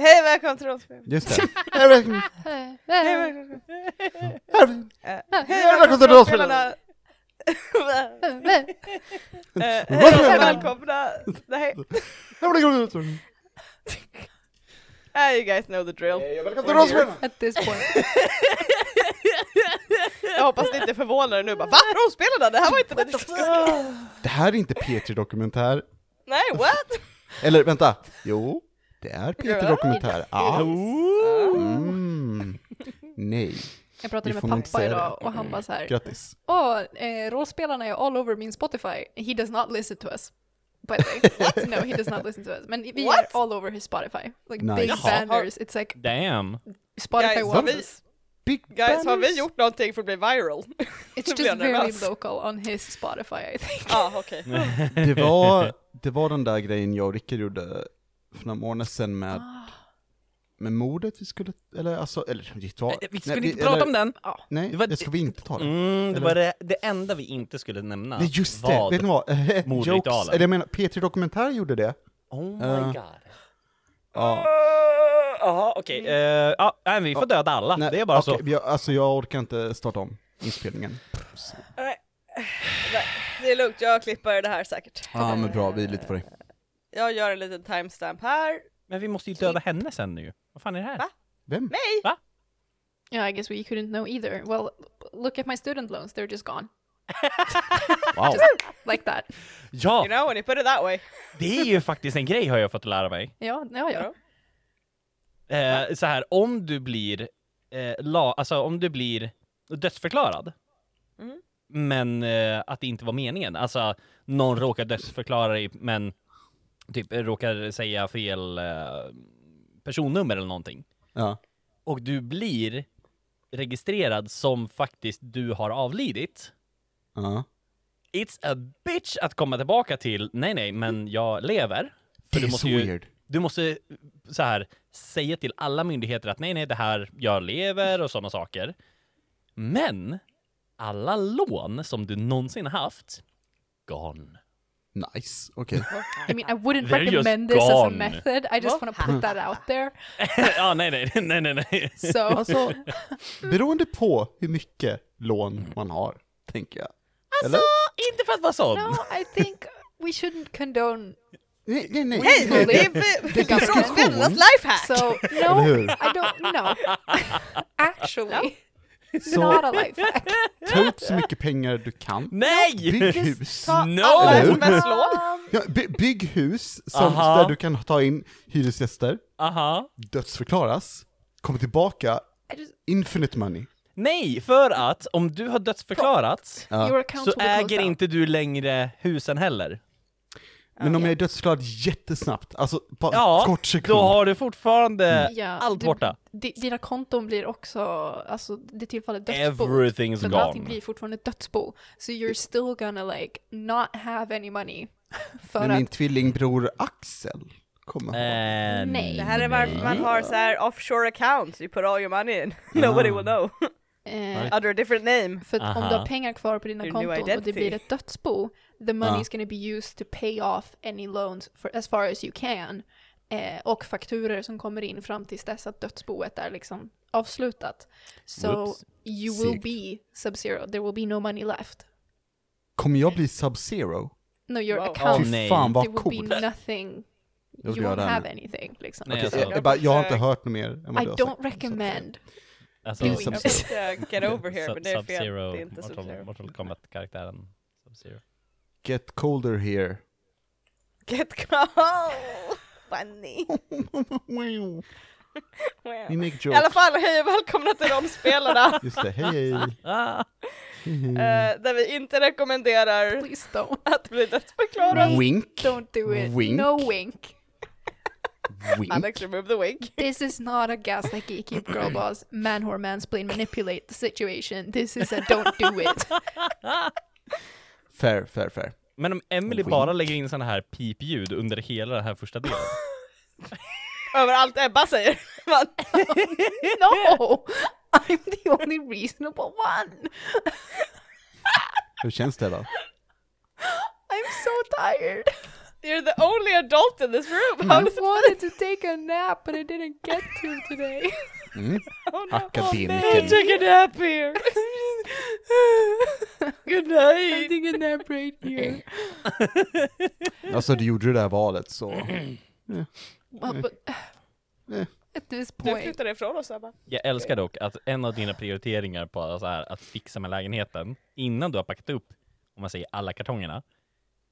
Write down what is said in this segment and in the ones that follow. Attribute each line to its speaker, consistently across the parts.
Speaker 1: Här kom trollspöet.
Speaker 2: Just det.
Speaker 1: Här kom- Eh,
Speaker 2: Hej, välkomna till Trollspölarna.
Speaker 1: Eh, Hej och välkomna! Nej, ah, you guys know the drill.
Speaker 2: Välkomna till Rollspelarna!
Speaker 3: At this point.
Speaker 1: Jag hoppas ni inte är förvånade nu bara va? Rollspelarna? Det här var inte det ni skulle...
Speaker 2: Det här är inte P3 Dokumentär.
Speaker 1: Nej, what?
Speaker 2: Eller vänta, jo, det är P3 Dokumentär. Ja. Mm. Nej,
Speaker 3: Jag pratade
Speaker 2: Vi
Speaker 3: med
Speaker 2: får nog inte
Speaker 3: pappa
Speaker 2: säga
Speaker 3: idag
Speaker 2: det.
Speaker 3: och han bara så här.
Speaker 2: grattis.
Speaker 3: Åh, eh, rollspelarna är all over min Spotify. He does not listen to us. By the way. What? No, he does not listen to us. Men vi
Speaker 1: What?
Speaker 3: är all over his Spotify. Like
Speaker 2: Nice.
Speaker 3: big
Speaker 1: Jaha.
Speaker 3: banners. It's like
Speaker 4: Damn.
Speaker 3: Spotify
Speaker 1: Guys,
Speaker 3: wants
Speaker 1: har vi-
Speaker 3: us.
Speaker 2: Big
Speaker 1: Guys, har vi
Speaker 2: banners.
Speaker 1: gjort någonting för att bli viral?
Speaker 3: It's
Speaker 1: Nu
Speaker 3: just
Speaker 1: blir jag
Speaker 3: very
Speaker 1: nervös.
Speaker 3: local on his Spotify I think.
Speaker 1: Ja, okej.
Speaker 2: Det var, det var den där grejen jag och Rickard gjorde för några månader sedan med, med mordet vi skulle, eller alltså, eller det var,
Speaker 4: Vi skulle inte prata om den.
Speaker 2: Nej,
Speaker 4: Det var-
Speaker 2: det ska vi inte ta det.
Speaker 4: Mm, det
Speaker 2: Eller-
Speaker 4: var det, det enda vi inte skulle nämna.
Speaker 2: Nej just det,
Speaker 4: Vad?
Speaker 2: vet ni vad? Jokes,
Speaker 4: Mordritualen.
Speaker 2: eller jag menar, P3 Dokumentär gjorde det.
Speaker 4: Oh
Speaker 2: Eh.
Speaker 4: my god.
Speaker 2: Ja.
Speaker 4: Eh, Jaha, okej. Eh, ja, nej, vi får döda alla.
Speaker 2: Nej,
Speaker 4: det är bara
Speaker 2: okej,
Speaker 4: så.
Speaker 2: Jag, alltså jag orkar inte starta om inspelningen.
Speaker 1: Nej, Det är lugnt, jag klipper det här säkert.
Speaker 2: Ja men bra, vi är lite på dig.
Speaker 1: Jag gör en liten timestamp här.
Speaker 4: Men vi måste ju döda henne sen nu. Vad fan är det här?
Speaker 1: Va?
Speaker 2: Vem?
Speaker 1: Nej!
Speaker 3: Yeah, I guess we couldn't know either. Well, look at my student loans. They're just gone.
Speaker 4: Wow.
Speaker 3: Like that.
Speaker 4: Ja,
Speaker 1: You know, when you put it that way.
Speaker 4: det är ju faktiskt en grej har jag fått lära mig.
Speaker 3: Ja, ja, ja.
Speaker 1: Ja.
Speaker 4: Eh, så här, om du blir, eh, la, alltså om du blir dödsförklarad,
Speaker 1: Mm.
Speaker 4: men eh, att det inte var meningen, alltså någon råkar dödsförklara dig, men typ råkar säga fel eh, personnummer eller någonting,
Speaker 2: Ja.
Speaker 4: och du blir registrerad som faktiskt du har avlidit.
Speaker 2: ja.
Speaker 4: It's a bitch att komma tillbaka till, nej nej, men jag lever.
Speaker 2: Det
Speaker 4: För
Speaker 2: är
Speaker 4: du måste
Speaker 2: så
Speaker 4: ju,
Speaker 2: weird.
Speaker 4: du måste så här säga till alla myndigheter att nej, nej, det här, jag lever och sådana saker. Men alla lån som du någonsin haft, gone.
Speaker 2: Nice, okej.
Speaker 3: I mean, I wouldn't
Speaker 4: They're just
Speaker 3: recommend this as a
Speaker 4: gone.
Speaker 3: method. I just want to put that out there.
Speaker 4: ja, nej, nej, nej, nej, nej.
Speaker 3: So,
Speaker 2: Alltså, beroende på hur mycket lån man har, tänker jag. Eller?
Speaker 4: Alltså- Inte för att vara sån.
Speaker 3: no, I think we shouldn't condone
Speaker 2: Nej, nej, nej.
Speaker 1: Hej!
Speaker 2: nej,
Speaker 1: Det är
Speaker 2: nej.
Speaker 1: vi-
Speaker 2: Det är ganska
Speaker 1: rollspelarnas
Speaker 2: coolt.
Speaker 1: lifehack!
Speaker 3: So
Speaker 2: Eller
Speaker 3: no,
Speaker 2: hur?
Speaker 3: I don't know. Actually, not
Speaker 2: Så
Speaker 3: a life hack.
Speaker 2: ta ut så mycket pengar du kan.
Speaker 4: Nej!
Speaker 2: Bygg hus.
Speaker 1: Ta
Speaker 4: No!
Speaker 1: alla
Speaker 2: Eller hur?
Speaker 1: sms-lån.
Speaker 3: Um,
Speaker 2: Ja, by, bygg hus som,
Speaker 4: Aha.
Speaker 2: där du kan ta in hyresgäster,
Speaker 4: Aha.
Speaker 2: dödsförklaras, kommer tillbaka,
Speaker 3: I just-
Speaker 2: infinite money.
Speaker 4: Nej, för att om du har dödsförklarats
Speaker 3: Your account
Speaker 4: så
Speaker 3: will be closed
Speaker 4: äger
Speaker 3: down.
Speaker 4: inte du längre husen heller.
Speaker 2: Men om jag är dödsförklarad jättesnabbt, alltså bara
Speaker 4: Ja,
Speaker 2: kort sekund.
Speaker 4: då har du fortfarande
Speaker 3: Ja,
Speaker 4: allt
Speaker 3: du-
Speaker 4: borta.
Speaker 3: di- Dina konton blir också, alltså det tillfaller dödsbo.
Speaker 4: Everything's
Speaker 3: så att
Speaker 4: gone.
Speaker 3: allting blir fortfarande dödsbo. So you're still gonna like not have any money. För
Speaker 2: Men min
Speaker 3: att,
Speaker 2: tvillingbror Axel kommer ha.
Speaker 4: Eh,
Speaker 3: Nej.
Speaker 1: Det här är varför man har så här offshore accounts, you put all your money in. Nobody will know.
Speaker 3: eh,
Speaker 1: Under a different name.
Speaker 3: för att om du
Speaker 4: Aha.
Speaker 3: har pengar kvar på dina
Speaker 1: Your new
Speaker 3: konton och det
Speaker 1: identity.
Speaker 3: blir ett dödsbo, the money
Speaker 2: Ja.
Speaker 3: is gonna be used to pay off any loans for, as far as you can. Eh, och fakturer som kommer in fram tills dess att dödsboet är liksom avslutat. So
Speaker 4: Whoops.
Speaker 3: you will
Speaker 2: Segt.
Speaker 3: be sub-zero, there will be no money left.
Speaker 2: Kommer jag bli sub-zero?
Speaker 3: No, your
Speaker 1: Wow.
Speaker 3: account,
Speaker 4: Åh,
Speaker 2: Fy
Speaker 4: nej.
Speaker 2: fan
Speaker 3: there
Speaker 2: vad
Speaker 3: will
Speaker 2: coolt.
Speaker 3: be nothing.
Speaker 2: Jag vill
Speaker 3: You
Speaker 2: göra
Speaker 3: won't
Speaker 2: den.
Speaker 3: have anything liksom.
Speaker 4: Nej,
Speaker 2: Jag,
Speaker 4: alltså,
Speaker 2: jag, bara, jag har inte hört mer än vad
Speaker 3: I
Speaker 2: du har
Speaker 3: don't
Speaker 2: sagt.
Speaker 3: recommend.
Speaker 4: alltså,
Speaker 3: doing
Speaker 2: Sub-Zero.
Speaker 1: Jag
Speaker 3: this.
Speaker 1: försökte get over here,
Speaker 4: Sub-
Speaker 1: men det är fel. Det
Speaker 4: Sub-Zero,
Speaker 1: är inte
Speaker 4: Mortal,
Speaker 1: Sub-Zero.
Speaker 4: Mortal Kombat-karaktären Sub-Zero.
Speaker 2: Get colder here.
Speaker 1: Get go! Funny.
Speaker 2: We make
Speaker 1: I
Speaker 2: jokes.
Speaker 1: alla fall, hej och välkomna till rollspelarna!
Speaker 2: Just det, hej hej.
Speaker 4: Ah,
Speaker 1: eh, där vi inte rekommenderar
Speaker 3: Please don't.
Speaker 1: att bli dödsförklarad.
Speaker 2: Wink.
Speaker 3: Don't do it.
Speaker 2: Wink.
Speaker 3: No wink.
Speaker 1: Alex, remove the wig.
Speaker 3: This is not a gaslight geek keep girl boss man whore mansplain manipulate the situation. This is a don't do it.
Speaker 2: Fair, fair, fair.
Speaker 4: Men om Emily
Speaker 2: Wink.
Speaker 4: bara lägger in sådana här pipljud under hela den här första delen.
Speaker 1: Över allt Ebba säger. Man,
Speaker 3: No, I'm the only reasonable one.
Speaker 2: Hur känns det då?
Speaker 3: I'm so tired.
Speaker 1: You're the only adult in this room. How
Speaker 3: I
Speaker 1: does it
Speaker 3: wanted to take a nap but I didn't get to today.
Speaker 2: Mm.
Speaker 1: sound?
Speaker 2: Akademiker.
Speaker 1: I took a nap here. Good night.
Speaker 3: I'm taking a nap right here.
Speaker 2: Alltså du gjorde det där valet så...
Speaker 3: Well, but
Speaker 2: Eh.
Speaker 3: at this
Speaker 1: Du
Speaker 3: point.
Speaker 1: flyttade ifrån oss Ebba.
Speaker 4: Jag älskar dock att en av dina prioriteringar på så här, att fixa med lägenheten, innan du har packat upp, om man säger alla kartongerna,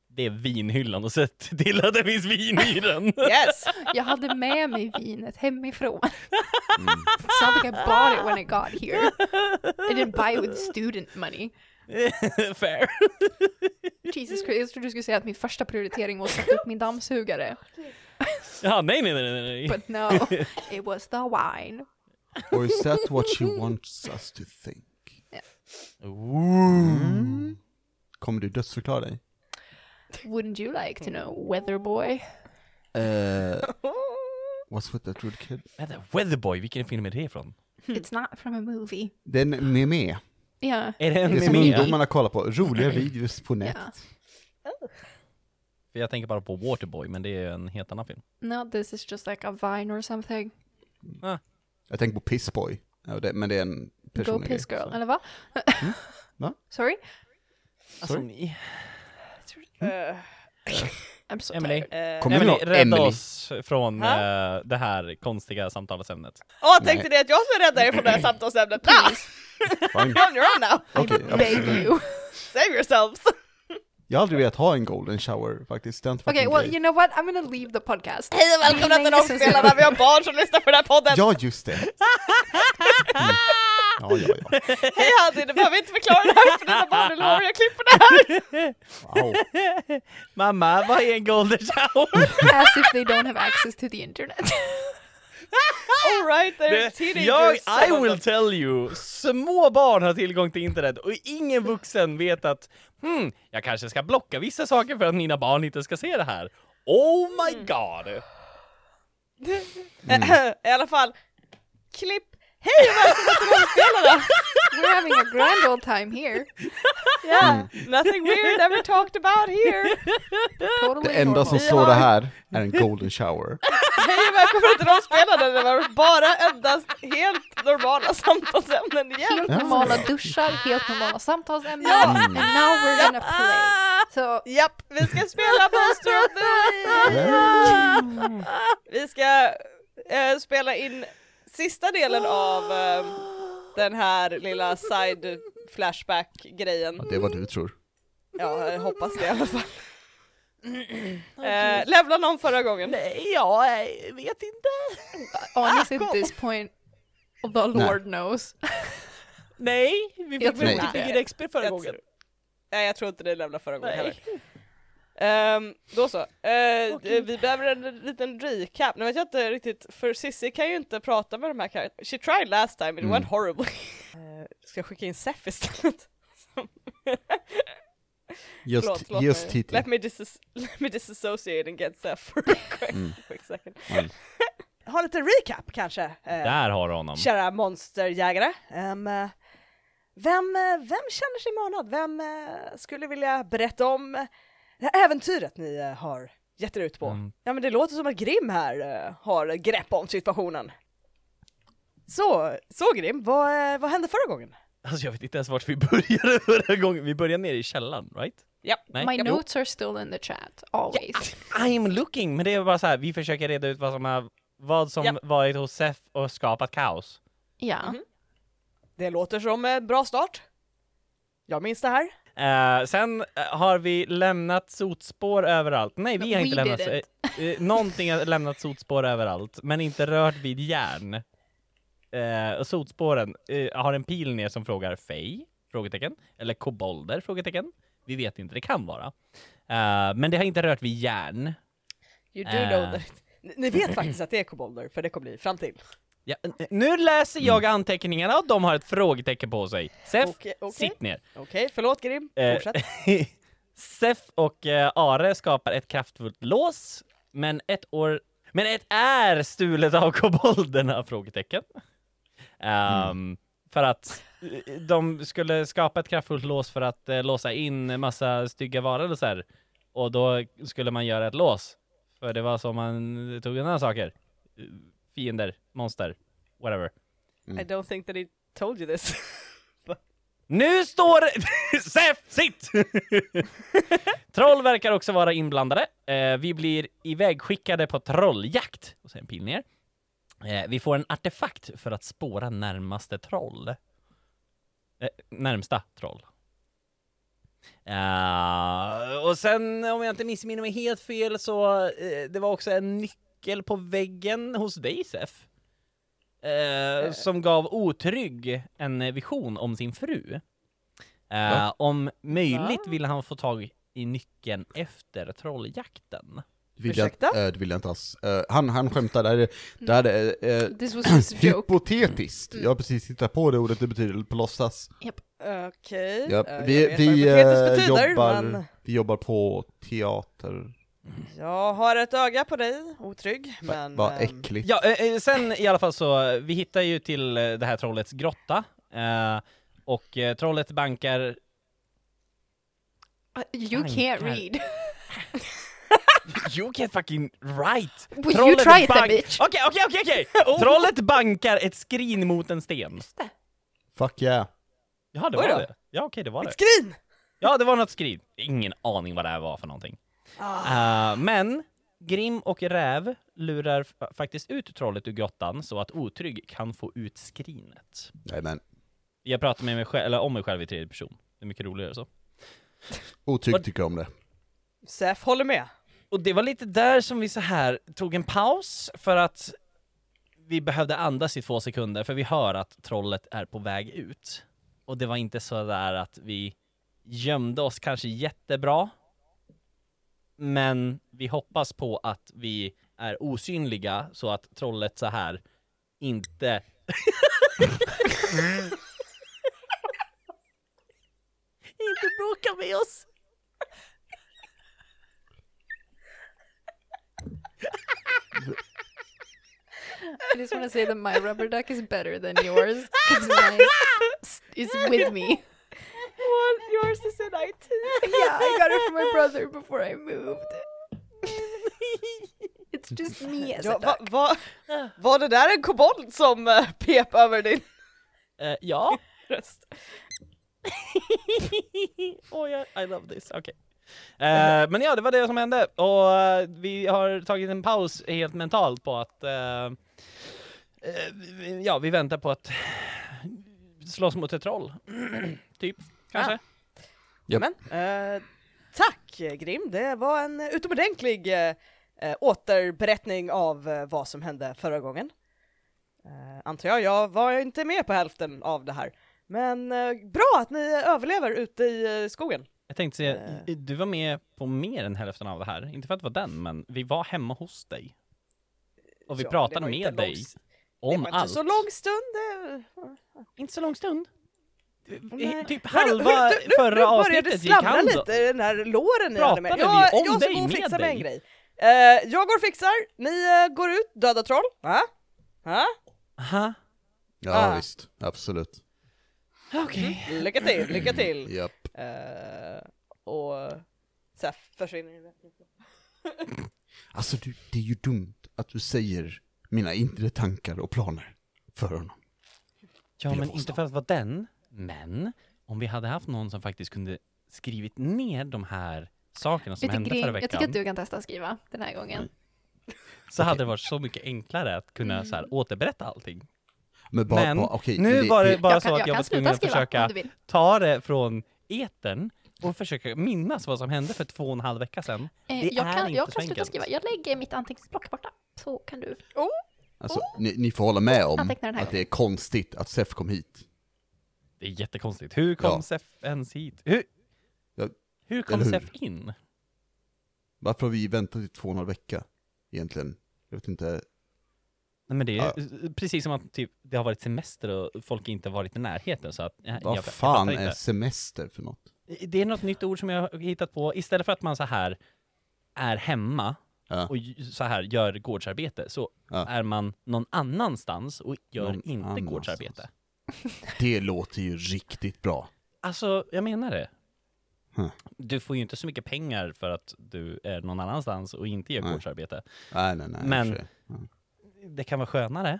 Speaker 4: det är vinhyllan och sett till att det finns vin i den.
Speaker 1: Yes.
Speaker 3: Jag hade med mig vinet hemifrån. It's not like I bought it when I got here. I didn't buy it with student money.
Speaker 4: Fair.
Speaker 3: Jesus Christ, jag trodde du skulle säga att min första prioritering var att sätta upp min dammsugare.
Speaker 4: Ja, nej, nej, nej, nej. nej.
Speaker 3: But no, it was the wine.
Speaker 2: Or is that what she wants us to think? Mm.
Speaker 4: Ooh.
Speaker 2: Kommer du dödsförklara dig?
Speaker 3: Wouldn't you like to know, weather boy?
Speaker 2: Eh, what's with that rude kid?
Speaker 4: Vänta, Weatherboy, vilken film är det ifrån?
Speaker 2: Hmm.
Speaker 3: It's not from a movie.
Speaker 2: Det är en meme.
Speaker 3: Yeah.
Speaker 4: Är det en
Speaker 2: Det
Speaker 4: med
Speaker 2: som
Speaker 4: mig?
Speaker 2: ungdomarna kollar på. Roliga
Speaker 3: Mm.
Speaker 2: videos på nätet.
Speaker 4: För jag tänker bara på Waterboy, men det är ju en helt annan film.
Speaker 3: No, this is just like a vine or something.
Speaker 2: Jag tänker på Pissboy. Ja, det- Men det är en
Speaker 3: Go
Speaker 2: personlig
Speaker 3: piss
Speaker 2: grej,
Speaker 3: girl,
Speaker 2: så. Mm.
Speaker 3: eller va?
Speaker 2: Va?
Speaker 3: Sorry?
Speaker 4: Alltså, ni...
Speaker 1: Uh,
Speaker 3: I'm so
Speaker 4: Emily.
Speaker 3: tired.
Speaker 1: uh.
Speaker 2: Kommer du
Speaker 4: Emily,
Speaker 2: ihåg
Speaker 4: rädda
Speaker 2: Emily?
Speaker 4: oss från
Speaker 1: Ha?
Speaker 4: eh, det här konstiga samtalsämnet.
Speaker 1: Åh,
Speaker 2: Nej.
Speaker 1: tänkte ni att jag skulle rädda er från det här samtalsämnet? No!
Speaker 2: Fine.
Speaker 1: You're on your own now!
Speaker 2: Okej, absolut.
Speaker 3: Babe you.
Speaker 1: Save yourselves!
Speaker 2: Jag har aldrig velat ha en golden shower faktiskt. Det har inte varit
Speaker 3: Okay,
Speaker 2: min
Speaker 3: well,
Speaker 2: grej.
Speaker 3: you know what? I'm gonna leave the podcast.
Speaker 1: Hej och välkomna till Rollspelarna, vi har barn som lyssnar på den här podden!
Speaker 2: Ja, just det. Mm. Ja, ja, ja.
Speaker 1: Hej Hadi, du behöver inte förklara det här för dina barn, jag lovar, jag klipper det här!
Speaker 2: Wow.
Speaker 4: Mamma, vad är en golden shower?
Speaker 3: As if they don't have access to the internet.
Speaker 1: Alright, they're
Speaker 4: Det,
Speaker 1: teenagers!
Speaker 4: jag,
Speaker 1: some
Speaker 4: I
Speaker 1: of
Speaker 4: will
Speaker 1: them.
Speaker 4: tell you, små barn har tillgång till internet och ingen vuxen vet att hmm, jag kanske ska blocka vissa saker för att mina barn inte ska se det här. Oh my god!
Speaker 1: I alla fall, klipp! Hej och välkomna till Rollspelarna!
Speaker 3: We're having a grand old time here.
Speaker 1: Yeah, nothing weird ever talked about here!
Speaker 3: Totally
Speaker 2: Det enda som
Speaker 3: normal.
Speaker 2: står det här är en golden shower.
Speaker 1: Hej och välkomna till Rollspelarna, det var bara endast helt normala samtalsämnen igen!
Speaker 3: Helt normala duschar, helt normala samtalsämnen. And now we're gonna play. So,
Speaker 1: Ah! Japp, vi ska spela Monster of the Vi ska eh, spela in sista delen av eh, den här lilla side flashback-grejen.
Speaker 2: Ja, det är vad du tror.
Speaker 1: Ja, jag hoppas det i alla fall. Eh, levla någon förra gången.
Speaker 4: Nej, jag vet inte.
Speaker 3: honestly at this point, the Lord knows.
Speaker 4: Nej, vi
Speaker 3: Jag
Speaker 4: fick
Speaker 3: tror
Speaker 4: väl
Speaker 1: inte
Speaker 4: inte
Speaker 1: det.
Speaker 4: bygga XP förra
Speaker 1: Jag
Speaker 4: gången.
Speaker 1: tror- Nej, jag tror inte det levla förra gången
Speaker 4: Nej.
Speaker 1: heller. Ehm, då så. Eh,
Speaker 4: Okej.
Speaker 1: Vi behöver en liten recap. Nu vet jag inte riktigt, för Sissi kan ju inte prata med de här karaktärerna. She tried last time, it
Speaker 2: Mm.
Speaker 1: went horribly. Eh, ska jag skicka in Zeff istället? Förlåt,
Speaker 2: Just,
Speaker 1: förlåt
Speaker 2: just
Speaker 1: mig.
Speaker 2: Titi.
Speaker 1: Let me, disass- let me disassociate and get Zeff for a quick, quick second.
Speaker 2: Mm.
Speaker 1: ha lite recap kanske, eh,
Speaker 4: Där har du honom.
Speaker 1: kära monsterjägare. Ehm, eh, vem, eh, vem känner sig manad? Vem eh, skulle vilja berätta om eh, det här äventyret ni eh, har gett er ut på?
Speaker 4: Mm.
Speaker 1: Ja men det låter som att Grim här eh, har grepp om situationen. Så, så Grim, vad, eh, vad hände förra gången?
Speaker 4: Alltså jag vet inte ens vart vi började förra gången. Vi började nere i källaren, right?
Speaker 1: Ja.
Speaker 4: Nej.
Speaker 3: My
Speaker 1: Jo.
Speaker 3: notes are still in the chat, always.
Speaker 4: I'm looking, men det är bara så här, vi försöker reda ut vad som, har, vad som
Speaker 1: Japp.
Speaker 4: varit hos Seth och skapat kaos.
Speaker 3: Ja.
Speaker 1: Det låter som en bra start. Jag minns det här.
Speaker 4: Eh, sen eh, har vi lämnat sotspår överallt. Nej, vi har
Speaker 3: We
Speaker 4: inte lämnat...
Speaker 3: did it.
Speaker 4: eh, eh, någonting har lämnat sotspår överallt, men inte rört vid järn. Eh, och sotspåren eh, har en pil ner som frågar Fej? Frågetecken. Eller kobolder? Frågetecken. Vi vet inte, det kan vara. Eh, men det har inte rört vid järn.
Speaker 1: You
Speaker 4: do know that
Speaker 1: Ni ni vet faktiskt att det är kobolder, för det kommer bli fram till.
Speaker 4: Ja, n- nu läser jag anteckningarna och de har ett frågetecken på sig. Sef,
Speaker 1: Okej, okej.
Speaker 4: sitt ner.
Speaker 1: Okej, förlåt Grim.
Speaker 4: Eh,
Speaker 1: Fortsätt.
Speaker 4: Sef och eh, Are skapar ett kraftfullt lås, men ett år... Men ett är stulet av kobolderna? Frågetecken. Ehm, För att eh, de skulle skapa ett kraftfullt lås för att eh, låsa in massa stygga varor och så här Och då skulle man göra ett lås. För det var så man tog undan saker. Eh, Fiender, monster, whatever.
Speaker 1: I don't think that he told you this.
Speaker 4: Nu står Sef sitt! Troll verkar också vara inblandade. Eh, vi blir ivägskickade på trolljakt. Och sen pil ner. Eh, vi får en artefakt för att spåra närmaste troll. Eh, närmsta troll. Eh, och sen, om jag inte missminner mig helt fel, så eh, det var också en nyckel på väggen hos dig, Sef. Eh, som gav Otrygg en vision om sin fru. Eh, om möjligt ville han få tag i nyckeln efter trolljakten.
Speaker 2: Vill jag,
Speaker 1: Ursäkta?
Speaker 2: eh, det vill jag inte alls. Eh, han, han skämtar, där är, där är eh,
Speaker 3: This was just a Mm. joke.
Speaker 2: hypotetiskt. Jag har precis hittat på det ordet, det betyder på låtsas.
Speaker 1: Okej.
Speaker 2: Ja,
Speaker 1: eh,
Speaker 2: vi
Speaker 1: jag vet vad
Speaker 2: vi
Speaker 1: hypotetiskt
Speaker 2: eh,
Speaker 1: betyder,
Speaker 2: jobbar,
Speaker 1: men
Speaker 2: vi jobbar på teater.
Speaker 1: Jag har ett öga på dig, otrygg, men...
Speaker 2: Vad
Speaker 1: ehm,
Speaker 2: äckligt.
Speaker 4: Ja, eh, eh, sen i alla fall så, eh, vi hittar ju till eh, det här trollets grotta. Eh, och eh, trollet bankar...
Speaker 3: Uh, You can't
Speaker 4: Tankar.
Speaker 3: read.
Speaker 4: You can't fucking write!
Speaker 3: Will you try it then
Speaker 4: bank-
Speaker 3: bitch? Oh.
Speaker 4: Okej, okej, okej, okej! Trollet bankar ett skrin mot en sten.
Speaker 2: Fuck yeah.
Speaker 4: Jaha, det
Speaker 1: Oj
Speaker 4: var
Speaker 1: då.
Speaker 4: det. Ja, okej, det var det.
Speaker 1: Ett skrin!
Speaker 4: Ja, det var något skrin. Ingen aning vad det här var för någonting. Eh, men Grim och Räv lurar f- faktiskt ut trollet ur grottan så att Otrygg kan få ut skrinet.
Speaker 2: Nej men,
Speaker 4: Jag pratar med mig själv, eller om mig själv i tredje person. Det är mycket roligare så.
Speaker 2: otrygg tycker jag om det.
Speaker 1: Sef håller med.
Speaker 4: Och det var lite där som vi så här tog en paus för att vi behövde andas i två sekunder för vi hör att trollet är på väg ut. Och det var inte så där att vi gömde oss kanske jättebra. Men vi hoppas på att vi är osynliga så att trollet så här inte inte bråkar med oss.
Speaker 3: I just want to say that my rubber duck is better than yours. 'cause mine s- is with me.
Speaker 1: Yours is an IT.
Speaker 3: Yeah, I got it from my brother before I moved. It's just me as
Speaker 1: Ja,
Speaker 3: a
Speaker 1: va,
Speaker 3: duck.
Speaker 1: va, var det där en kobold som eh, pep över din
Speaker 4: Eh, ja.
Speaker 1: röst?
Speaker 4: oh, jag, I love this, okej. Eh, men ja, det var det som hände och eh, vi har tagit en paus helt mentalt på att eh, eh, vi- ja, vi väntar på att slåss mot ett troll. typ, kanske.
Speaker 1: Ah.
Speaker 2: Japp.
Speaker 1: Men, eh, tack eh, Grim, det var en eh, utomordentlig eh, eh, återberättning av eh, vad som hände förra gången. Eh, antar jag, jag var ju inte med på hälften av det här. Men eh, bra att ni överlever ute i eh, skogen.
Speaker 4: Jag tänkte säga,
Speaker 1: Eh.
Speaker 4: du var med på mer än hälften av det här. Inte för att det var den, men vi var hemma hos dig. Och vi
Speaker 1: Ja, det
Speaker 4: pratade
Speaker 1: var inte
Speaker 4: med
Speaker 1: lång
Speaker 4: dig
Speaker 1: s- Det
Speaker 4: om
Speaker 1: var
Speaker 4: allt.
Speaker 1: inte så lång stund. eh. Det...
Speaker 4: inte så lång stund.
Speaker 1: Nej.
Speaker 4: Typ
Speaker 1: Hörru,
Speaker 4: halva
Speaker 1: hörru, nu- nu
Speaker 4: förra
Speaker 1: börjar det
Speaker 4: avsnittet gick
Speaker 1: sladdra
Speaker 4: han då.
Speaker 1: lite, den här låren ni hade med.
Speaker 4: Pratade
Speaker 1: Jag,
Speaker 4: vi om
Speaker 1: jag ska
Speaker 4: dig
Speaker 1: gå och
Speaker 4: med
Speaker 1: fixa med en
Speaker 4: dig?
Speaker 1: grej. Eh, jag går och fixar, ni eh, går ut, döda troll. Va? Va?
Speaker 4: Aha.
Speaker 2: Ja
Speaker 1: Ah.
Speaker 2: visst, absolut.
Speaker 4: Okej.
Speaker 1: Lycka till, lycka till!
Speaker 2: Japp.
Speaker 1: Eh, och så här försvinner in.
Speaker 2: Alltså du, det är ju dumt att du säger mina inre tankar och planer för honom.
Speaker 4: Ja,
Speaker 2: Vill jag Mm.
Speaker 4: men
Speaker 2: få
Speaker 4: inte
Speaker 2: snabbt.
Speaker 4: för att vara den. Men om vi hade haft någon som faktiskt kunde skrivit ner de här sakerna som
Speaker 3: Vet du,
Speaker 4: hände förra
Speaker 3: Grim, jag tycker
Speaker 4: veckan Mm.
Speaker 3: att du kan testa skriva den här gången.
Speaker 4: så hade det varit så mycket enklare att kunna så
Speaker 3: Mm.
Speaker 4: här, återberätta allting.
Speaker 2: Men bara,
Speaker 4: Men
Speaker 2: bara okej.
Speaker 4: nu
Speaker 2: det-
Speaker 4: var det
Speaker 2: det-
Speaker 4: bara
Speaker 3: jag
Speaker 4: så
Speaker 3: kan,
Speaker 4: att jag,
Speaker 3: jag
Speaker 4: var
Speaker 3: kan
Speaker 4: tvungen
Speaker 3: sluta
Speaker 4: att
Speaker 3: skriva
Speaker 4: försöka
Speaker 3: om du vill.
Speaker 4: ta det från etern och försöka minnas vad som hände för två och en halv vecka sedan.
Speaker 3: Eh,
Speaker 4: Det är
Speaker 3: jag kan,
Speaker 4: inte
Speaker 3: jag
Speaker 4: så
Speaker 3: kan sluta
Speaker 4: enkelt.
Speaker 3: skriva. Jag lägger mitt anteckningsblock borta. Så kan du.
Speaker 2: Alltså, ni, ni får hålla med om
Speaker 3: Anteckna den här
Speaker 2: att det är konstigt att Sef kom hit.
Speaker 4: Det är jättekonstigt. Hur kom
Speaker 2: Ja.
Speaker 4: Sef ens hit? Hur,
Speaker 2: Ja,
Speaker 4: hur kom
Speaker 2: eller hur?
Speaker 4: Sef in?
Speaker 2: Varför har vi väntat i två och en halv vecka egentligen? Jag vet inte.
Speaker 4: Nej, men det är
Speaker 2: Ja.
Speaker 4: ju- precis som att typ, det har varit semester och folk inte har varit i närheten så att... eh, jag-
Speaker 2: Vad
Speaker 4: jag
Speaker 2: fan
Speaker 4: fattar inte.
Speaker 2: är semester för något?
Speaker 4: Det är något nytt ord som jag har hittat på. Istället för att man så här är hemma
Speaker 2: Ja.
Speaker 4: och ju- så här gör gårdsarbete, så
Speaker 2: Ja.
Speaker 4: är man någon annanstans och gör
Speaker 2: Någon
Speaker 4: inte
Speaker 2: annanstans.
Speaker 4: gårdsarbete.
Speaker 2: Typ. Det låter ju riktigt bra.
Speaker 4: Alltså, jag menar det.
Speaker 2: Huh.
Speaker 4: Du får ju inte så mycket pengar för att du är någon annanstans och inte gör
Speaker 2: Nej.
Speaker 4: gårdsarbete.
Speaker 2: Nej, nej, nej. i och
Speaker 4: Men-
Speaker 2: för sig. Ja.
Speaker 4: Det kan vara skönare.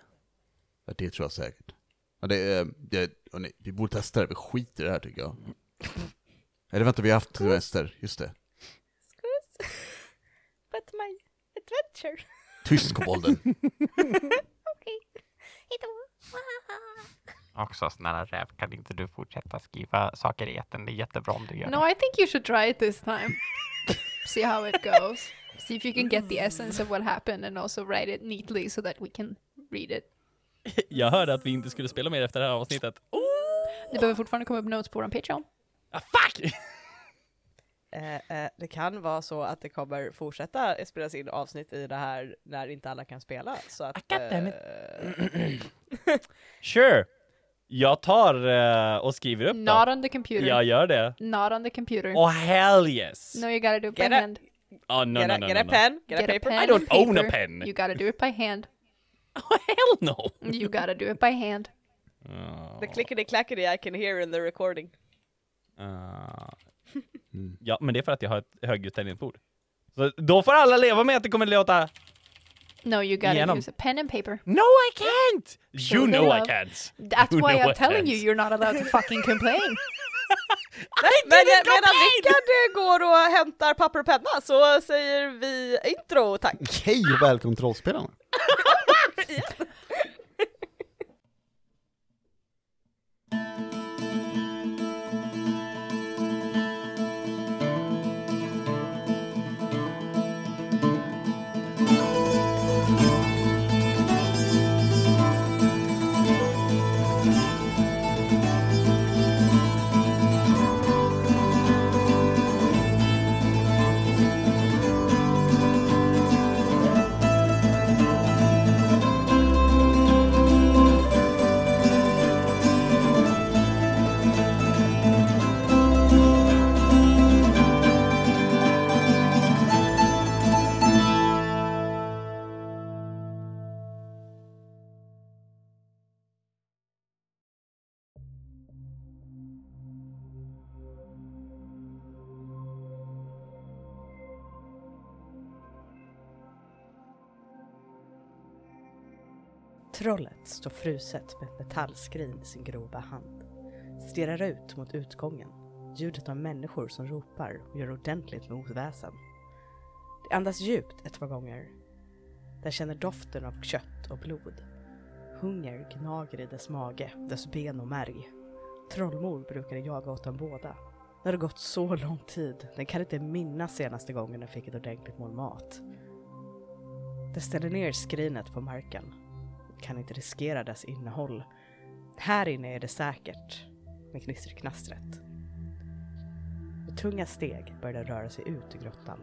Speaker 2: Ja, det tror jag säkert. Ja, det, är- det, och nej, vi borde testa det, vi skiter i det här tycker jag. Eller vänta, vi har haft tester, just det.
Speaker 1: Excuse. But my adventure.
Speaker 2: Tyst kobolden.
Speaker 1: Hejdå.
Speaker 5: Också snälla räv, kan inte du fortsätta skriva saker i etten? Det är jättebra om du gör
Speaker 3: No,
Speaker 5: det.
Speaker 3: I think you should try it this time. See how it goes. See if you can get the essence of what happened and also write it neatly so that we can read it.
Speaker 4: Jag hörde att vi inte skulle spela mer efter det här avsnittet. Oh,
Speaker 3: Det behöver fortfarande komma upp notes på vår Patreon.
Speaker 4: ah, fuck!
Speaker 1: Eh, eh, det kan vara så att det kommer fortsätta spelas in avsnitt i det här när inte alla kan spela. Så att,
Speaker 4: Ah, goddammit.
Speaker 1: eh,
Speaker 4: Sure. Jag tar eh, och skriver upp
Speaker 3: Not
Speaker 4: då.
Speaker 3: on the computer.
Speaker 4: Jag gör det.
Speaker 3: Not on the computer.
Speaker 4: Oh hell yes!
Speaker 3: No, you gotta do it
Speaker 1: Get
Speaker 3: by
Speaker 1: a-
Speaker 3: hand.
Speaker 4: Oh, no,
Speaker 1: get
Speaker 4: no,
Speaker 1: a,
Speaker 4: no,
Speaker 1: get
Speaker 4: no,
Speaker 1: a
Speaker 4: no.
Speaker 1: pen, get,
Speaker 3: Get
Speaker 1: a paper.
Speaker 4: I
Speaker 3: pen
Speaker 4: don't
Speaker 3: and
Speaker 4: own a
Speaker 3: paper.
Speaker 4: pen.
Speaker 3: You gotta do it by hand.
Speaker 4: Oh hell no!
Speaker 3: You gotta do it by hand.
Speaker 1: The clickety clackety I can hear in the recording.
Speaker 4: Ah. Ja, men det är för att jag har ett högljutt tändningsbord. Så då får alla leva med att det kommer låta
Speaker 3: No, you gotta
Speaker 4: Igenom.
Speaker 3: use a pen and paper.
Speaker 4: No I can't! You
Speaker 3: Sure
Speaker 4: know I
Speaker 3: enough.
Speaker 4: can't!
Speaker 3: That's
Speaker 4: You
Speaker 3: why
Speaker 4: know
Speaker 3: I'm
Speaker 4: I
Speaker 3: telling you
Speaker 4: can't.
Speaker 3: you're not allowed to fucking complain.
Speaker 1: Nej, men eh, medan Rickard eh, går och hämtar papper och penna så säger vi intro tack.
Speaker 2: Hej och välkommen till rollspelarna.
Speaker 1: Trollet står fruset med ett metallskrin i sin grova hand. Stirrar ut mot utgången. Ljudet av människor som ropar och gör ordentligt med oväsen. Det andas djupt ett par gånger. Den känner doften av kött och blod. Hunger gnager i dess mage, dess ben och märg. Trollmor brukade jaga åt dem båda. Det har gått så lång tid, den kan inte minnas senaste gången den fick ett ordentligt mål mat. Den ställer ner skrinet på marken kan inte riskera dess innehåll. Här inne är det säkert, med knisterknastret. Med tunga steg börjar den röra sig ut ur grottan.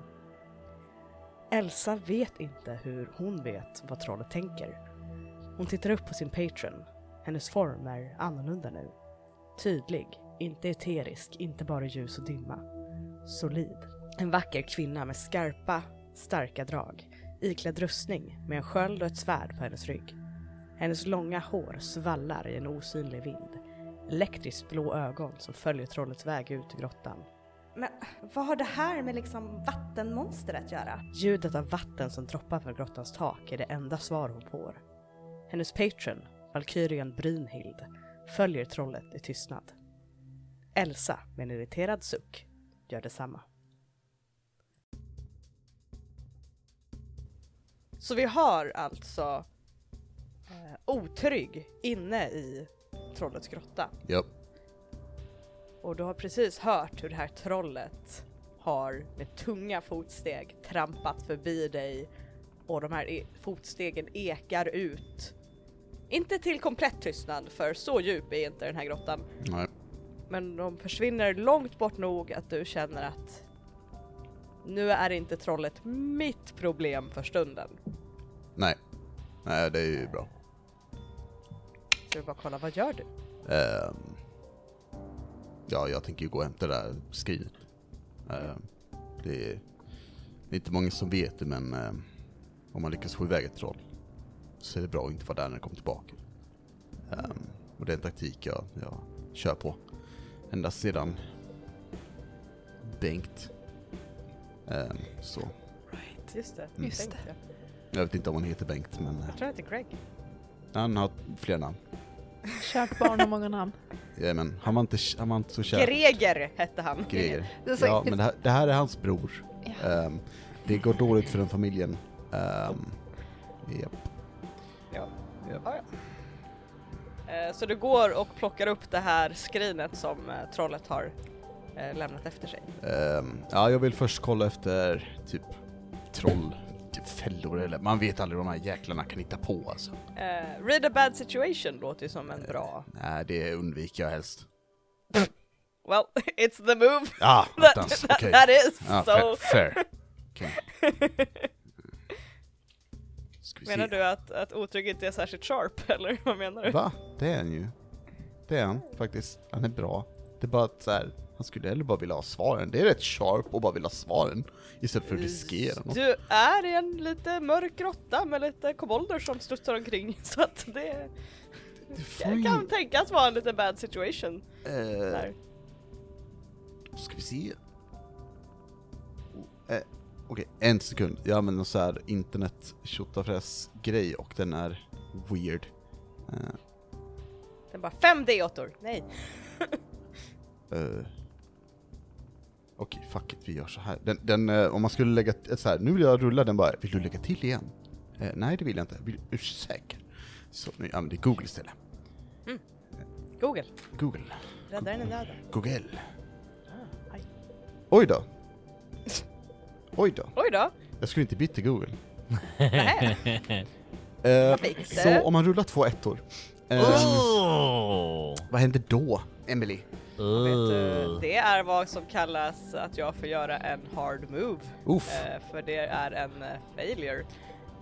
Speaker 1: Elsa vet inte hur hon vet vad trollet tänker. Hon tittar upp på sin patron. Hennes form är annorlunda nu. Tydlig, inte eterisk, inte bara ljus och dimma. Solid. En vacker kvinna med skarpa, starka drag. Iklädd rustning med en sköld och ett svärd på hennes rygg. Hennes långa hår svallar i en osynlig vind. Elektriskt blå ögon som följer trollets väg ut ur grottan.
Speaker 6: Men vad har det här med liksom vattenmonster att göra?
Speaker 1: Ljudet av vatten som droppar från grottans tak är det enda svar hon får. Hennes patron, valkyrien Brynhild, följer trollet i tystnad. Elsa, med en irriterad suck, gör detsamma. Så vi har alltså eh, otrygg inne i trollets grotta.
Speaker 2: Ja.
Speaker 1: Och du har precis hört hur det här trollet har med tunga fotsteg trampat förbi dig och de här e- fotstegen ekar ut. Inte till komplett tystnad, för så djup är inte den här grottan.
Speaker 2: Nej.
Speaker 1: Men de försvinner långt bort nog att du känner att nu är inte trollet mitt problem för stunden.
Speaker 2: Nej. Nej, det är ju bra.
Speaker 1: Så du bara kolla, vad gör du?
Speaker 2: Ehm, ja, jag tänker ju gå och hämta det där skrinet. Ehm, det är det är inte många som vet det, men ehm, om man lyckas få iväg ett troll så är det bra att inte vara där när det kommer tillbaka. Ehm, och det är en taktik jag, jag kör på. Ända sedan Bengt. Ehm, så.
Speaker 1: Just det.
Speaker 2: Mm.
Speaker 3: Just
Speaker 1: tänkte jag.
Speaker 2: Jag vet inte om han heter Bengt, men eh,
Speaker 1: Jag tror att det är Greg.
Speaker 2: han har flera namn.
Speaker 3: Kärt barn har många namn.
Speaker 2: Ja, men han var inte, han var inte så kär.
Speaker 1: Greger hette han.
Speaker 2: Greger.
Speaker 3: Det är så-
Speaker 2: Ja, men det här, det här är hans bror.
Speaker 3: Ja.
Speaker 2: Ehm, det går dåligt för den familjen. Um, japp.
Speaker 1: Ja.
Speaker 2: Japp.
Speaker 1: Ja, ja. Eh, Så du går och plockar upp det här skrinet som eh, trollet har eh, lämnat efter sig.
Speaker 2: Ehm, ja, jag vill först kolla efter typ trollfällor eller man vet aldrig vad de här jäklarna kan hitta på alltså.
Speaker 1: Eh, read a bad situation låter ju som en bra...
Speaker 2: Nej, det undviker jag helst.
Speaker 1: Well, it's the move
Speaker 2: Ah,
Speaker 1: that,
Speaker 2: attans,
Speaker 1: that,
Speaker 2: okej.
Speaker 1: that is.
Speaker 2: Ja,
Speaker 1: so,
Speaker 2: fair. fair. Okej. Ska vi
Speaker 1: menar
Speaker 2: se.
Speaker 1: du att, att otrygg inte är särskilt sharp eller vad menar du?
Speaker 2: Va? Det är han ju. Det är han faktiskt. Han är bra. Det är bara att så här, han skulle hellre bara vilja ha svaren. Det är rätt sharp och bara vilja ha svaren istället för att riskera något.
Speaker 1: Du är i en lite mörk grotta med lite kobolder som studsar omkring så att det
Speaker 2: Du får
Speaker 1: kan,
Speaker 2: ju-
Speaker 1: kan tänkas vara en lite bad situation.
Speaker 2: Eh,
Speaker 1: Där.
Speaker 2: ska vi se. Oh, eh, Okej, en sekund. Jag använder så här internet grej och den är weird. Eh,
Speaker 1: Den bara fem D8-or, nej.
Speaker 2: Eh, Okej, fuck it, vi gör så här. Den, den, eh, om man skulle lägga, t- så här, nu vill jag rulla den bara, vill du lägga till igen? Eh, nej, det vill jag inte. Vill, är du säker? Så nu använder jag Google istället.
Speaker 1: Google,
Speaker 2: Google.
Speaker 1: räddaren är döden.
Speaker 2: Google.
Speaker 1: aj.
Speaker 2: Oj då. Oj då.
Speaker 1: Oj då,
Speaker 2: Jag skulle inte byta Google.
Speaker 1: nähä.
Speaker 2: Eh,
Speaker 1: fick du?
Speaker 2: så om man rullar två ettor. Eh,
Speaker 4: Oh.
Speaker 2: Vad händer då, Emily?
Speaker 1: Vet du, det är vad som kallas att jag får göra en hard move.
Speaker 2: Uff,
Speaker 1: Eh, för det är en eh, failure.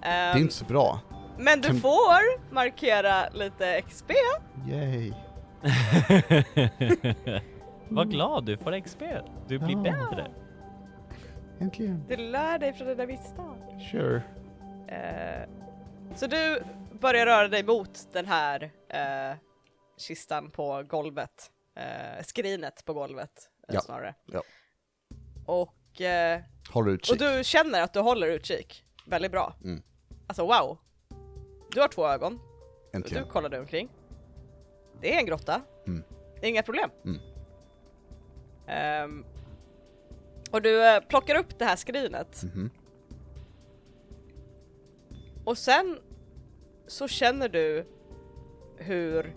Speaker 2: det
Speaker 1: Ehm,
Speaker 2: är inte så bra.
Speaker 1: Men du
Speaker 2: kan-
Speaker 1: får markera lite XP.
Speaker 2: Yay.
Speaker 4: Vad glad du får XP. Du blir
Speaker 2: Ja.
Speaker 4: bättre.
Speaker 2: Äntligen.
Speaker 1: Du lär dig från dina misstag.
Speaker 2: Sure.
Speaker 1: Eh, så du börjar röra dig mot den här eh, kistan på golvet. Eh, skrinet på golvet eh,
Speaker 2: Ja,
Speaker 1: snarare.
Speaker 2: ja.
Speaker 1: Och, eh,
Speaker 2: Håller
Speaker 1: och
Speaker 2: utkik.
Speaker 1: du känner att du håller utkik väldigt bra.
Speaker 2: Mm.
Speaker 1: Alltså wow! Du har två ögon,
Speaker 2: Äntligen.
Speaker 1: du kollar dig omkring. Det är en grotta.
Speaker 2: Mm.
Speaker 1: Det är inga problem.
Speaker 2: Mm.
Speaker 1: Ehm, och du eh, plockar upp det här skrinet
Speaker 2: Mhm. Mm.
Speaker 1: Och sen så känner du hur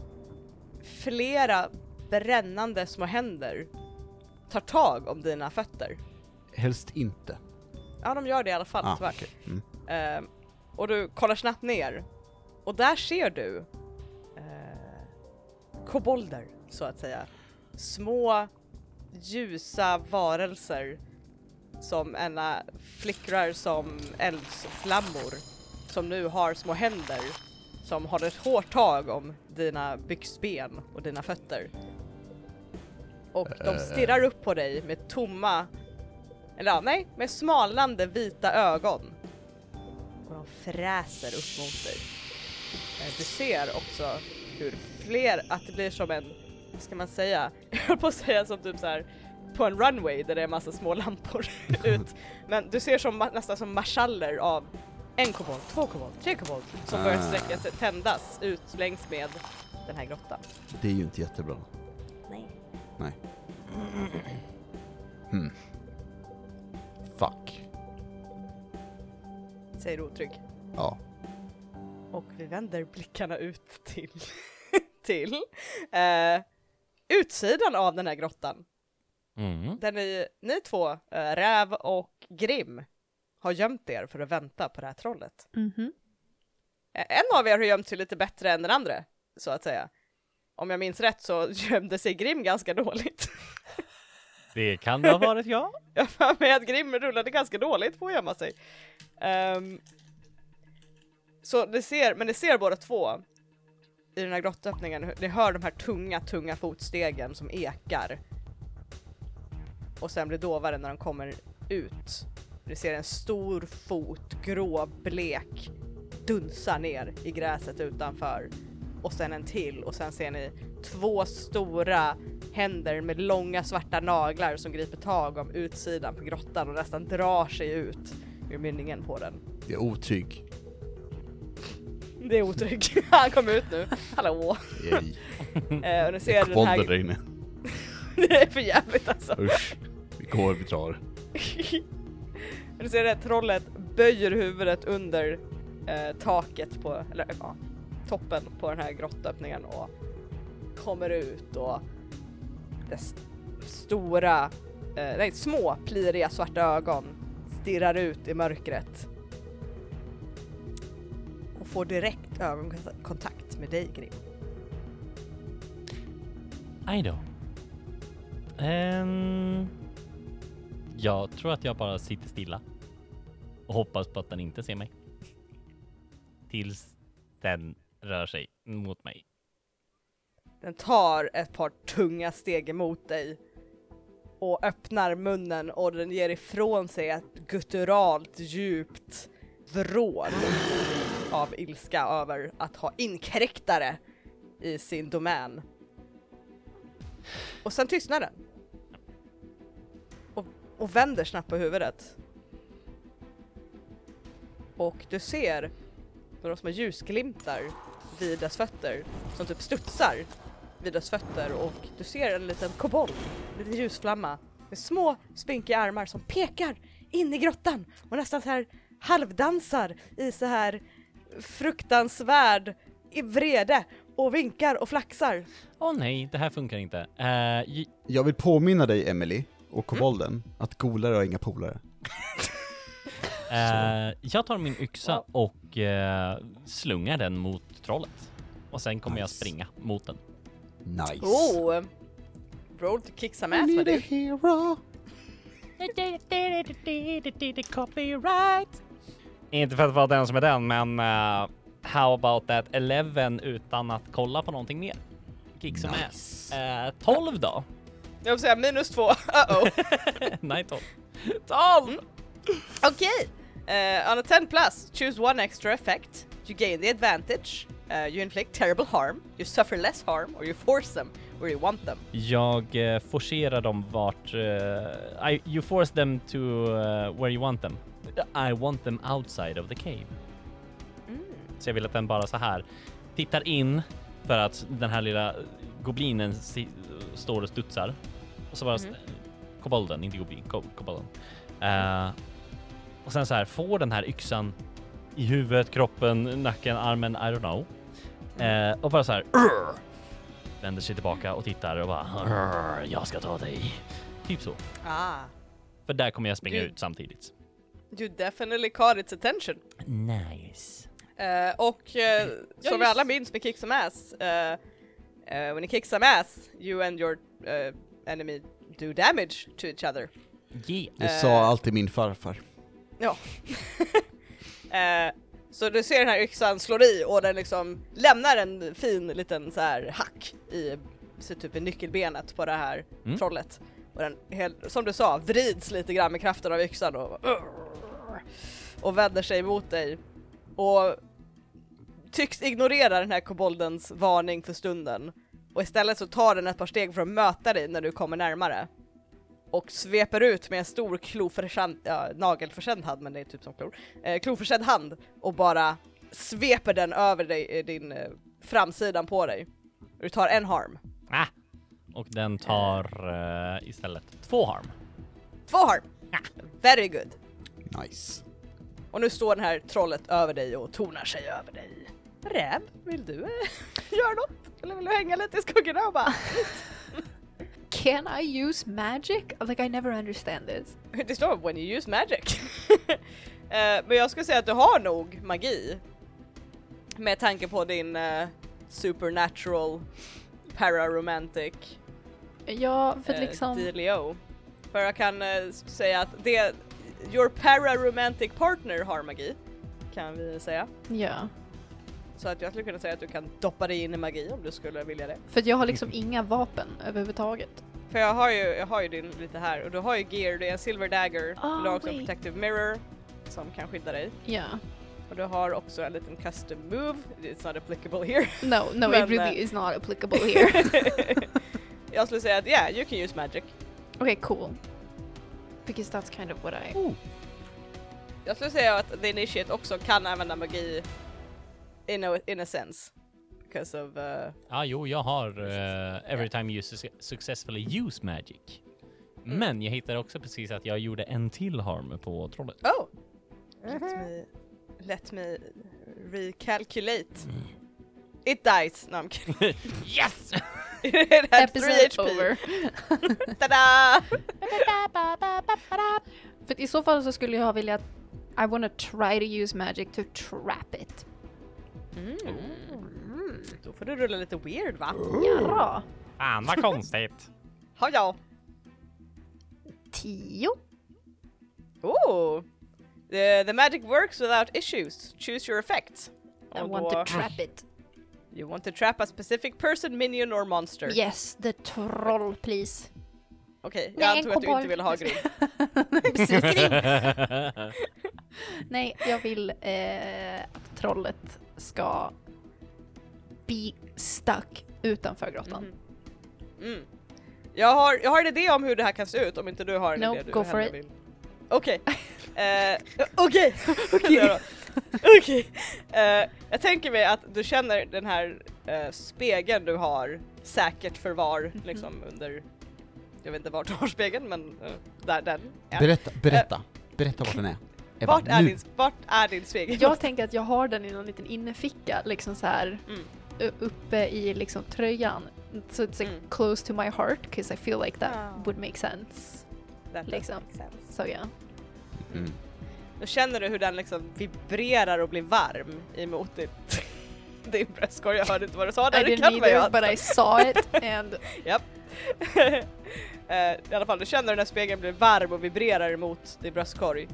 Speaker 1: flera brännande små händer tar tag om dina fötter.
Speaker 2: Helst inte.
Speaker 1: Ja, de gör det i alla fall
Speaker 2: Ah,
Speaker 1: tyvärr.
Speaker 2: okej. Mm.
Speaker 1: Ehm, och du kollar snabbt ner och där ser du eh, kobolder så att säga. Små ljusa varelser som ena flickrar som eldsflammor som nu har små händer som håller ett hårt tag om dina byxben och dina fötter. Och de
Speaker 2: Eh.
Speaker 1: stirrar upp på dig med tomma, eller ja, nej, med smalnande vita ögon och de fräser upp mot dig. Eh, Du ser också hur fler, att det blir som en, vad ska man säga, jag höll på att säga som typ så här på en runway där det är massa små lampor ut. Men du ser som, ma- nästan som marschaller av en kobold, två kobold, tre kobold som börjar
Speaker 2: Ah.
Speaker 1: sträcka sig, tändas ut längs med den här grottan.
Speaker 2: Det är ju inte jättebra.
Speaker 6: Nej.
Speaker 2: Nej. Hmm. Fuck.
Speaker 1: Säger otrygg.
Speaker 2: Ja.
Speaker 1: Och vi vänder blickarna ut till, till eh, utsidan av den här grottan.
Speaker 4: Mm.
Speaker 1: Där ni, ni två, eh, Räv och Grim, har gömt er för att vänta på det här trollet.
Speaker 3: Mhm.
Speaker 1: Eh, En av er har gömt sig lite bättre än den andra, så att säga. Om jag minns rätt så gömde sig Grim ganska dåligt.
Speaker 4: Det kan det ha varit jag.
Speaker 1: Jag har för mig att Grim rullade ganska dåligt på att gömma sig. Ehm, så ni ser, men ni ser båda två i den här grottöppningen, hur- ni hör de här tunga, tunga fotstegen som ekar. Och sen blir dovare när de kommer ut. Ni ser en stor fot, grå, blek, dunsar ner i gräset utanför och sen en till och sen ser ni två stora händer med långa svarta naglar som griper tag om utsidan på grottan och nästan drar sig ut ur mynningen på den.
Speaker 2: Jag är otrygg.
Speaker 1: Det är otrygg. Han kom ut nu. Hallå!
Speaker 2: Yay.
Speaker 1: Eh, och ni
Speaker 2: Mm. Det är
Speaker 1: ser den
Speaker 2: kvalder där
Speaker 1: här...
Speaker 2: inne.
Speaker 1: det är för jävligt alltså.
Speaker 2: Usch. Vi går, vi drar.
Speaker 1: Du ser det här trollet böjer huvudet under eh, taket på, eller ja, toppen på den här grottöppningen och kommer ut och det s- stora, eh, nej små pliriga svarta ögon stirrar ut i mörkret. Och får direkt ögonkontakt med dig Grim.
Speaker 4: I know. Ehm, jag tror att jag bara sitter stilla och hoppas på att den inte ser mig. Tills den rör sig mot mig.
Speaker 1: Den tar ett par tunga steg emot dig och öppnar munnen och den ger ifrån sig ett gutturalt djupt vrål av ilska över att ha inkräktare i sin domän. Och sen tystnar den. Och, och vänder snabbt på huvudet. Och du ser några små ljusglimtar vid dess fötter som typ studsar vid dess fötter och du ser en liten kobold, en liten ljusflamma med små spinkiga armar som pekar in i grottan och nästan så här halvdansar i så här fruktansvärd i vrede och vinkar och flaxar.
Speaker 4: Åh nej, det här funkar inte. Eh, j-
Speaker 2: Jag vill påminna dig, Emily
Speaker 1: Mm.
Speaker 2: och kobolden, att golare har inga polare.
Speaker 4: eh, jag tar min yxa och eh, slungar den mot trollet. Och sen kommer jag
Speaker 2: Nice.
Speaker 4: springa mot den.
Speaker 2: Nice.
Speaker 1: Oh! Roll to kick some ass med dig.
Speaker 2: hero.
Speaker 4: Copyright! Inte för att vara den som är den, men eh, how about that 11 utan att kolla på någonting mer? Kick som
Speaker 2: Nice.
Speaker 4: ass. Eh, 12 då?
Speaker 1: Jag vill säga minus två, uh-oh.
Speaker 4: Nej, 12.
Speaker 1: 12! Okej! Uh, on a 10 plus, choose one extra effect. You gain the advantage, uh, you inflict terrible harm, you suffer less harm, or you force them, or you want them.
Speaker 4: Jag eh, forcerar dem vart... eh, I, you force them to eh, where you want them. I want them outside of the cave.
Speaker 1: Mm.
Speaker 4: Så jag vill att den bara så här tittar in för att den här lilla goblinen si, står och studsar. Och så bara...
Speaker 1: Mhm.
Speaker 4: Kobolden, inte goblin, ko, kobolden. Eh, och sen så här får den här yxan i huvudet, kroppen, nacken, armen, I don't know. Eh, och bara så här "Urgh!" vänder sig tillbaka och tittar och bara "Urgh, jag ska ta dig. Typ så.
Speaker 1: Ah.
Speaker 4: För där kommer jag springa
Speaker 1: Du-
Speaker 4: ut samtidigt.
Speaker 1: You definitely caught its attention.
Speaker 4: Nice.
Speaker 1: Eh, och eh, som vi alla minns med Kick Some Ass, eh, eh, when you kick some ass, you and your eh, enemy do damage to each other.
Speaker 4: Yeah.
Speaker 2: Det
Speaker 1: Eh.
Speaker 2: sa alltid min farfar.
Speaker 1: Ja. Eh, så du ser den här yxan slår i och den liksom lämnar en fin liten så här hack i, så typ i nyckelbenet på det här
Speaker 4: Mm.
Speaker 1: trollet. Och den, hel- som du sa, vrids lite grann med kraften av yxan och, och vänder sig mot dig. Och tycks ignorera den här koboldens varning för stunden. Och istället så tar den ett par steg för att möta dig när du kommer närmare och sveper ut med en stor kloförsand, ja, nagelförsedd hand, men det är typ som klor, eh, kloförsedd hand och bara sveper den över dig, eh, din eh, framsidan på dig. Du tar en harm.
Speaker 4: Ah. Och den tar eh, istället två harm.
Speaker 1: Två harm! Very good.
Speaker 2: Nice.
Speaker 1: Och nu står den här trollet över dig och tornar sig över dig. Räv, vill du eh, göra något? Eller vill du hänga lite i skuggorna och bara...
Speaker 3: Can I use magic? Like I never understand this.
Speaker 1: Det står when you use magic. Eh, men jag skulle säga att du har nog magi. Med tanke på din eh, supernatural pararomantic
Speaker 3: Ja, för att
Speaker 1: eh,
Speaker 3: liksom...
Speaker 1: dealio. För jag kan eh, s- säga att det, your pararomantic partner har magi. Kan vi säga.
Speaker 3: Ja.
Speaker 1: Så att jag skulle kunna säga att du kan doppa dig in i magi om du skulle vilja det.
Speaker 3: För att jag har liksom inga vapen överhuvudtaget.
Speaker 1: För jag har ju, jag har ju din lite här och du har ju gear, det är en silver dagger,
Speaker 3: Ah,
Speaker 1: du har också en
Speaker 3: wait.
Speaker 1: protective mirror som kan skydda dig.
Speaker 3: Ja.
Speaker 1: Och du har också en liten custom move, it's not applicable here.
Speaker 3: No, no,
Speaker 1: Men,
Speaker 3: it really
Speaker 1: eh,
Speaker 3: is not applicable here.
Speaker 1: Jag skulle säga att yeah, you can use magic.
Speaker 3: okay, cool. Because that's kind of what I...
Speaker 1: Jag skulle säga att the initiate också kan använda magi in a, in a sense. Because of... Uh,
Speaker 4: ah, jo, jag har eh, every time you su- successfully use magic.
Speaker 2: Mm.
Speaker 4: Men jag hittade också precis att jag gjorde en till harm på trollet.
Speaker 1: oh! Let
Speaker 3: Mhm.
Speaker 1: me, let me recalculate. It dies. No I'm kidding.
Speaker 4: Yes!
Speaker 1: It had 3
Speaker 3: Episode
Speaker 1: HP.
Speaker 3: over.
Speaker 1: Tada!
Speaker 3: För i så fall så skulle jag vilja... I wanna try to use magic to trap it. Mm.
Speaker 1: Då får du rulla lite weird va?
Speaker 3: Jarra.
Speaker 4: Fan vad konstigt.
Speaker 1: Har jag.
Speaker 3: Tio.
Speaker 1: Oh! The, the magic works without issues. Choose your effect.
Speaker 3: I
Speaker 1: Och
Speaker 3: want
Speaker 1: då-
Speaker 3: to trap it.
Speaker 1: You want to trap a specific person, minion or monster.
Speaker 3: Yes, the troll please.
Speaker 1: Okej,
Speaker 3: Nej,
Speaker 1: jag antog
Speaker 3: en
Speaker 1: att du
Speaker 3: kobold.
Speaker 1: inte ville ha grym.
Speaker 3: Precis. Nej, jag vill eh, att trollet ska be stuck utanför grottan.
Speaker 1: Mhm. Mm. Jag, har, jag har en idé om hur det här kan se ut om inte du har en
Speaker 3: Nope,
Speaker 1: idé du
Speaker 3: go for
Speaker 1: hellre
Speaker 3: it.
Speaker 1: vill. Okej. Eh, Okej! Okej! Okej. Eh, Jag tänker mig att du känner den här eh, spegeln du har säkert förvar
Speaker 3: Mhm.
Speaker 1: liksom under jag vet inte vart du har spegeln men eh, där den är.
Speaker 2: Berätta, berätta, berätta vart den är. Eva,
Speaker 1: Eh, vart, är
Speaker 2: nu.
Speaker 1: din, vart är din spegel?
Speaker 3: Jag tänker att jag har den i någon liten inneficka, liksom så här
Speaker 1: Mm.
Speaker 3: u- uppe i liksom tröjan. So it's like
Speaker 1: Mm.
Speaker 3: close to my heart, because I feel like that
Speaker 1: Ah.
Speaker 3: would make sense.
Speaker 1: That does
Speaker 3: liksom.
Speaker 1: make sense.
Speaker 3: So yeah.
Speaker 2: Mm.
Speaker 1: Då känner du hur den liksom vibrerar och blir varm emot ditt, din bröstkorg. Jag hörde inte vad du sa
Speaker 3: I
Speaker 1: där, det
Speaker 3: didn't
Speaker 1: kan vara
Speaker 3: either,
Speaker 1: jag.
Speaker 3: but I saw it and
Speaker 1: Eh, I alla fall, du känner den här spegeln blir varm och vibrerar emot din bröstkorg.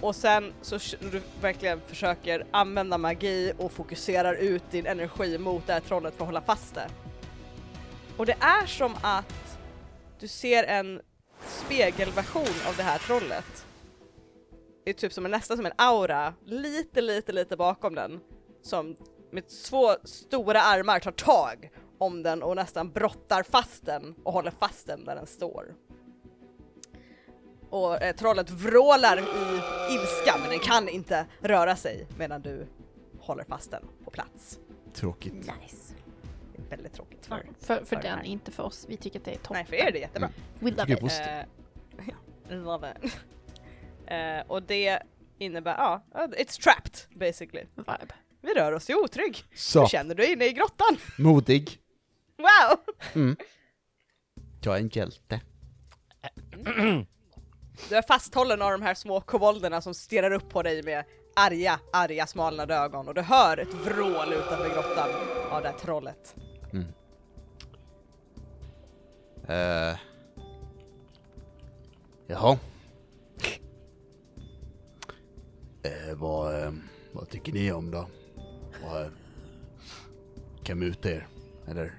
Speaker 1: Och sen så k- när du verkligen försöker använda magi och fokuserar ut din energi mot det här trollet för att hålla fast det. Och det är som att du ser en spegelversion av det här trollet. Det är typ som en, nästan som en aura, lite, lite, lite bakom den. Som med två stora armar tar tag om den och nästan brottar fast den och håller fast den där den står. Och eh, trollet vrålar i ilska men den kan inte röra sig medan du håller fast den på plats.
Speaker 2: Tråkigt.
Speaker 1: Mm.
Speaker 6: Nice.
Speaker 1: Det är väldigt tråkigt för,
Speaker 3: för, för
Speaker 1: det
Speaker 3: den,
Speaker 1: här.
Speaker 3: inte för oss. Vi tycker att det är toppen.
Speaker 1: Nej, för er är det jättebra.
Speaker 3: We love
Speaker 2: Tycker
Speaker 3: it.
Speaker 2: jag är positivt.
Speaker 1: Eh, love it. Eh, och det innebär, ja, it's trapped basically.
Speaker 3: Eh, Vibe.
Speaker 1: Vi rör oss i otrygg.
Speaker 2: Så,
Speaker 1: Du känner dig inne i grottan.
Speaker 2: modig.
Speaker 1: Wow!
Speaker 2: Jag är en hjälte.
Speaker 1: Du är fasthållen av de här små kobolderna som stirrar upp på dig med arga, arga smalnade ögon och du hör ett vrål utanför grottan av det här trollet.
Speaker 2: Uh. Jaha. Eh, vad, eh, vad tycker ni om då? Vad, eh, kan muta er? Eller?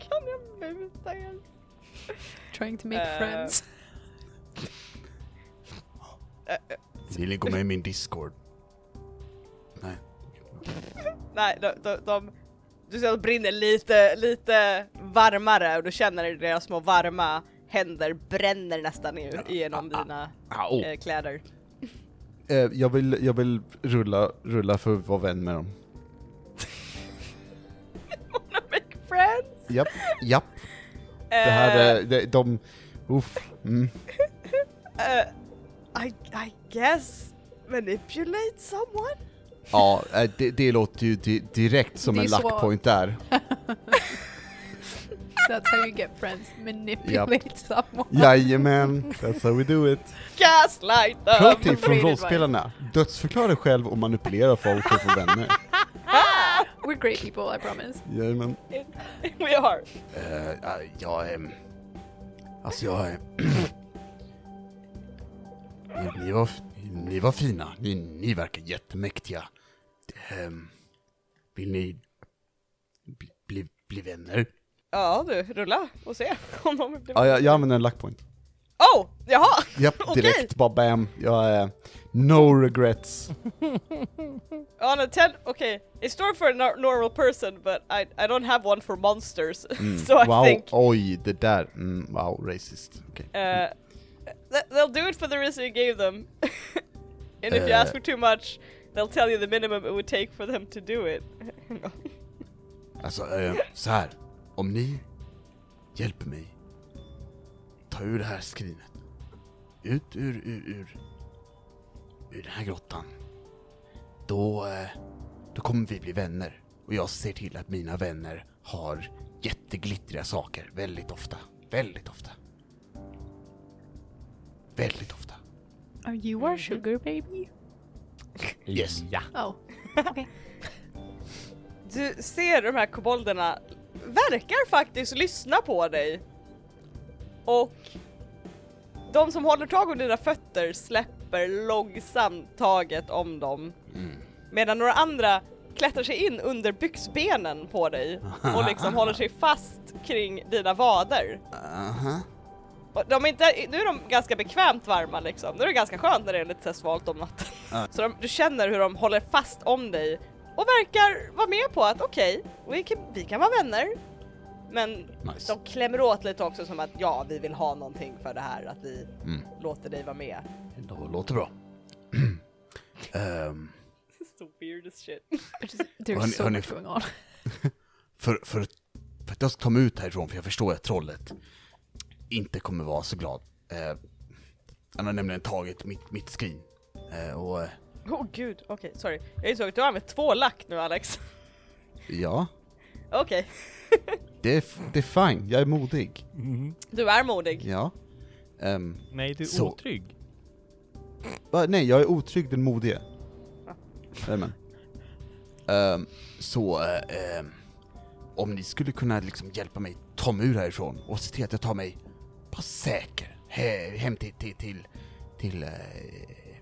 Speaker 1: Kan jag muta er?
Speaker 3: Trying to make
Speaker 1: Eh,
Speaker 3: friends.
Speaker 2: Vill ni gå med i min Discord? Nej.
Speaker 1: Nej, de, de, de, du ser att de brinner lite, lite varmare och du känner hur deras små varma händer bränner nästan i- igenom dina
Speaker 2: Au.
Speaker 1: eh, kläder.
Speaker 2: Eh, jag, vill, jag vill rulla, rulla för att vara vän med dem.
Speaker 1: Wanna make friends?
Speaker 2: Japp, japp.
Speaker 3: Eh.
Speaker 2: Det här, eh, det, de, uff. Mm.
Speaker 1: eh, I, I guess manipulate someone?
Speaker 2: Ja, eh, det, det låter ju di- direkt som
Speaker 3: Det är
Speaker 2: en
Speaker 3: så-
Speaker 2: lackpoint där.
Speaker 3: That's how you get friends. Manipulate someone.
Speaker 2: Jajamän, that's how we do it.
Speaker 1: Gaslight them!
Speaker 2: Curtin
Speaker 3: Overrated
Speaker 2: från
Speaker 3: vibe.
Speaker 2: rollspelarna. Dödsförklara själv och manipulera folk för att få vänner.
Speaker 3: We're great people, I promise.
Speaker 2: Jajamän.
Speaker 1: We are.
Speaker 2: Uh, jag... Um, alltså jag... ni, ni, var, ni var fina. Ni, ni verkar jättemäktiga. Ehm, vill ni bli, bli, bli vänner?
Speaker 1: Ja du, rulla och se om de blir
Speaker 2: Ja, jag, jag använder en luck point.
Speaker 1: Oh, jaha!
Speaker 2: Japp, direkt bara bam. Jag är no regrets.
Speaker 1: On a 10, okay, it's store for a nor- normal person, but I, I don't have one for monsters, so I
Speaker 2: Mm. wow,
Speaker 1: think
Speaker 2: oj, det där. Mm, wow, racist. Okej.
Speaker 1: uh, th- they'll do it for the risk you gave them. and if you
Speaker 2: Uh.
Speaker 1: ask for too much, they'll tell you the minimum it would take for them to do it. Hang on.
Speaker 2: Alltså, eh, så här. Om ni hjälper mig ta ur det här skrinet. Ut ur, ur, ur, ur den här grottan. Då, eh, då kommer vi bli vänner. Och jag ser till att mina vänner har jätteglittriga saker väldigt ofta. Väldigt ofta. Väldigt ofta.
Speaker 3: Are you our sugar baby?
Speaker 2: Yes.
Speaker 4: Ja.
Speaker 3: Oh.
Speaker 1: Du ser de här kobolderna verkar faktiskt lyssna på dig. Och de som håller tag om dina fötter släpper långsamt taget om dem. Medan några andra klättrar sig in under byxbenen på dig och liksom håller sig fast kring dina vader.
Speaker 2: Aha.
Speaker 1: Och de är inte, nu är de ganska bekvämt varma liksom, nu är det ganska skönt när det är lite så här svalt om natten. Så de, du känner hur de håller fast om dig och verkar vara med på att okej, vi, kan, vi kan vara vänner. Men
Speaker 2: Nice.
Speaker 1: de klämmer åt lite också som att ja, vi vill ha någonting för det här, att vi
Speaker 2: Mm.
Speaker 1: låter dig vara med.
Speaker 2: Då låter bra. Ehm,
Speaker 1: So weird as shit.
Speaker 3: There's
Speaker 2: Hörni-
Speaker 3: so
Speaker 2: hörni,
Speaker 3: much going on.
Speaker 2: för, för, för att jag ska ta mig ut härifrån, för jag förstår att trollet inte kommer vara så glad. Eh, han har nämligen tagit mitt, mitt skrin. Eh, och eh,
Speaker 1: Åh oh, gud, okej sorry. Jag insåg att du har använt två lack nu Alex.
Speaker 2: ja,
Speaker 1: Okej,
Speaker 2: det är, f- det är fine. Jag är modig.
Speaker 1: du är modig.
Speaker 2: Ja. Ehm,
Speaker 4: Nej, du
Speaker 2: Mm.
Speaker 4: är
Speaker 2: Så.
Speaker 4: otrygg.
Speaker 2: va, nej, jag är otrygg den modige. Jajamän. Ehm, så, eh, ehm, om ni skulle kunna liksom hjälpa mig ta mig ur härifrån och se till att jag tar mig bara säker he, hem till, till, till, till eh,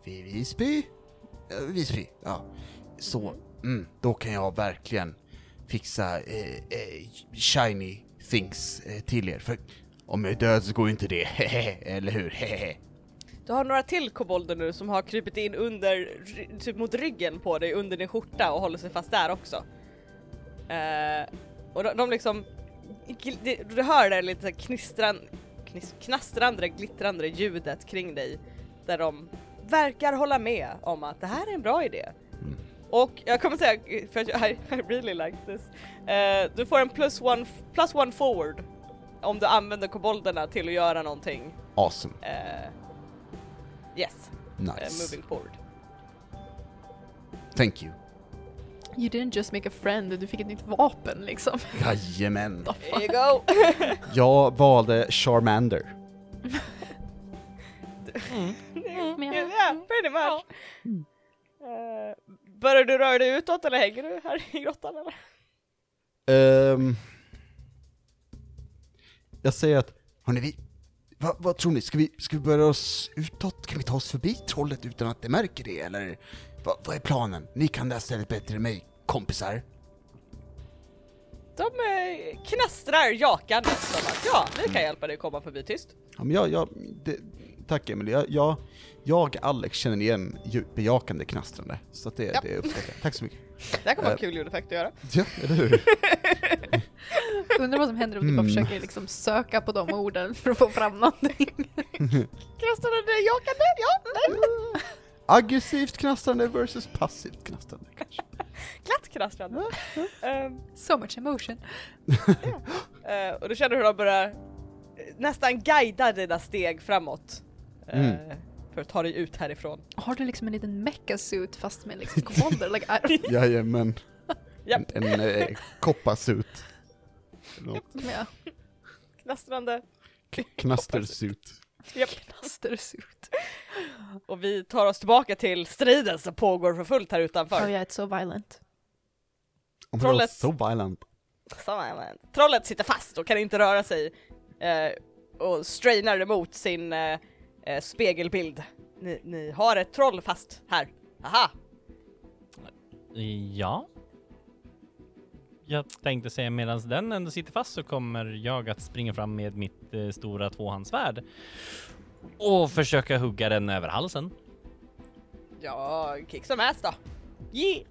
Speaker 2: vid Visby? Eh, Visby, ja. Så, mm, då kan jag verkligen fixa eh, eh, shiny things eh, till er. För om jag är död så går ju inte det, eller hur?
Speaker 1: Du har några till kobolder nu som har krypit in under, ry- typ mot ryggen på dig under din skjorta och håller sig fast där också. Eh, och de, de liksom, gl- det- du hör det här lite knistrande, knastrande, glittrande ljudet kring dig där de verkar hålla med om att det här är en bra idé. Och jag kommer säga, för att jag, I, I really like this, Eh, du får en plus one, f- plus one forward om du använder kobolderna till att göra någonting.
Speaker 2: Awesome,
Speaker 1: Eh, yes, uh,
Speaker 2: nice.
Speaker 1: moving forward.
Speaker 2: Thank you.
Speaker 3: You didn't just make a friend, du fick ett nytt vapen liksom.
Speaker 2: Jajamän.
Speaker 1: There you go!
Speaker 2: Jag valde Charmander.
Speaker 3: Men-
Speaker 1: yeah, pretty much! Eh, börjar du röra dig utåt eller hänger du här i grottan eller?
Speaker 2: Ehm, jag säger att, hörni vi, vad, vad tror ni? Ska vi, ska vi börja oss utåt? Kan vi ta oss förbi trollet utan att det märker det eller? Vad, vad är planen? Ni kan det här stället bättre än mig, kompisar.
Speaker 1: De eh, knastrar jakande som att ja, vi kan hjälpa dig komma förbi tyst.
Speaker 2: Ja, men jag, jag, det, tack Emil. Jag, jag, jag, Alex, känner igen djup- bejakande knastrande. Så att det,
Speaker 1: Ja.
Speaker 2: det uppskattar jag. Tack så mycket.
Speaker 1: Det här kan vara en
Speaker 2: Eh.
Speaker 1: kul ljudeffekt att göra.
Speaker 2: Ja, eller hur?
Speaker 3: Undrar vad som händer om du bara
Speaker 2: Mm.
Speaker 3: försöker liksom söka på de orden för att få fram någonting.
Speaker 1: Knastrande jakande, ja! nej.
Speaker 2: Aggressivt knastrande versus passivt knastrande kanske.
Speaker 1: Glatt knastrande. Ehm,
Speaker 3: So much emotion.
Speaker 1: Eh, och du känner hur de börjar eh, nästan guida dina steg framåt. eh, För att ta dig ut härifrån.
Speaker 3: Har du liksom en liten mecha-suit fast med liksom kobolder? Like, I-
Speaker 2: Jajamän.
Speaker 1: Japp.
Speaker 2: En, en eh, kopparsuit. Något
Speaker 3: ja,
Speaker 1: Knastrande.
Speaker 2: k- Knastersuit.
Speaker 3: knastersuit.
Speaker 1: Och vi tar oss tillbaka till striden som pågår för fullt här utanför.
Speaker 3: Oh yeah, it's so violent.
Speaker 2: Om
Speaker 1: Trollet.
Speaker 2: So violent.
Speaker 1: Som har hänt. Trollet sitter fast och kan inte röra sig eh, och strainar emot sin eh, eh, spegelbild. Ni, ni har ett troll fast här. Aha!
Speaker 4: Ja. Jag tänkte säga medan den ändå sitter fast så kommer jag att springa fram med mitt eh, stora tvåhandsvärd Och försöka hugga den över halsen.
Speaker 1: Ja, kick som ass då. Yeah.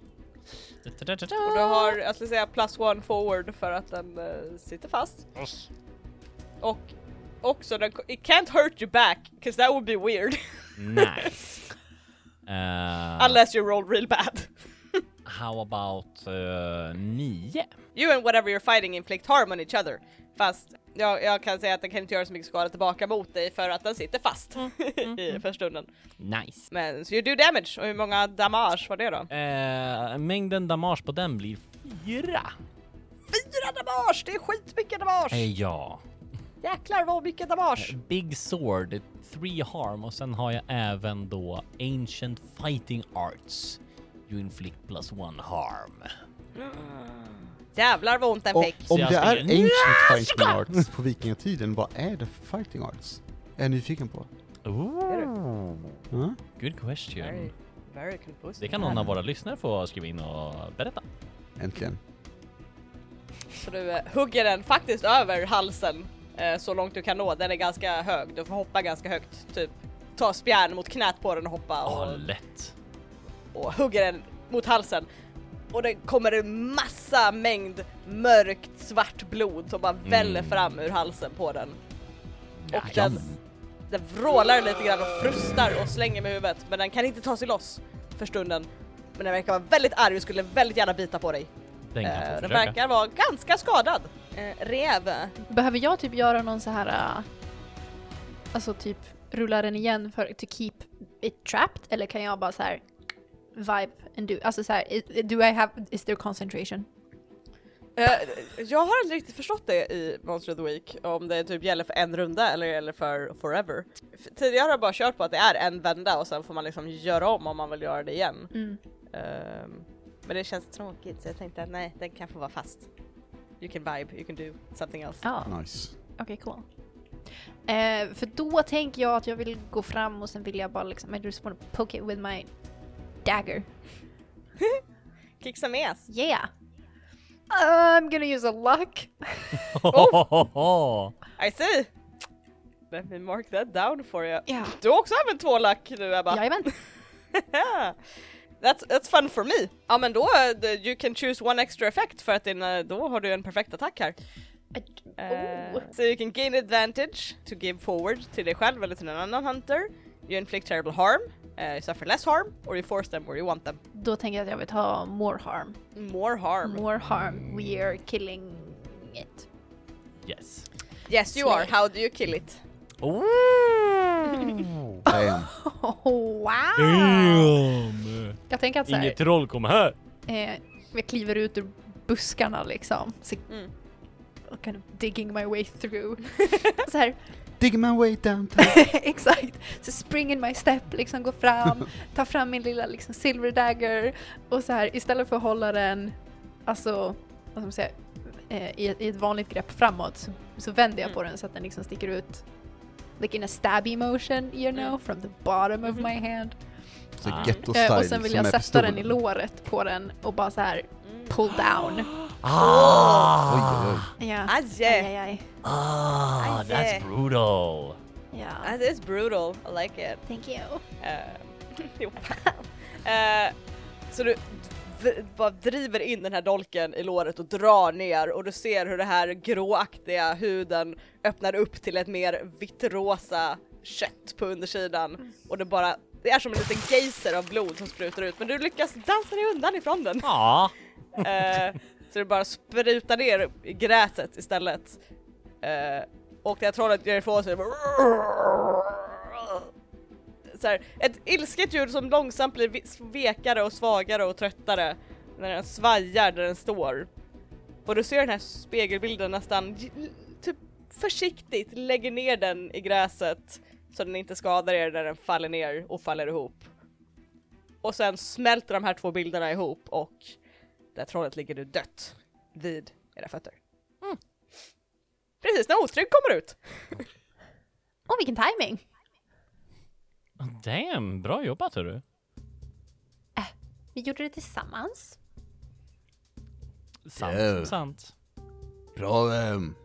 Speaker 1: Och du
Speaker 4: Och
Speaker 1: har, jag skulle säga plus one forward för att den eh, sitter fast. Och också, den, it can't hurt your back, cause that would be weird.
Speaker 4: Nice. Eh,
Speaker 1: Unless you roll real bad.
Speaker 4: How about eh, nio?
Speaker 1: You and whatever you're fighting inflict harm on each other. Fast jag, jag kan säga att den kan inte göra så mycket skada tillbaka mot dig för att den sitter fast i för stunden.
Speaker 4: Nice.
Speaker 1: Men så you do damage, och hur många damage var det då?
Speaker 4: Eh, mängden damage på den blir fyra.
Speaker 1: Fyra damage! Det är skitmycket damage!
Speaker 4: Eh, ja.
Speaker 1: Jäklar vad mycket damage!
Speaker 4: Big Sword, three harm och sen har jag även då Ancient Fighting Arts. You inflict plus one harm.
Speaker 1: Jävlar vad ont den
Speaker 2: Om,
Speaker 1: fick!
Speaker 2: om
Speaker 4: jag
Speaker 2: det är
Speaker 4: springer.
Speaker 2: ancient fighting arts på vikingatiden, vad är det för fighting arts? Är jag nyfiken på.
Speaker 4: Ooh,
Speaker 2: Ja.
Speaker 4: good question.
Speaker 1: Very, very confusing.
Speaker 4: Det kan någon av våra lyssnare få skriva in och berätta.
Speaker 2: Äntligen.
Speaker 1: Så du eh, hugger den faktiskt över halsen eh, så långt du kan nå. Den är ganska hög, du får hoppa ganska högt. Typ ta spjärn mot knät på den och hoppa. Och...
Speaker 4: Åh, lätt.
Speaker 1: och hugger den mot halsen. Och det kommer en massa mängd mörkt svart blod som bara väller
Speaker 4: Mm.
Speaker 1: fram ur halsen på den. Och den, den vrålar lite grann och frustar och slänger med huvudet men den kan inte ta sig loss för stunden. Men den verkar vara väldigt arg och skulle väldigt gärna bita på dig.
Speaker 4: Den kan
Speaker 1: Eh,
Speaker 4: få
Speaker 1: den
Speaker 4: försöka.
Speaker 1: verkar vara ganska skadad. Eh, rev.
Speaker 3: Behöver jag typ göra någon så här... äh, Alltså typ rulla den igen för to keep it trapped? Eller kan jag bara så här vibe and do? Alltså så här, i- do I have, is there concentration?
Speaker 1: Eh, jag har aldrig riktigt förstått det i Monster of the Week, om det typ gäller för en runda eller gäller för forever. F- Tidigare har jag bara kört på att det är en vända och sen får man liksom göra om om man vill göra det igen.
Speaker 3: Mm.
Speaker 1: Ehm, men det känns tråkigt så jag tänkte att nej, den kan få vara fast. You can vibe, you can do something else.
Speaker 3: Ja,
Speaker 2: Nice.
Speaker 3: okej cool. Eh, för då tänker jag att jag vill gå fram och sen vill jag bara liksom, I just wanna poke it with my dagger.
Speaker 1: Kick some ass!
Speaker 3: Yeah! I'm gonna use a luck.
Speaker 1: I see! Let me mark that down for you.
Speaker 3: Ja.
Speaker 1: Du har också använt två lack nu Ebba!
Speaker 3: Jajamän.
Speaker 1: that's, that's fun for me! Ja men då, eh, the- you can choose one extra effect för att din, eh, då har du en perfekt attack här. Eh,
Speaker 3: Oh.
Speaker 1: so you can gain advantage to give forward till dig själv eller till någon annan hunter. You inflict terrible harm, eh, you suffer less harm, or you force them where you want them.
Speaker 3: Då tänker jag att jag vill ta more harm.
Speaker 1: More harm.
Speaker 3: More harm. We are killing it.
Speaker 4: yes.
Speaker 1: Yes you are, how do you kill it?
Speaker 3: Mm.
Speaker 2: Damn.
Speaker 3: Oh, wow!
Speaker 4: Damn!
Speaker 3: Jag tänker att så här,
Speaker 4: Inget troll kom här.
Speaker 3: eh, jag kliver ut ur buskarna liksom. Så,
Speaker 1: Mm.
Speaker 3: och kind of digging my way through. så här,
Speaker 2: Dig my way downtown.
Speaker 3: Ah. exakt. Så spring in my step, liksom går fram, tar fram min lilla liksom silver dagger och så här istället för att hålla den, alltså, vad ska man säga, eh, i, ett- i ett vanligt grepp framåt så, så vänder jag på
Speaker 2: Mm.
Speaker 3: den så att den liksom sticker ut. Like in a stabby motion, you know,
Speaker 1: Mm.
Speaker 3: from the bottom of my hand.
Speaker 2: Så
Speaker 4: Ah.
Speaker 2: ghetto
Speaker 3: Eh,
Speaker 2: Mm-hmm. style
Speaker 3: och sen vill
Speaker 2: som är
Speaker 3: jag sätta
Speaker 2: pistolen. Mm.
Speaker 3: den i låret på den och bara så här pull down.
Speaker 2: Oj,
Speaker 4: Ah!
Speaker 2: oj, oj.
Speaker 3: Ja.
Speaker 1: Aj,
Speaker 3: Aj, aj, aj.
Speaker 4: Ah, that's
Speaker 1: Ajje.
Speaker 2: eh.
Speaker 4: brutal.
Speaker 3: Ja.
Speaker 1: That is brutal, I like it.
Speaker 3: Thank you.
Speaker 1: Eh, jo. Eh, så du d- bara driver in den här dolken i låret och drar ner och du ser hur det här gråaktiga huden öppnar upp till ett mer vittrosa kött på undersidan och det bara det är som en liten geyser av blod som sprutar ut men du lyckas dansa dig undan ifrån den.
Speaker 4: Ja.
Speaker 1: Eh, så det bara sprutar ner i gräset istället. Eh, och det här trollet gör ifrån sig. Så här, ett ilsket ljud som långsamt blir vi- vekare och svagare och tröttare när den svajar där den står. Och du ser den här spegelbilden nästan j- typ försiktigt lägger ner den i gräset så den inte skadar er när den faller ner och faller ihop. Och sen smälter de här två bilderna ihop och där trollet ligger du dött vid era fötter. Mm. Precis när ostrygg kommer ut!
Speaker 3: Åh, vilken timing.
Speaker 4: Damn, bra jobbat hörru.
Speaker 3: Vi gjorde det tillsammans.
Speaker 4: Sant
Speaker 2: Yeah.
Speaker 4: som sant.
Speaker 2: eh, Bra. ehm.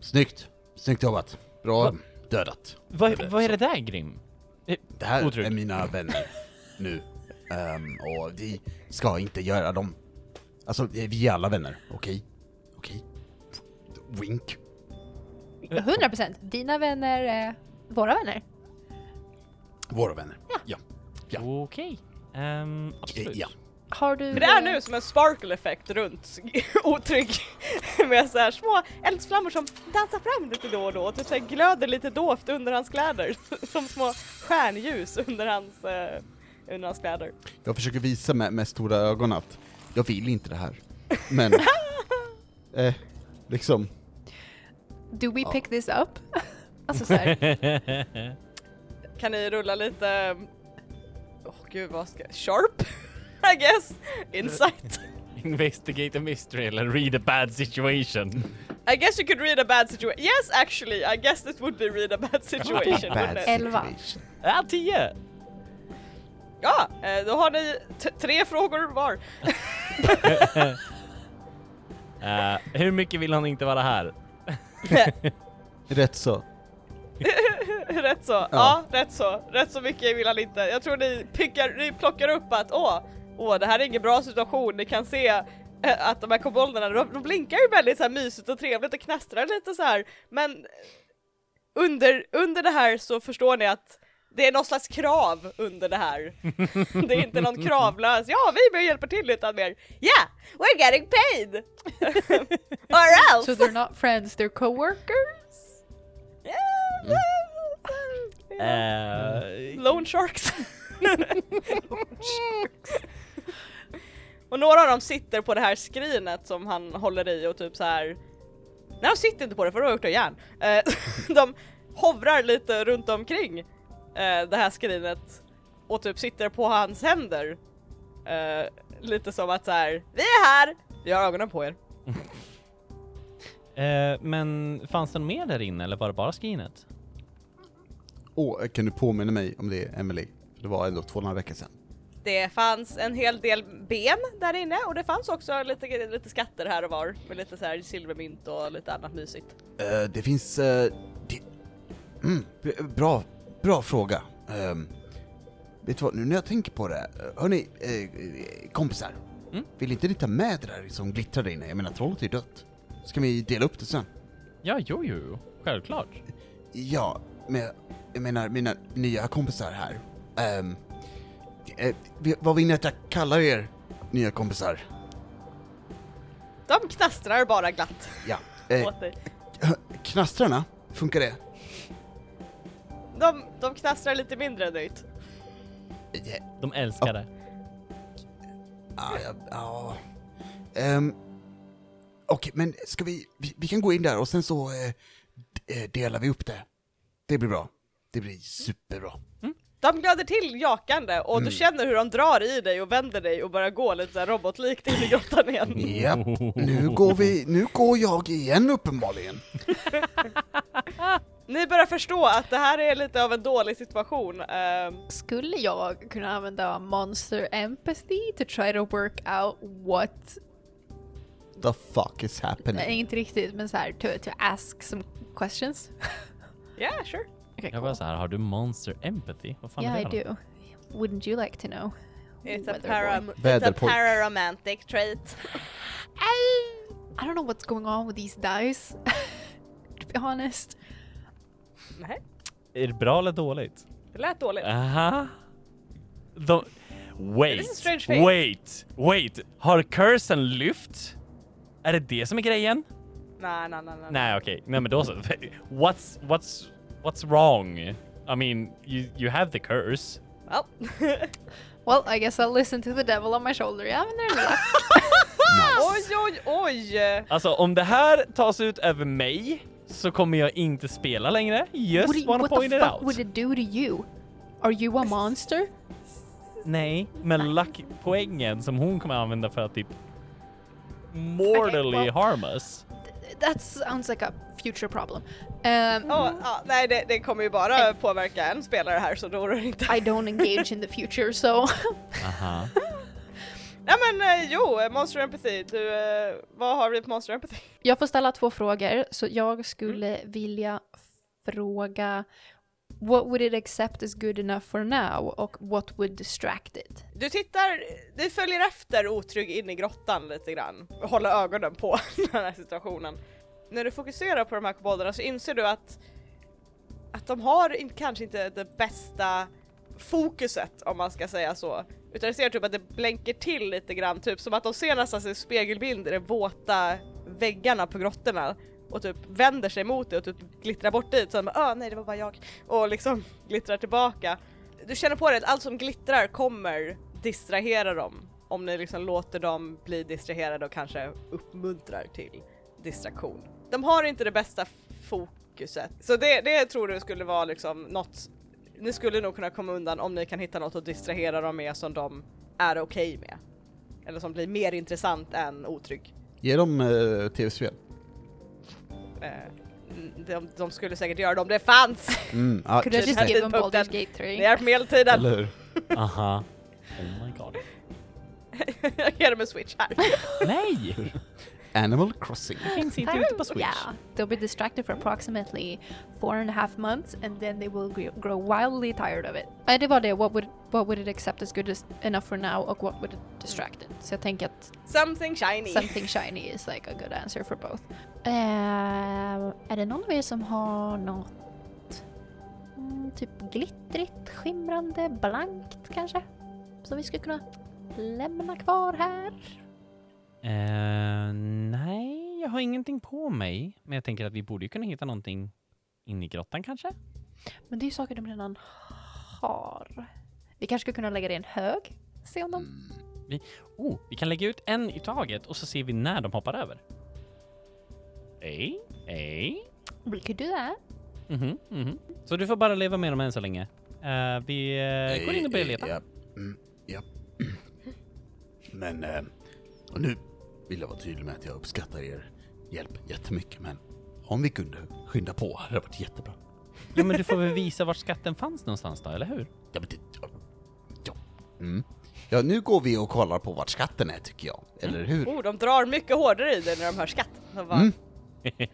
Speaker 2: Snyggt. Snyggt jobbat. Bra. dödat.
Speaker 4: Vad, vad är det där Grim? Eh,
Speaker 2: Det här
Speaker 4: Otrygg.
Speaker 2: är mina vänner nu. Ehm, och vi ska inte göra dem. Alltså, eh, vi är alla vänner, okej? Okej? Wink.
Speaker 3: 100% dina vänner är våra vänner.
Speaker 2: Våra vänner. Ja. Ja.
Speaker 4: Okej. Ehm,
Speaker 2: Eh,
Speaker 4: absolut.
Speaker 2: ja.
Speaker 3: Har du... eh,
Speaker 1: Men det är nu som en sparkle effekt runt otrygg med så här små eldsflammor som dansar fram lite då och då, typ så här glöder lite dovt under hans kläder som små stjärnljus under hans, eh, under hans kläder.
Speaker 2: Jag försöker visa med, med stora ögon att jag vill inte det här. Men... eh, liksom.
Speaker 3: Do we
Speaker 2: Ja.
Speaker 3: pick this up? alltså såhär,
Speaker 1: Kan ni rulla lite, åh gud vad ska, sharp? I guess, insight.
Speaker 4: Investigate a mystery eller read a bad situation.
Speaker 1: I guess you could read a bad situation. Yes actually, I guess this would be read a bad situation.
Speaker 2: Bad
Speaker 1: wouldn't it?
Speaker 3: Elva.
Speaker 2: situation.
Speaker 4: Ja, tio!
Speaker 1: Ja, eh, då har ni t- tre frågor var.
Speaker 4: Eh, hur mycket vill han inte vara här?
Speaker 1: Eh,
Speaker 2: Rätt så.
Speaker 1: rätt så, ja. rätt så, rätt så mycket vill han inte. Jag tror ni, pickar, ni plockar upp att åh, åh det här är ingen bra situation, ni kan se eh, att de här kobolderna, de, de blinkar ju väldigt så här mysigt och trevligt och knastrar lite så här. men under, under det här så förstår ni att det är någon slags krav under det här. det är inte någon kravlös, ja vi med hjälper till utan mer, yeah, we're getting paid! Or
Speaker 3: so
Speaker 1: else!
Speaker 3: they're not friends, they're coworkers?
Speaker 4: Eh,
Speaker 1: Lone Sharks. och några av dem sitter på det här skrinet som han håller i och typ så här. Nej de sitter inte på det för de har gjort det av järn. Eh, de hovrar lite runt omkring eh, det här skrinet och typ sitter på hans händer. Eh, lite som att så här. vi är här! Vi har ögonen på er.
Speaker 4: eh, men fanns det något mer där inne eller var det bara skrinet?
Speaker 2: Åh, kan du påminna mig om det, Emily? För Det var ändå två och en halv vecka sedan.
Speaker 1: Det fanns en hel del ben där inne och det fanns också lite, lite skatter här och var med lite så här silvermynt och lite annat mysigt.
Speaker 2: Eh, det finns... eh, det... Mm, b- bra, bra fråga. Ehm, vet du vad, nu när jag tänker på det, eh, hörni, eh, kompisar.
Speaker 4: Mm?
Speaker 2: Vill inte ni ta med det där som glittrar där inne? Jag menar, trollet är ju dött. Ska vi dela upp det sen?
Speaker 4: Ja, jo, jo, jo. Självklart.
Speaker 2: Ja, men jag menar mina nya kompisar här. Ehm, eh, vi- vad vill ni att jag kallar er nya kompisar?
Speaker 1: De knastrar bara glatt
Speaker 2: Ja. Eh,
Speaker 1: åt dig.
Speaker 2: knastrarna, funkar det?
Speaker 1: De, de knastrar lite mindre nöjt.
Speaker 2: Eh,
Speaker 4: De älskar det.
Speaker 2: Ja, ja, ja. Ehm, Okej, men ska vi, vi, vi kan gå in där och sen så eh, d- eh, delar vi upp det. Det blir bra. Det blir superbra.
Speaker 1: De glöder till jakande och
Speaker 2: Mm.
Speaker 1: du känner hur de drar i dig och vänder dig och börjar gå lite så här robotlikt in i grottan igen.
Speaker 2: Japp, nu går vi, nu går jag igen uppenbarligen.
Speaker 1: Ni börjar förstå att det här är lite av en dålig situation. ehm,
Speaker 3: Skulle jag kunna använda monster empathy to try to work out what,
Speaker 2: The fuck is happening?
Speaker 3: nej inte riktigt men såhär to, to ask some questions?
Speaker 1: yeah, sure.
Speaker 3: Okay,
Speaker 4: Jag bara så här, har du monster empathy? Vad fan
Speaker 3: Yeah
Speaker 4: är
Speaker 3: I
Speaker 4: det? då?
Speaker 3: do. Wouldn't you like to know?
Speaker 1: It's a,
Speaker 3: Weather boy.
Speaker 1: param- it's a
Speaker 2: Väderpojk.
Speaker 1: pararomantic trait.
Speaker 3: I, I don't know what's going on with these dice. to be honest.
Speaker 1: Nej,
Speaker 4: Är det bra eller dåligt?
Speaker 1: det lät dåligt.
Speaker 4: Äh. Aha. De...
Speaker 1: This is
Speaker 4: Wait,
Speaker 1: strange face.
Speaker 4: wait, wait. Har cursen lyft? Är det det som är grejen?
Speaker 1: Nej, nej, nej, nej.
Speaker 4: Nej, okej. Nej, men då så. What's, what's, what's wrong? I mean, you, you have the curse.
Speaker 1: Well.
Speaker 3: Well I guess I'll listen to the devil on my shoulder. Ja men det är väl-
Speaker 1: oj, oj, oj!
Speaker 4: Alltså, om det här tas ut över mig så kommer jag inte spela längre.
Speaker 3: What,
Speaker 4: Just
Speaker 3: do you-
Speaker 4: wanna
Speaker 3: what
Speaker 4: point
Speaker 3: the
Speaker 4: it
Speaker 3: fuck
Speaker 4: out.
Speaker 3: would it do to you? Are you a monster?
Speaker 4: Nej, men luck-poängen som hon kommer använda för att typ mortally
Speaker 3: Okej, well-
Speaker 4: harm us.
Speaker 3: That sounds like a future problem. Um,
Speaker 1: Åh, ja, nej, det, det kommer ju bara påverka en spelare här så då är det inte.
Speaker 3: I don't engage in the future so...
Speaker 4: Aha.
Speaker 1: Nej men eh, jo, eh, Monster Empathy, du, eh, vad har vi på Monster Empathy?
Speaker 3: Mm. Jag får ställa två frågor, så jag skulle vilja fråga What would it accept is good enough for now? Och what would distract it?
Speaker 1: Du tittar, du följer efter otrygg in i grottan lite grann. Håller ögonen på den här situationen. När du fokuserar på de här kobolderna så inser du att, att de har in, kanske inte det bästa fokuset om man ska säga så. Utan du ser typ att det blänker till lite grann, typ som att de ser nästan sin spegelbild i de våta väggarna på grottorna och typ vänder sig mot dig och typ glittrar bort dit så de bara, "Ah, nej det var bara jag och liksom glittrar tillbaka du känner på dig att allt som glittrar kommer distrahera dem om ni liksom låter dem bli distraherade och kanske uppmuntrar till distraktion. De har inte det bästa fokuset, så det, det tror du skulle vara liksom något ni skulle nog kunna komma undan om ni kan hitta något att distrahera dem med som de är okej med. Eller som blir mer intressant än otrygg.
Speaker 2: Ge dem eh, tv-spel.
Speaker 1: Eh, de, de skulle säkert göra det om det fanns!
Speaker 2: Mm, ah,
Speaker 3: Could I
Speaker 1: precis.
Speaker 3: just give them
Speaker 1: Tidpunkten.
Speaker 3: Baldur's Gate 3?
Speaker 1: Det är på medeltiden!
Speaker 2: eller hur?
Speaker 4: Aha. Oh my god.
Speaker 1: Jag ger dem en switch här.
Speaker 4: Nej!
Speaker 2: Animal Crossing.
Speaker 4: Finns inte
Speaker 3: Tyler-
Speaker 4: ute på Switch.
Speaker 3: Yeah, they'll be distracted for approximately four and a half months and then they will gr- grow wildly tired of it. Nej, det var det. What would, what would it accept as good as enough for now och what would it distract it? Så jag tänker att
Speaker 1: Something shiny!
Speaker 3: something shiny is like a good answer for both. Ehm, är det någon av er som har något mm, typ glittrigt, skimrande, blankt kanske? Som vi skulle kunna lämna kvar här?
Speaker 4: Eh, nej, jag har ingenting på mig. Men jag tänker att vi borde ju kunna hitta någonting inne i grottan kanske?
Speaker 3: Men det är ju saker de redan har. Vi kanske skulle kunna lägga det i en hög. Se om de...
Speaker 2: Mm.
Speaker 4: Oh, vi kan lägga ut en i taget och så ser vi när de hoppar över. Ej, ej.
Speaker 3: We could do that.
Speaker 2: Mm.
Speaker 4: Mhm, mhm. Så du får bara leva med dem än så länge. Eh, vi eh, går in och börjar leta.
Speaker 2: Ja. Mm, ja. Men, eh, och nu vill jag vara tydlig med att jag uppskattar er hjälp jättemycket, men om vi kunde skynda på hade det varit jättebra.
Speaker 4: Ja, men du får väl visa var skatten fanns någonstans då, eller hur?
Speaker 2: Ja, men det, ja, ja. Mm. ja, nu går vi och kollar på vart skatten är tycker jag,
Speaker 4: Mm.
Speaker 2: eller hur?
Speaker 1: Oh, de drar mycket hårdare i dig när de hör skatt. De bara...
Speaker 2: Mm.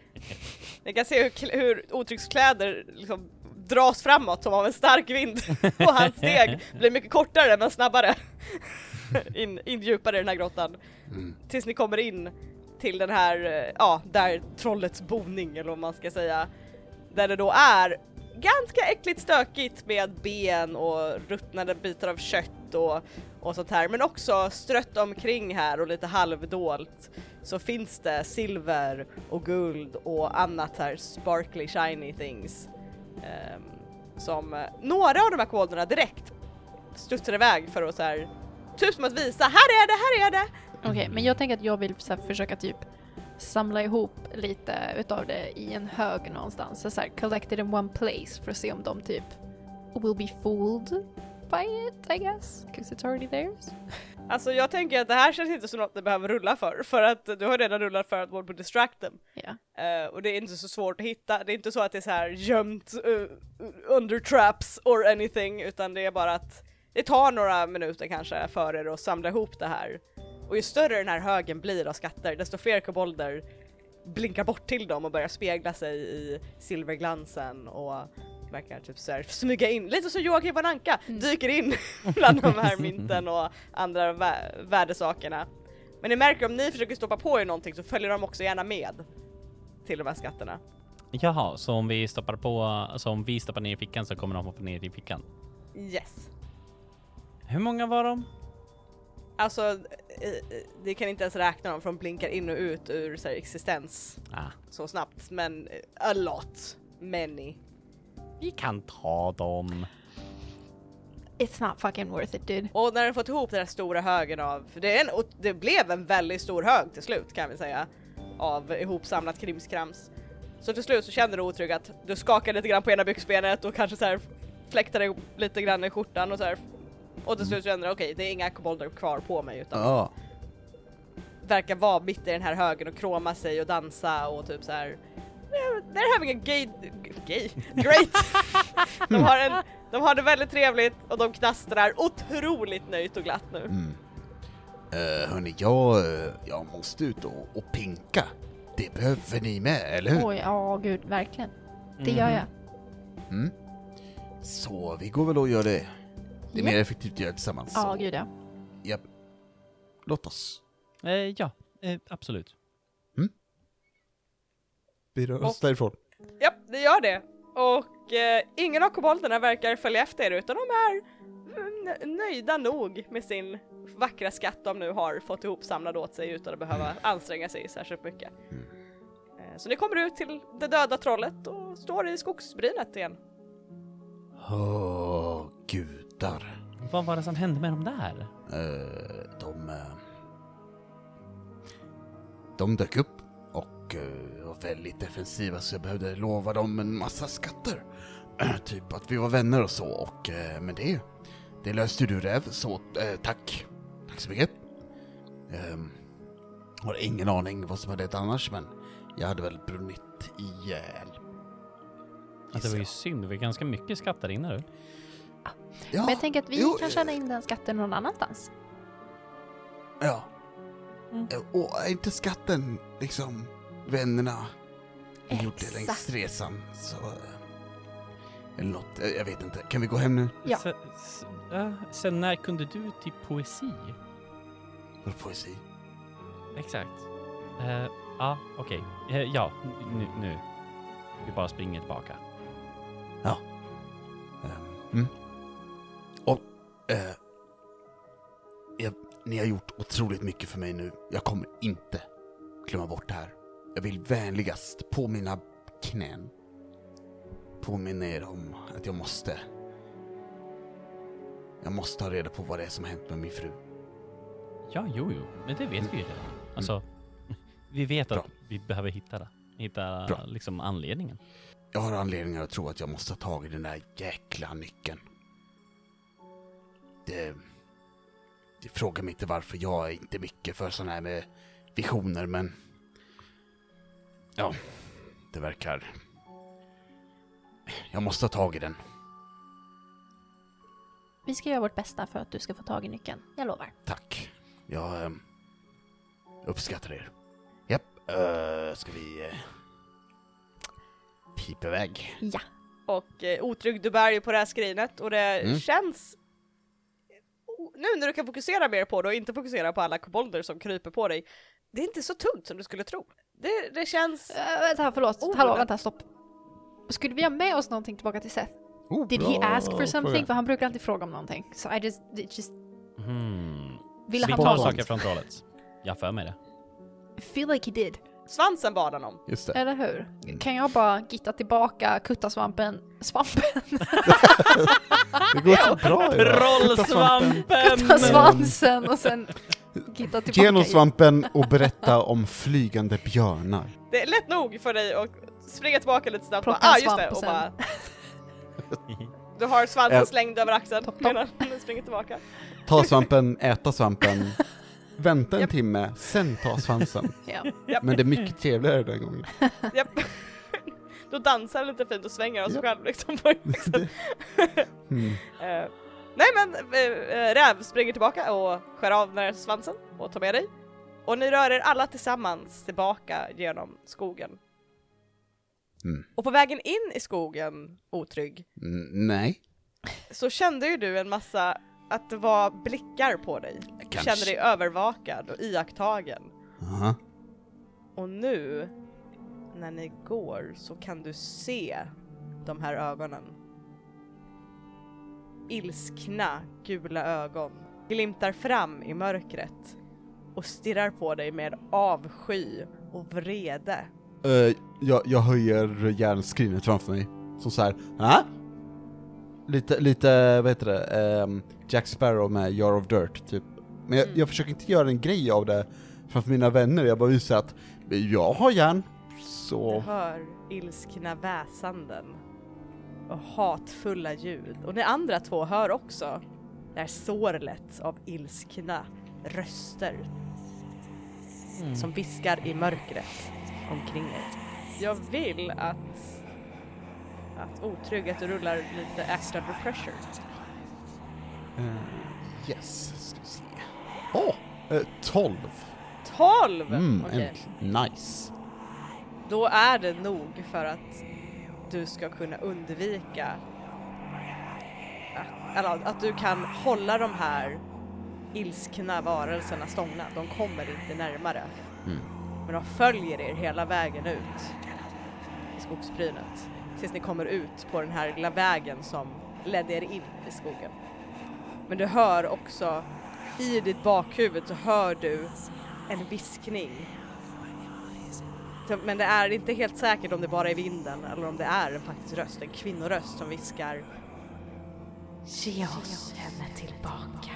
Speaker 1: Ni kan se hur, kl- hur otrygskläder liksom dras framåt som av en stark vind och hans steg blir mycket kortare men snabbare. In, in djupare i den här grottan. Tills ni kommer in till den här, eh, ja, där trollets boning eller vad man ska säga. Där det då är ganska äckligt stökigt med ben och ruttnade bitar av kött och, och sånt här. Men också strött omkring här och lite halvdolt så finns det silver och guld och annat här sparkly shiny things. Ehm, som eh, några av de här koderna direkt studsar iväg för att så här typ som att visa här är det, här är det!
Speaker 3: Okej, men jag tänker att jag vill så här, försöka typ samla ihop lite utav det i en hög någonstans. Så, så här, collect it in one place för att se om de typ will be fooled by it, I guess. Because it's already theirs.
Speaker 1: Alltså jag tänker att det här känns inte som något du behöver rulla för, för att du har redan rullat för att vara på distract them.
Speaker 3: Ja.
Speaker 1: Eh, och det är inte så svårt att hitta, det är inte så att det är så här gömt eh, under traps or anything, utan det är bara att det tar några minuter kanske för er att samla ihop det här. Och ju större den här högen blir av skatter, desto fler kobolder blinkar bort till dem och börjar spegla sig i silverglansen och verkar typ så här smyga in, lite som Joakim von Anka dyker in bland de här mynten och andra vä- värdesakerna. Men ni märker om ni försöker stoppa på er någonting så följer de också gärna med till de här skatterna.
Speaker 4: Jaha, så om vi stoppar på, alltså om vi stoppar ner i fickan så kommer de hoppa ner i fickan.
Speaker 1: Yes.
Speaker 4: Hur många var de?
Speaker 1: Alltså, eh, eh, det kan inte ens räkna dem för de blinkar in och ut ur så här, existens
Speaker 4: Ah,
Speaker 1: så snabbt, men eh, a lot, many.
Speaker 4: vi kan ta dem.
Speaker 3: It's not fucking worth it dude.
Speaker 1: Och när den fått ihop den här stora högen av, för det, är en, och det blev en väldigt stor hög till slut kan vi säga, av ihopsamlat krimskrams. Så till slut så kände du otrygg att du skakar lite grann på ena byxbenet och kanske så här fläktar ihop lite grann i skjortan och så här. Och till slut så kände du okej, det är inga kobolder kvar på mig utan
Speaker 2: Ja.
Speaker 1: verkar vara mitt i den här högen och kroma sig och dansa och typ så här. They're having a gay... gay? Great! de, har en, de har det väldigt trevligt och de knastrar otroligt nöjt och glatt nu.
Speaker 2: Mm. Eh, hörni, jag, eh, jag måste ut och, och pinka. Det behöver ni med, eller hur?
Speaker 3: Oj, ja gud, verkligen. Det
Speaker 2: Mhm.
Speaker 3: gör jag.
Speaker 2: Mm. Så vi går väl och gör det. Det är
Speaker 3: Ja.
Speaker 2: mer effektivt att göra tillsammans.
Speaker 3: Ja, gud ja.
Speaker 2: Japp. Låt oss.
Speaker 4: Eh, ja, eh, absolut.
Speaker 2: Bira oss därifrån.
Speaker 1: Japp, det gör det. Och eh, ingen av kobolterna verkar följa efter er utan de är mm, nöjda nog med sin vackra skatt de nu har fått ihop samlad åt sig utan att behöva anstränga sig särskilt mycket. Eh, Så ni kommer ut till det döda trollet och står i skogsbrynet igen.
Speaker 2: Åh, gudar.
Speaker 4: Vad var det som hände med dem där?
Speaker 2: Eh, de... eh, De dök upp och eh, var väldigt defensiva så jag behövde lova dem en massa skatter. typ att vi var vänner och så och eh, men det... Det löste ju du Räv så eh, tack. Tack så mycket. Ehm, har ingen aning vad som hade hänt annars men jag hade väl brunnit ihjäl.
Speaker 4: Alltså, det var ju
Speaker 2: Gissar
Speaker 4: synd, det var ganska mycket skatt där inne du.
Speaker 2: jag. Ja,
Speaker 3: Men jag tänker att vi
Speaker 2: jo,
Speaker 3: kan tjäna in den skatten någon annanstans.
Speaker 2: Ja. Eh, Och är inte skatten liksom vännerna vi gjorde längs resan så... eh, Eller något, eh, jag vet inte. Kan vi gå hem nu?
Speaker 3: Ja.
Speaker 4: Sen, s- eh, sen när kunde du till poesi?
Speaker 2: För poesi?
Speaker 4: Exakt. Eh, Ja, okej. Eh, Ja, nu, nu. Vi bara springer tillbaka.
Speaker 2: Eh, Mm. Och... Eh, jag, ni har gjort otroligt mycket för mig nu. Jag kommer inte glömma bort det här. Jag vill vänligast på mina knän påminna er om att jag måste... Jag måste ha reda på vad det är som har hänt med min fru.
Speaker 4: Ja, jo, jo, men det vet vi ju redan. Alltså, vi vet att
Speaker 2: Bra.
Speaker 4: vi behöver hitta det. Hitta
Speaker 2: Bra.
Speaker 4: liksom anledningen.
Speaker 2: Jag har anledningar att tro att jag måste ha tagit den där jäkla nyckeln. Det... det frågar mig inte varför jag är inte mycket för sådana här med visioner, men... Ja, det verkar... Jag måste ha tagit den.
Speaker 3: Vi ska göra vårt bästa för att du ska få tag i nyckeln. Jag lovar.
Speaker 2: Tack. Jag ehm, uppskattar er. Japp, eh, ska vi... eh, pipa iväg?
Speaker 3: Ja.
Speaker 1: Och eh, otrygg du bär ju på det här skrinet och det
Speaker 2: Mm.
Speaker 1: känns O- nu när du kan fokusera mer på det och inte fokusera på alla kobolder som kryper på dig, det är inte så tungt som du skulle tro. Det, det känns...
Speaker 3: Äh, vänta, förlåt.
Speaker 1: Oh,
Speaker 3: Hallå,
Speaker 1: men-
Speaker 3: vänta, stopp. Skulle vi ha med oss någonting tillbaka till Seth?
Speaker 2: Oh,
Speaker 3: Did he ask for something? För han brukar alltid fråga om någonting. So I just... it just
Speaker 4: Hmm.
Speaker 3: ville
Speaker 4: vi
Speaker 3: han
Speaker 4: tar
Speaker 3: ta något?
Speaker 4: saker från trollet. Jag har för mig det.
Speaker 3: I feel like he did.
Speaker 1: Svansen bad honom.
Speaker 2: Just det.
Speaker 3: Eller hur? Kan jag bara gitta tillbaka, kutta svampen, svampen,
Speaker 2: Det går så bra
Speaker 3: kutta
Speaker 4: Trollsvampen!
Speaker 3: svansen och sen gitta tillbaka.
Speaker 2: Genom svampen och berätta om flygande björnar.
Speaker 1: Det är lätt nog för dig att springa tillbaka lite snabbt och bara,
Speaker 3: Plocka en
Speaker 1: ah just det,
Speaker 3: svamp
Speaker 1: och
Speaker 3: och
Speaker 1: bara... Du har svansen
Speaker 2: Eh.
Speaker 1: slängd över axeln
Speaker 3: Topp, topp.
Speaker 1: medan du springer tillbaka.
Speaker 2: Ta svampen, äta svampen, vänta en
Speaker 1: Japp.
Speaker 2: timme, sen ta svansen.
Speaker 3: Ja.
Speaker 1: Japp,
Speaker 2: Men det är mycket trevligare den gången.
Speaker 1: japp. Då dansar du lite fint och svänger av sig
Speaker 2: Japp.
Speaker 1: själv liksom. På, liksom.
Speaker 2: Mm.
Speaker 1: Eh, nej men eh, eh, Räv springer tillbaka och skär av den här svansen och tar med dig. Och ni rör er alla tillsammans tillbaka genom skogen.
Speaker 2: Mm.
Speaker 1: Och på vägen in i skogen, otrygg,
Speaker 2: N- Nej,
Speaker 1: så kände ju du en massa att det var blickar på dig. Du
Speaker 2: Kanske.
Speaker 1: kände dig övervakad och iakttagen.
Speaker 2: Aha.
Speaker 1: Och nu när ni går så kan du se de här ögonen. Ilskna gula ögon glimtar fram i mörkret och stirrar på dig med avsky och vrede.
Speaker 2: Eh, jag, jag höjer järnskrinet framför mig, som så här. "Hä?" Lite, lite, vad heter det, ehm, Jack Sparrow med Jar of Dirt, typ. Men jag, jag försöker inte göra en grej av det framför mina vänner, jag bara visar att jag har järn,
Speaker 1: Du
Speaker 2: så...
Speaker 1: hör ilskna väsanden och hatfulla ljud och ni andra två hör också det här sorlet av ilskna röster som viskar i mörkret omkring er. Jag vill att, att otrygg att du rullar lite extra under pressure.
Speaker 2: Eh, yes, ska vi se. Åh! eh, 12!
Speaker 1: 12!
Speaker 2: Mm,
Speaker 1: Okej.
Speaker 2: äntligen. Nice.
Speaker 1: Då är det nog för att du ska kunna undvika att, eller att du kan hålla de här ilskna varelserna stångna. De kommer inte närmare.
Speaker 2: Mm.
Speaker 1: Men de följer er hela vägen ut i skogsbrynet. Tills ni kommer ut på den här lilla vägen som ledde er in i skogen. Men du hör också, i ditt bakhuvud så hör du en viskning. Så- Men det är inte helt säkert om det bara är vinden eller om det är en faktisk röst, en kvinnoröst som viskar Ge oss henne tillbaka.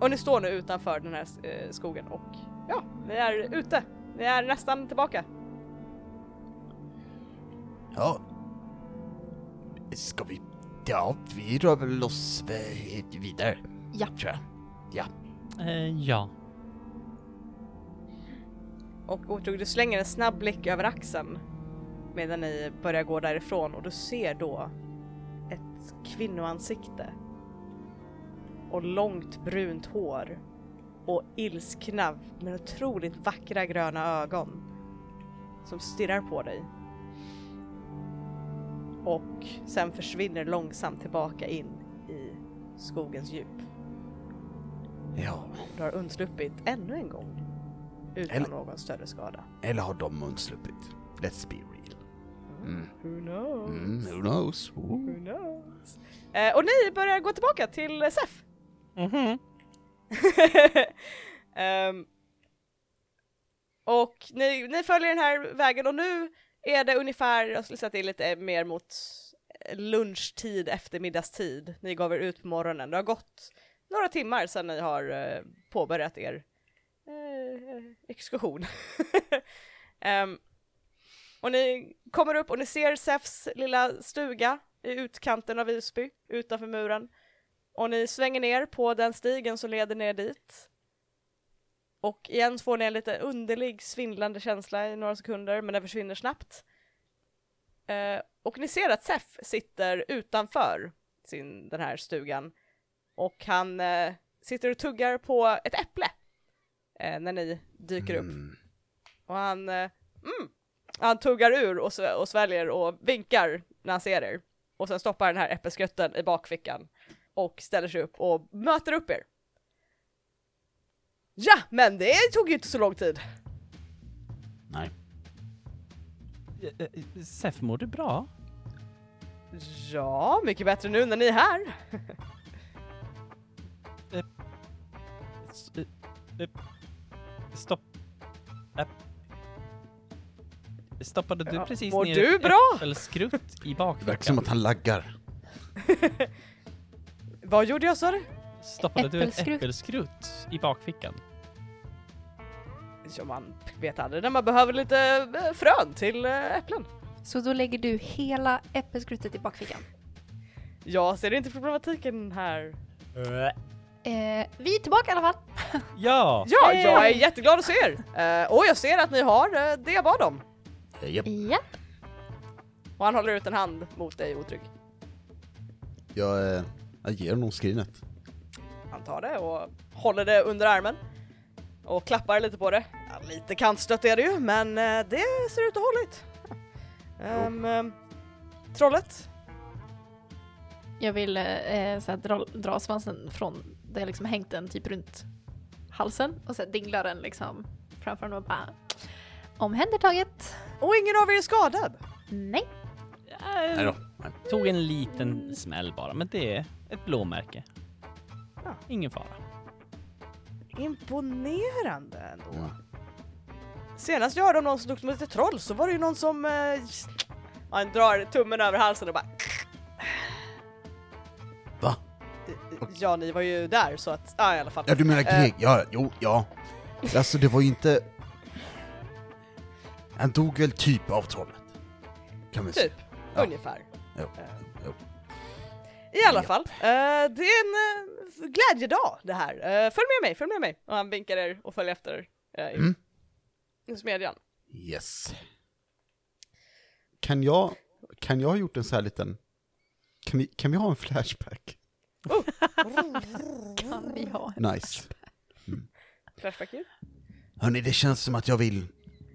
Speaker 1: Och ni står nu utanför den här eh, skogen och ja, ni är ute. Ni är nästan tillbaka.
Speaker 2: Ja. Ska vi... Ja, vi rör väl oss eh, vidare.
Speaker 3: Ja.
Speaker 2: Tror jag. Ja.
Speaker 4: Eh, ja.
Speaker 1: Och Otrog, du slänger en snabb blick över axeln medan ni börjar gå därifrån och du ser då ett kvinnoansikte och långt brunt hår och ilskna men otroligt vackra gröna ögon som stirrar på dig. Och sen försvinner långsamt tillbaka in i skogens djup.
Speaker 2: Ja.
Speaker 1: Du har undsluppit ännu en gång utan
Speaker 2: Eller-
Speaker 1: någon större skada.
Speaker 2: Eller har de undsluppit? Let's be real. Mm.
Speaker 1: Who knows?
Speaker 2: Mm, who knows? Ooh.
Speaker 1: Who knows? Eh, och ni börjar gå tillbaka till eh, SEF. Ehm, och ni, ni följer den här vägen och nu är det ungefär, jag skulle säga att det är lite mer mot eh, lunchtid, eftermiddagstid. Ni gav er ut på morgonen. Det har gått några timmar sedan ni har eh, påbörjat er eh, exkursion. Ehm, och ni kommer upp och ni ser Sefs lilla stuga i utkanten av Visby, utanför muren. Och ni svänger ner på den stigen som leder ner dit. Och igen får ni en lite underlig svindlande känsla i några sekunder, men den försvinner snabbt. Eh, och ni ser att Sef sitter utanför sin, den här stugan. Och han eh, sitter och tuggar på ett äpple eh, när ni dyker upp.
Speaker 2: Mm.
Speaker 1: Och han, eh, mm, han tuggar ur och, sv- och sväljer och vinkar när han ser er. Och sen stoppar den här äppelskrutten i bakfickan och ställer sig upp och möter upp er. Ja, men det tog ju inte så lång tid.
Speaker 2: Nej.
Speaker 4: Eh, eh, Sef, mår du bra?
Speaker 1: Ja, mycket bättre nu när ni är här.
Speaker 4: S- eh, eh, Stopp. Äpp. Stoppade du
Speaker 1: Ja,
Speaker 4: precis
Speaker 1: mår
Speaker 4: ner
Speaker 1: du
Speaker 4: ett
Speaker 1: bra?
Speaker 4: äppelskrutt i
Speaker 2: Det verkar som
Speaker 4: bakfickan?
Speaker 2: att han laggar.
Speaker 1: Vad gjorde jag sa du?
Speaker 4: Stoppade du ett
Speaker 3: Äppelskrutt.
Speaker 4: äppelskrutt i bakfickan?
Speaker 1: Ja, man vet aldrig när man behöver lite eh, frön till eh, äpplen.
Speaker 3: Så då lägger du hela äppelskrutet i bakfickan.
Speaker 1: Jag ser inte problematiken här. Äh.
Speaker 3: Eh, vi är tillbaka i alla fall.
Speaker 4: Ja!
Speaker 1: Ja, jag är jätteglad att se er. Eh, och jag ser att ni har eh, det jag bad om.
Speaker 2: Eh, Japp.
Speaker 3: Ja.
Speaker 1: Och han håller ut en hand mot dig otrygg.
Speaker 2: Jag, eh, jag ger honom skrinet.
Speaker 1: Han tar det och håller det under armen och klappar lite på det. Ja, lite kantstött är det ju, men eh, det ser ut att hålla ut. Ehm, ehm, trollet,
Speaker 3: Jag vill eh, så här, dra, dra svansen från där jag liksom hängt den typ runt halsen och så här, dingla den liksom framför honom och bara omhändertaget.
Speaker 1: och ingen av er är skadad.
Speaker 3: Nej.
Speaker 2: Nej då. Nej.
Speaker 4: Tog en liten smäll bara, men det är ett blåmärke.
Speaker 1: Ja.
Speaker 4: Ingen fara.
Speaker 1: Imponerande ändå.
Speaker 2: Ja.
Speaker 1: Senast jag hörde om någon som dog som ett troll så var det ju någon som... Eh, han drar tummen över halsen och bara...
Speaker 2: Va?
Speaker 1: Ja, ni var ju där så att... Ja, i alla fall.
Speaker 2: Ja du menar
Speaker 1: Eh,
Speaker 2: Greg? Ja, jo, ja. Alltså det var ju inte... Han dog väl typ av trollet? Kan vi säga.
Speaker 1: Typ,
Speaker 2: Ja.
Speaker 1: ungefär.
Speaker 2: Jo,
Speaker 1: Eh,
Speaker 2: jo.
Speaker 1: I alla
Speaker 2: Japp.
Speaker 1: fall, eh, det är en eh, glädjedag det här. Eh, följ med mig, följ med mig. Och han vinkar er och följer efter eh, in-
Speaker 2: Mm.
Speaker 1: i smedjan.
Speaker 2: Yes. Kan jag, kan jag ha gjort en så här liten... Kan vi, kan vi ha en flashback?
Speaker 3: Kan vi ha.
Speaker 2: Nice.
Speaker 1: Flashback ljud.
Speaker 2: Hörni, det känns som att jag vill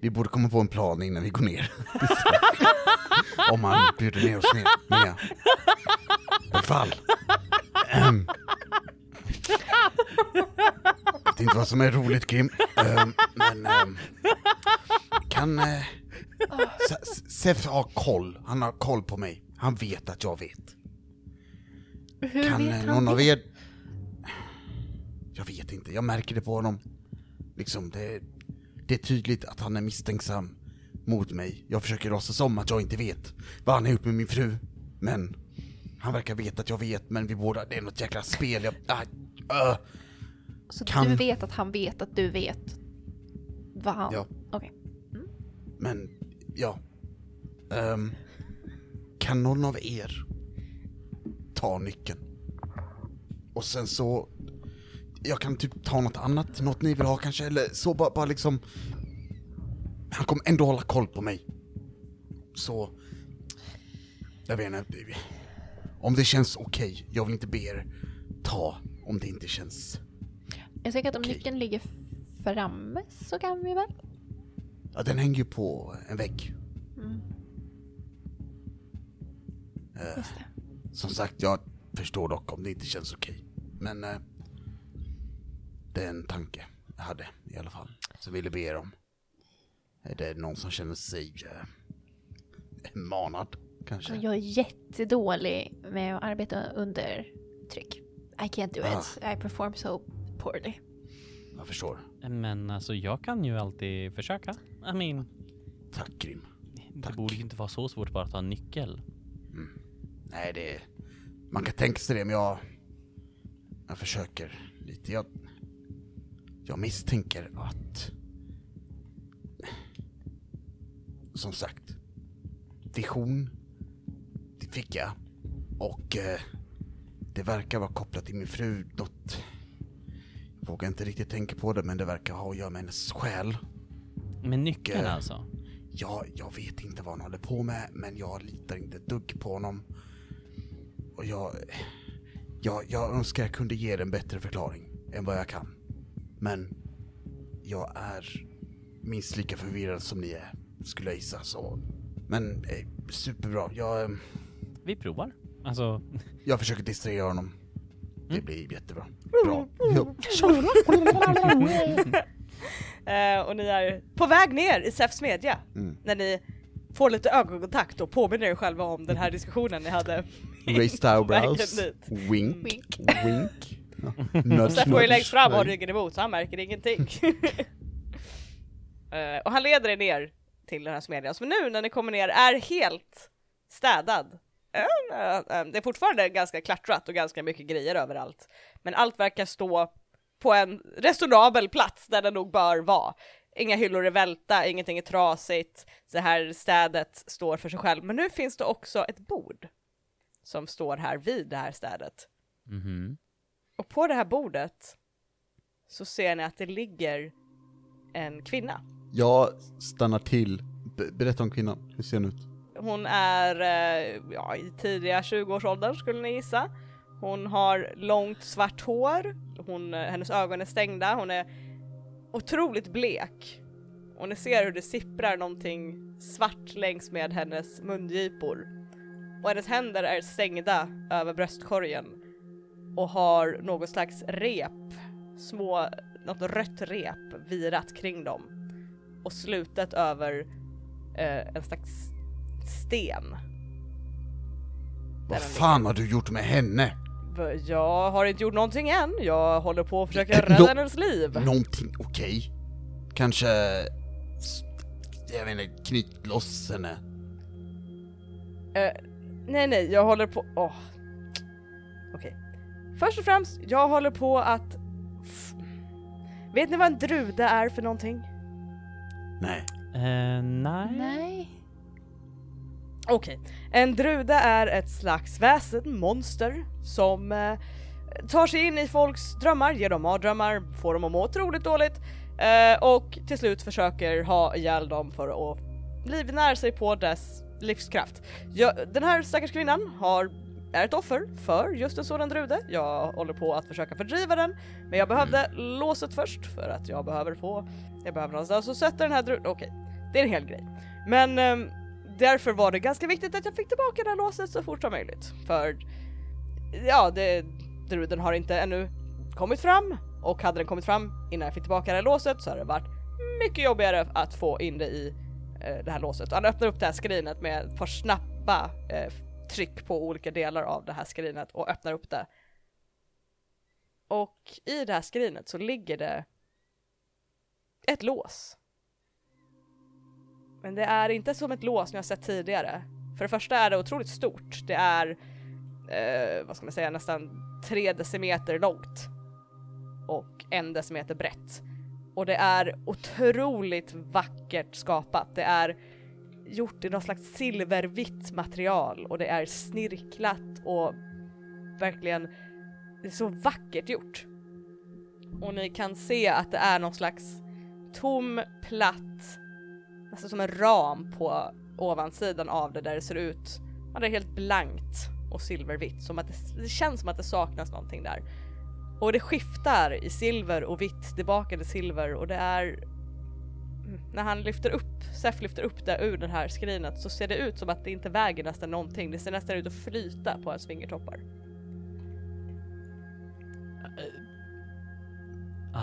Speaker 2: Vi borde komma på en plan innan vi går ner. Om han bjuder ner oss ner. Men ja. I alla fall. Ehm. Jag vet inte vad som är roligt Grim. Ehm, men ehm, kan... eh, Se- Se- Sef har koll. Han har koll på mig. Han vet att jag vet.
Speaker 3: Hur
Speaker 2: Kan
Speaker 3: vet
Speaker 2: eh,
Speaker 3: han
Speaker 2: någon
Speaker 3: det?
Speaker 2: av er... Jag vet inte, jag märker det på honom. Liksom, det, det är tydligt att han är misstänksam mot mig. Jag försöker låtsas som att jag inte vet vad han har gjort med min fru. Men han verkar veta att jag vet, men vi båda, det är något jäkla spel. Jag, ah, öh.
Speaker 3: Så
Speaker 2: Kan-
Speaker 3: du vet att han vet att du vet vad han...
Speaker 2: Ja.
Speaker 3: Okej.
Speaker 2: Men, ja. Ehm, kan någon av er ta nyckeln? Och sen så... Jag kan typ ta något annat, något ni vill ha kanske, eller så bara, bara liksom... Han kommer ändå hålla koll på mig. Så... Jag vet inte. Om det känns okej, jag vill inte be er ta om det inte känns...
Speaker 3: Jag tänker att om
Speaker 2: Okej.
Speaker 3: nyckeln ligger framme så kan vi väl?
Speaker 2: Ja, den hänger ju på en vägg.
Speaker 3: Mm.
Speaker 2: Eh, som sagt, jag förstår dock om det inte känns okej. Men eh, det är en tanke jag hade i alla fall. Så ville be er om. Är det någon som känner sig eh, manad kanske?
Speaker 3: Jag är jättedålig med att arbeta under tryck. I can't do
Speaker 2: Ah.
Speaker 3: it. I perform so poorly.
Speaker 2: Jag förstår.
Speaker 4: Men alltså, jag kan ju alltid försöka. I mean,
Speaker 2: Tack Grim.
Speaker 4: det borde ju inte vara så svårt bara att ta en nyckel.
Speaker 2: Nej, det... Man kan tänka sig det, men jag... Jag försöker lite. Jag... Jag misstänker att... Som sagt. Vision. Det fick jag. Och... Eh, det verkar vara kopplat till min fru. Något... Jag vågar inte riktigt tänka på det, men det verkar ha att göra med hennes själ.
Speaker 4: Med nyckeln
Speaker 2: Okej.
Speaker 4: alltså.
Speaker 2: Ja, jag vet inte vad han håller på med, men jag litar inte ett dugg på honom. Och jag, jag... Jag önskar jag kunde ge er en bättre förklaring än vad jag kan. Men jag är minst lika förvirrad som ni är, skulle jag gissa. Så. Men eh, superbra. Jag, eh,
Speaker 4: Vi provar. Alltså,
Speaker 2: jag försöker distrahera honom. Det blir jättebra. Bra.
Speaker 1: Eh, och ni är på väg ner i Sefs medja
Speaker 2: Mm.
Speaker 1: när ni får lite ögonkontakt och påminner er själva om den här diskussionen ni hade.
Speaker 2: Raised
Speaker 1: eyebrows.
Speaker 2: Wink.
Speaker 3: Wink.
Speaker 2: Wink. Nudge,
Speaker 1: Seff går ju längst Alltså, fram och har ryggen emot så han märker ingenting. Eh, och han leder er ner till den här smedjan som nu när ni kommer ner är helt städad. Eh, eh, eh, Det är fortfarande ganska klattrat och ganska mycket grejer överallt. Men allt verkar stå på en restaurabel plats där det nog bör vara. Inga hyllor är välta, ingenting är trasigt. Det här städet står för sig själv. Men nu finns det också ett bord som står här vid det här städet.
Speaker 4: mhm.
Speaker 1: Och på det här bordet så ser ni att det ligger en kvinna.
Speaker 2: Jag stannar till. Be- berätta om kvinnan, hur ser hon ut?
Speaker 1: Hon är eh, ja, i tidiga 20-årsåldern skulle ni gissa. Hon har långt svart hår, hon, eh, hennes ögon är stängda, hon är otroligt blek. Och ni ser hur det sipprar någonting svart längs med hennes mungipor. Och hennes händer är stängda över bröstkorgen och har något slags rep, små, något rött rep virat kring dem. Och slutet över eh, en slags sten.
Speaker 2: Vad fan har du gjort med henne?
Speaker 1: V- Jag har inte gjort någonting än, jag håller på att försöka
Speaker 2: Nå-
Speaker 1: rädda hennes liv.
Speaker 2: Någonting okej? Kanske... s- Jag vet inte, knyt loss henne.
Speaker 1: Eh, nej, nej, jag håller på... Åh. Okej. Först och främst, jag håller på att... F- Vet ni vad en drude är för någonting?
Speaker 2: Nej.
Speaker 4: Eh, nej.
Speaker 3: Nej.
Speaker 1: Okej. En drude är ett slags väsen, monster, som eh, tar sig in i folks drömmar, ger dem mardrömmar, får dem att må otroligt dåligt eh, och till slut försöker ha ihjäl dem för att livnära sig på dess livskraft. Jag, den här stackars kvinnan har, är ett offer för just en sådan drude. Jag håller på att försöka fördriva den, men jag behövde låset först för att jag behöver få, jag behöver någonstans att sätta den här druden, okej. Det är en hel grej. Men ehm, därför var det ganska viktigt att jag fick tillbaka det här låset så fort som möjligt. För ja, det, druden har inte ännu kommit fram och hade den kommit fram innan jag fick tillbaka det här låset så hade det varit mycket jobbigare att få in det i eh, det här låset. Han öppnar upp det här skrinet med ett par snabba eh, tryck på olika delar av det här skrinet och öppnar upp det. Och i det här skrinet så ligger det ett lås. Men det är inte som ett lås ni har sett tidigare. För det första är det otroligt stort. Det är, eh, vad ska man säga, nästan tre decimeter långt. Och en decimeter brett. Och det är otroligt vackert skapat. Det är gjort i något slags silvervitt material och det är snirklat och verkligen det är så vackert gjort. Och ni kan se att det är någon slags tom, platt, nästan Alltså som en ram på ovansidan av det där det ser ut, ja det är helt blankt och silvervitt, som att det, det känns som att det saknas någonting där. Och det skiftar i silver och vitt, tillbaka till silver och det är... Mm, När han lyfter upp, Sef lyfter upp det ur det här skrinet så ser det ut som att det inte väger nästan någonting, det ser nästan ut att flyta på hans fingertoppar.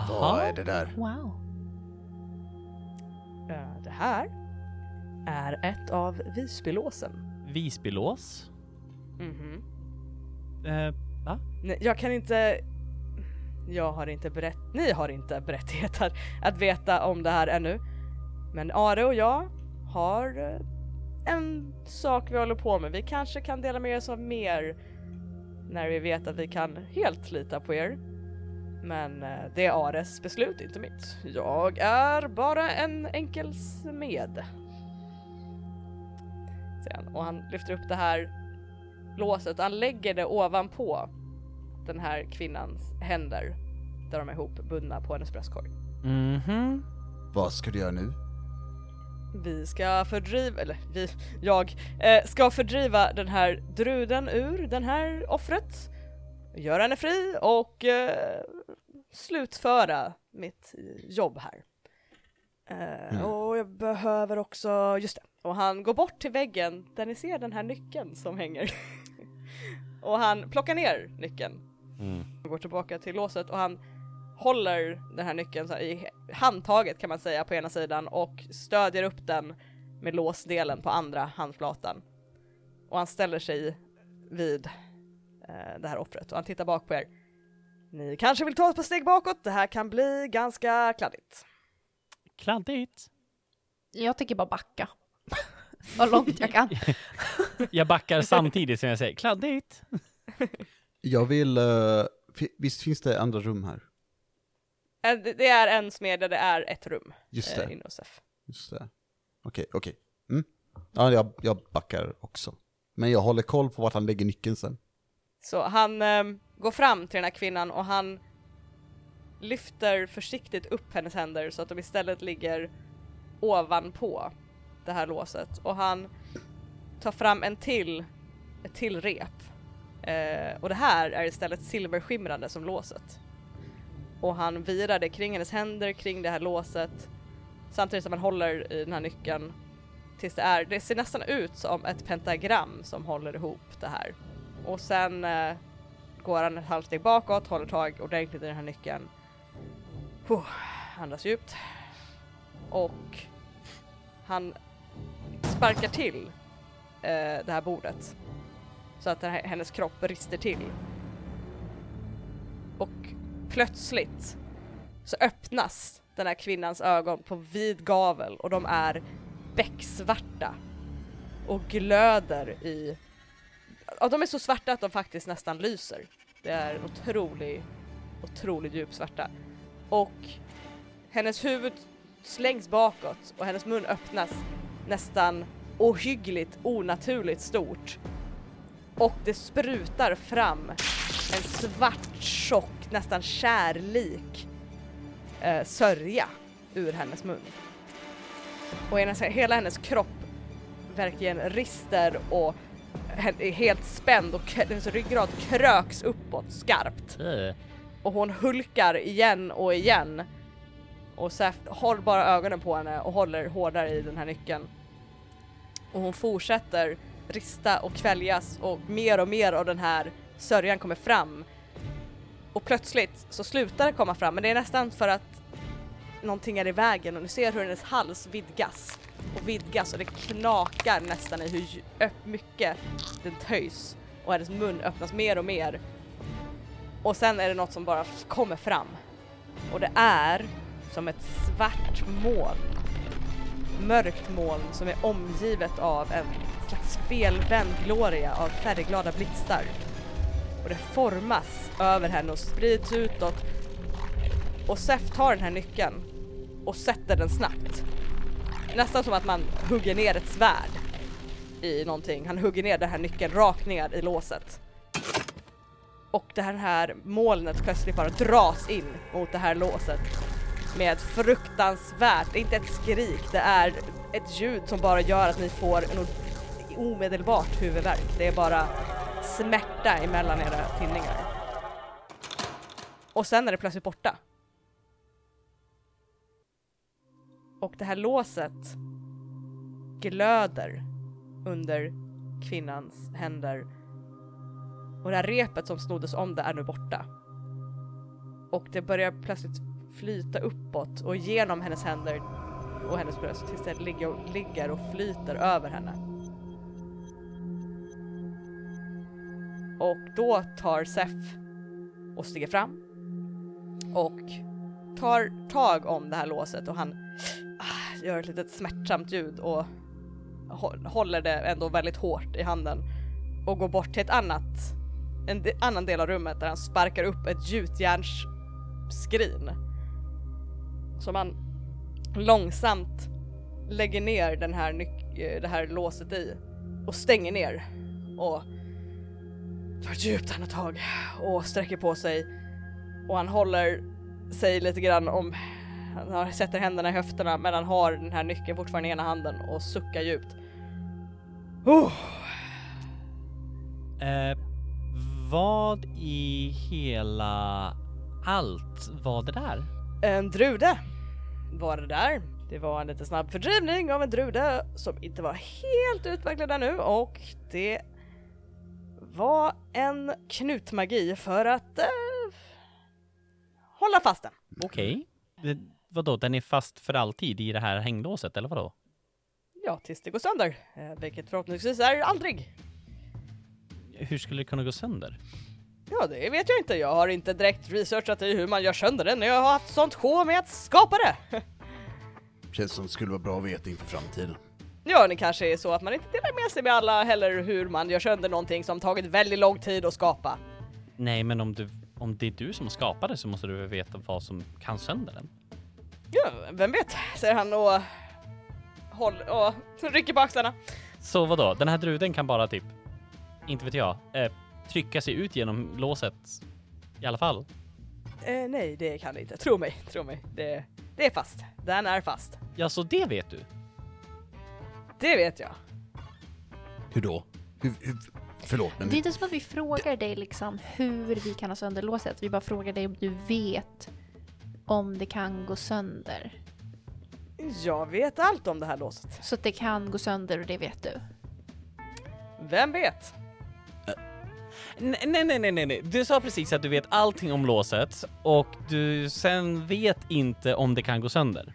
Speaker 2: Vad är det där?
Speaker 3: Wow.
Speaker 1: Eh, Det här är ett av Visbylåsen.
Speaker 4: Visbylås?
Speaker 1: Mhm.
Speaker 4: Eh, va?
Speaker 1: Nej, Jag kan inte... Jag har inte berätt... Ni har inte berättigheter att veta om det här ännu. Men Are och jag har eh, en sak vi håller på med. Vi kanske kan dela med oss av mer när vi vet att vi kan helt lita på er. Men eh, det är Ares beslut, inte mitt. Jag är bara en enkel smed. Säger han. Och han lyfter upp det här låset och han lägger det ovanpå den här kvinnans händer där de är ihopbundna på hennes bröstkorg.
Speaker 4: Mhm.
Speaker 2: Vad ska du göra nu?
Speaker 1: Vi ska fördriva, eller vi, jag, eh, ska fördriva den här druden ur den här offret, göra henne fri och eh, slutföra mitt jobb här. Eh,
Speaker 2: Mm.
Speaker 1: Och jag behöver också, just det, och han går bort till väggen där ni ser den här nyckeln som hänger. och han plockar ner nyckeln Han går tillbaka till låset och han håller den här nyckeln så här i handtaget kan man säga på ena sidan och stödjer upp den med låsdelen på andra handflatan. Och han ställer sig vid eh, det här offret och han tittar bak på er. Ni kanske vill ta ett par steg bakåt, det här kan bli ganska kladdigt.
Speaker 4: Kladdigt.
Speaker 3: Jag tänker bara backa. Så långt jag kan.
Speaker 4: Jag backar samtidigt som jag säger kladdigt.
Speaker 2: Jag vill... eh, fi- visst finns det andra rum här?
Speaker 1: Eh, det- Det är en smedja, det är ett rum
Speaker 2: Just
Speaker 1: eh,
Speaker 2: det,
Speaker 1: inne hos F.
Speaker 2: just det. Okej, okej. Mm. Ja, jag, jag backar också. Men jag håller koll på vart han lägger nyckeln sen.
Speaker 1: Så han ehm, går fram till den här kvinnan och han lyfter försiktigt upp hennes händer så att de istället ligger ovanpå det här låset och han tar fram en till, ett till rep. Eh, och det här är istället silverskimrande som låset. Och han virar det kring hennes händer, kring det här låset samtidigt som han håller i den här nyckeln tills det är, det ser nästan ut som ett pentagram som håller ihop det här. Och sen eh, går han ett halvt steg bakåt, håller tag ordentligt i den här nyckeln. Puh, andas djupt. Och han sparkar till eh, det här bordet. Så att den här, hennes kropp rister till. Och plötsligt så öppnas den här kvinnans ögon på vid gavel och de är becksvarta och glöder i Ja, de är så svarta att de faktiskt nästan lyser. Det är en otrolig, otroligt djup svarta. Och hennes huvud slängs bakåt och hennes mun öppnas nästan ohyggligt onaturligt stort. Och det sprutar fram en svart, tjock, nästan kärlik eh, sörja ur hennes mun. Och hennes, hela hennes kropp verkligen rister och he- är helt spänd och k- hennes ryggrad kröks uppåt skarpt
Speaker 4: Eh,
Speaker 1: och hon hulkar igen och igen och Saf håller bara ögonen på henne och håller hårdare i den här nyckeln. Och hon fortsätter brista och kväljas och mer och mer av den här sörjan kommer fram. Och plötsligt så slutar det komma fram men det är nästan för att någonting är i vägen och ni ser hur hennes hals vidgas och vidgas och det knakar nästan i hur dju- öpp- mycket den töjs och hennes mun öppnas mer och mer. Och sen är det något som bara f- kommer fram och det är som ett svart moln. Mörkt moln som är omgivet av en slags felvänd gloria av färgglada blixtar. Och det formas över henne och sprids utåt och Seth tar den här nyckeln och sätter den snabbt. Nästan som att man hugger ner ett svärd i någonting. Han hugger ner den här nyckeln rakt ner i låset. Och det här, här molnet plötsligt bara dras in mot det här låset med ett fruktansvärt, inte ett skrik, det är ett ljud som bara gör att ni får en od- omedelbart huvudvärk. Det är bara smärta emellan era tinningar. Och sen är det plötsligt borta. Och det här låset glöder under kvinnans händer. Och det här repet som snoddes om det är nu borta. Och det börjar plötsligt flyta uppåt och genom hennes händer och hennes bröst tills det ligger, ligger och flyter över henne. Och då tar Sef och stiger fram och tar tag om det här låset och han ah, gör ett litet smärtsamt ljud och hå- håller det ändå väldigt hårt i handen och går bort till ett annat, en de- annan del av rummet där han sparkar upp ett gjutjärnsskrin som han långsamt lägger ner den här nyc- eh, det här låset i och stänger ner och tar ett djupt andetag och sträcker på sig och han håller sig lite grann om, han har- sätter händerna i höfterna men han har den här nyckeln fortfarande i ena handen och suckar djupt. Oh,
Speaker 4: Eh, vad i hela allt var det där?
Speaker 1: en drude var det där. Det var en lite snabb fördrivning av en drude som inte var helt utvecklad ännu och det var en knutmagi för att eh, hålla fast den.
Speaker 4: Okej. Okay. Vadå, den är fast för alltid i det här hänglåset, eller vadå?
Speaker 1: Ja, tills det går sönder, eh, vilket förhoppningsvis är aldrig.
Speaker 4: Hur skulle det kunna gå sönder?
Speaker 1: Ja, det vet jag inte. Jag har inte direkt researchat i hur man gör sönder den. Jag har haft sånt sjå med att skapa det.
Speaker 2: Känns som det skulle vara bra att veta inför framtiden.
Speaker 1: Ja, det kanske är så att man inte delar med sig med alla heller hur man gör sönder någonting som tagit väldigt lång tid att skapa.
Speaker 4: Nej, men om, du, om det är du som skapar det så måste du väl veta vad som kan sönder den?
Speaker 1: Ja, vem vet, säger han och håll och rycker på axlarna.
Speaker 4: Så vadå, den här druden kan bara typ, inte vet jag, eh, trycka sig ut genom låset i alla fall?
Speaker 1: Eh, nej, det kan det inte. Tro mig, tro mig. Det, det är fast. Den är fast.
Speaker 4: Ja, så det vet du?
Speaker 1: Det vet jag.
Speaker 2: Hur då? Hur, hur, förlåt, men
Speaker 3: Det är inte som att vi frågar dig liksom hur vi kan ha sönder låset. Vi bara frågar dig om du vet om det kan gå sönder.
Speaker 1: Jag vet allt om det här låset.
Speaker 3: Så att det kan gå sönder och det vet du.
Speaker 1: Vem vet?
Speaker 4: Nej, nej, nej, nej, nej, nej. Du sa precis att du vet allting om låset och du sen vet inte om det kan gå sönder.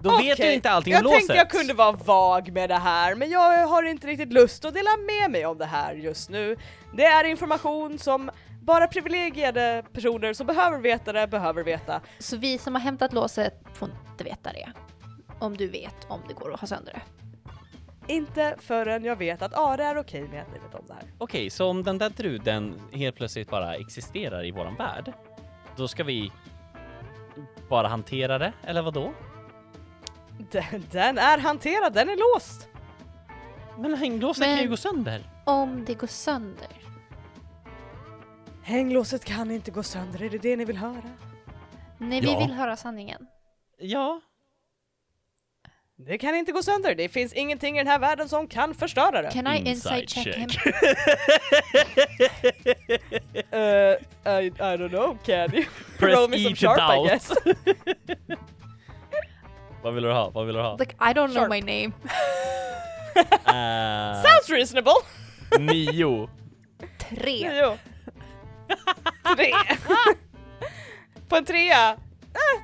Speaker 4: Då vet du
Speaker 1: Okej,
Speaker 4: inte allting
Speaker 1: jag
Speaker 4: om låset.
Speaker 1: tänkte jag kunde vara vag med det här men jag har inte riktigt lust att dela med mig om det här just nu. Det är information som bara privilegierade personer som behöver veta det behöver veta.
Speaker 3: Så vi som har hämtat låset får inte veta det. Om du vet om det går att ha sönder det.
Speaker 1: Inte förrän jag vet att ah, det är okej med att ni vet om det här.
Speaker 4: Okej, så om den där druden helt plötsligt bara existerar i våran värld, då ska vi bara hantera det, eller vad då?
Speaker 1: Den, den är hanterad, den är låst!
Speaker 4: Men hänglåset
Speaker 3: Men-
Speaker 4: kan ju gå sönder.
Speaker 3: Om det går sönder.
Speaker 1: Hänglåset kan inte gå sönder, är det det ni vill höra?
Speaker 3: Nej, vi
Speaker 4: Ja.
Speaker 3: vill höra sanningen.
Speaker 4: Ja,
Speaker 1: Det kan inte gå sönder, det finns ingenting i den här världen som kan förstöra det.
Speaker 3: Can I inside check, him?
Speaker 1: Uh, I, I don't know, can you?
Speaker 4: Press
Speaker 1: Roll me
Speaker 4: E
Speaker 1: some
Speaker 4: to
Speaker 1: sharp, I
Speaker 4: doubt.
Speaker 1: guess.
Speaker 4: Vad vill du ha? Vad vill du ha?
Speaker 3: Like I don't know
Speaker 1: Sharp.
Speaker 3: my name.
Speaker 4: Eh,
Speaker 1: Sounds reasonable!
Speaker 4: nio.
Speaker 3: Tre.
Speaker 1: Nio. Tre. På en trea. Eh,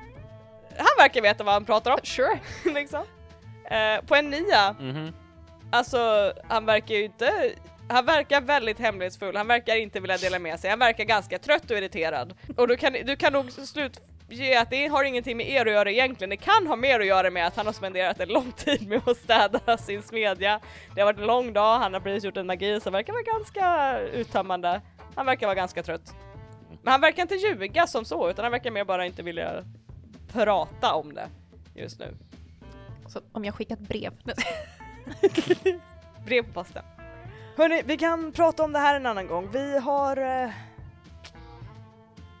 Speaker 1: han verkar veta vad han pratar om.
Speaker 3: Sure.
Speaker 1: liksom. Eh, på en nia,
Speaker 4: Mhm.
Speaker 1: alltså han verkar ju inte, han verkar väldigt hemlighetsfull, han verkar inte vilja dela med sig, han verkar ganska trött och irriterad. Och du kan, du kan nog slutge att det har ingenting med er att göra egentligen, det kan ha mer att göra med att han har spenderat en lång tid med att städa sin smedja. Det har varit en lång dag, han har precis gjort en magi som verkar vara ganska uttömmande. Han verkar vara ganska trött. Men han verkar inte ljuga som så, utan han verkar mer bara inte vilja prata om det just nu.
Speaker 3: Så om jag skickat brev.
Speaker 1: brev på posten. Hörni, vi kan prata om det här en annan gång. Vi har... Eh...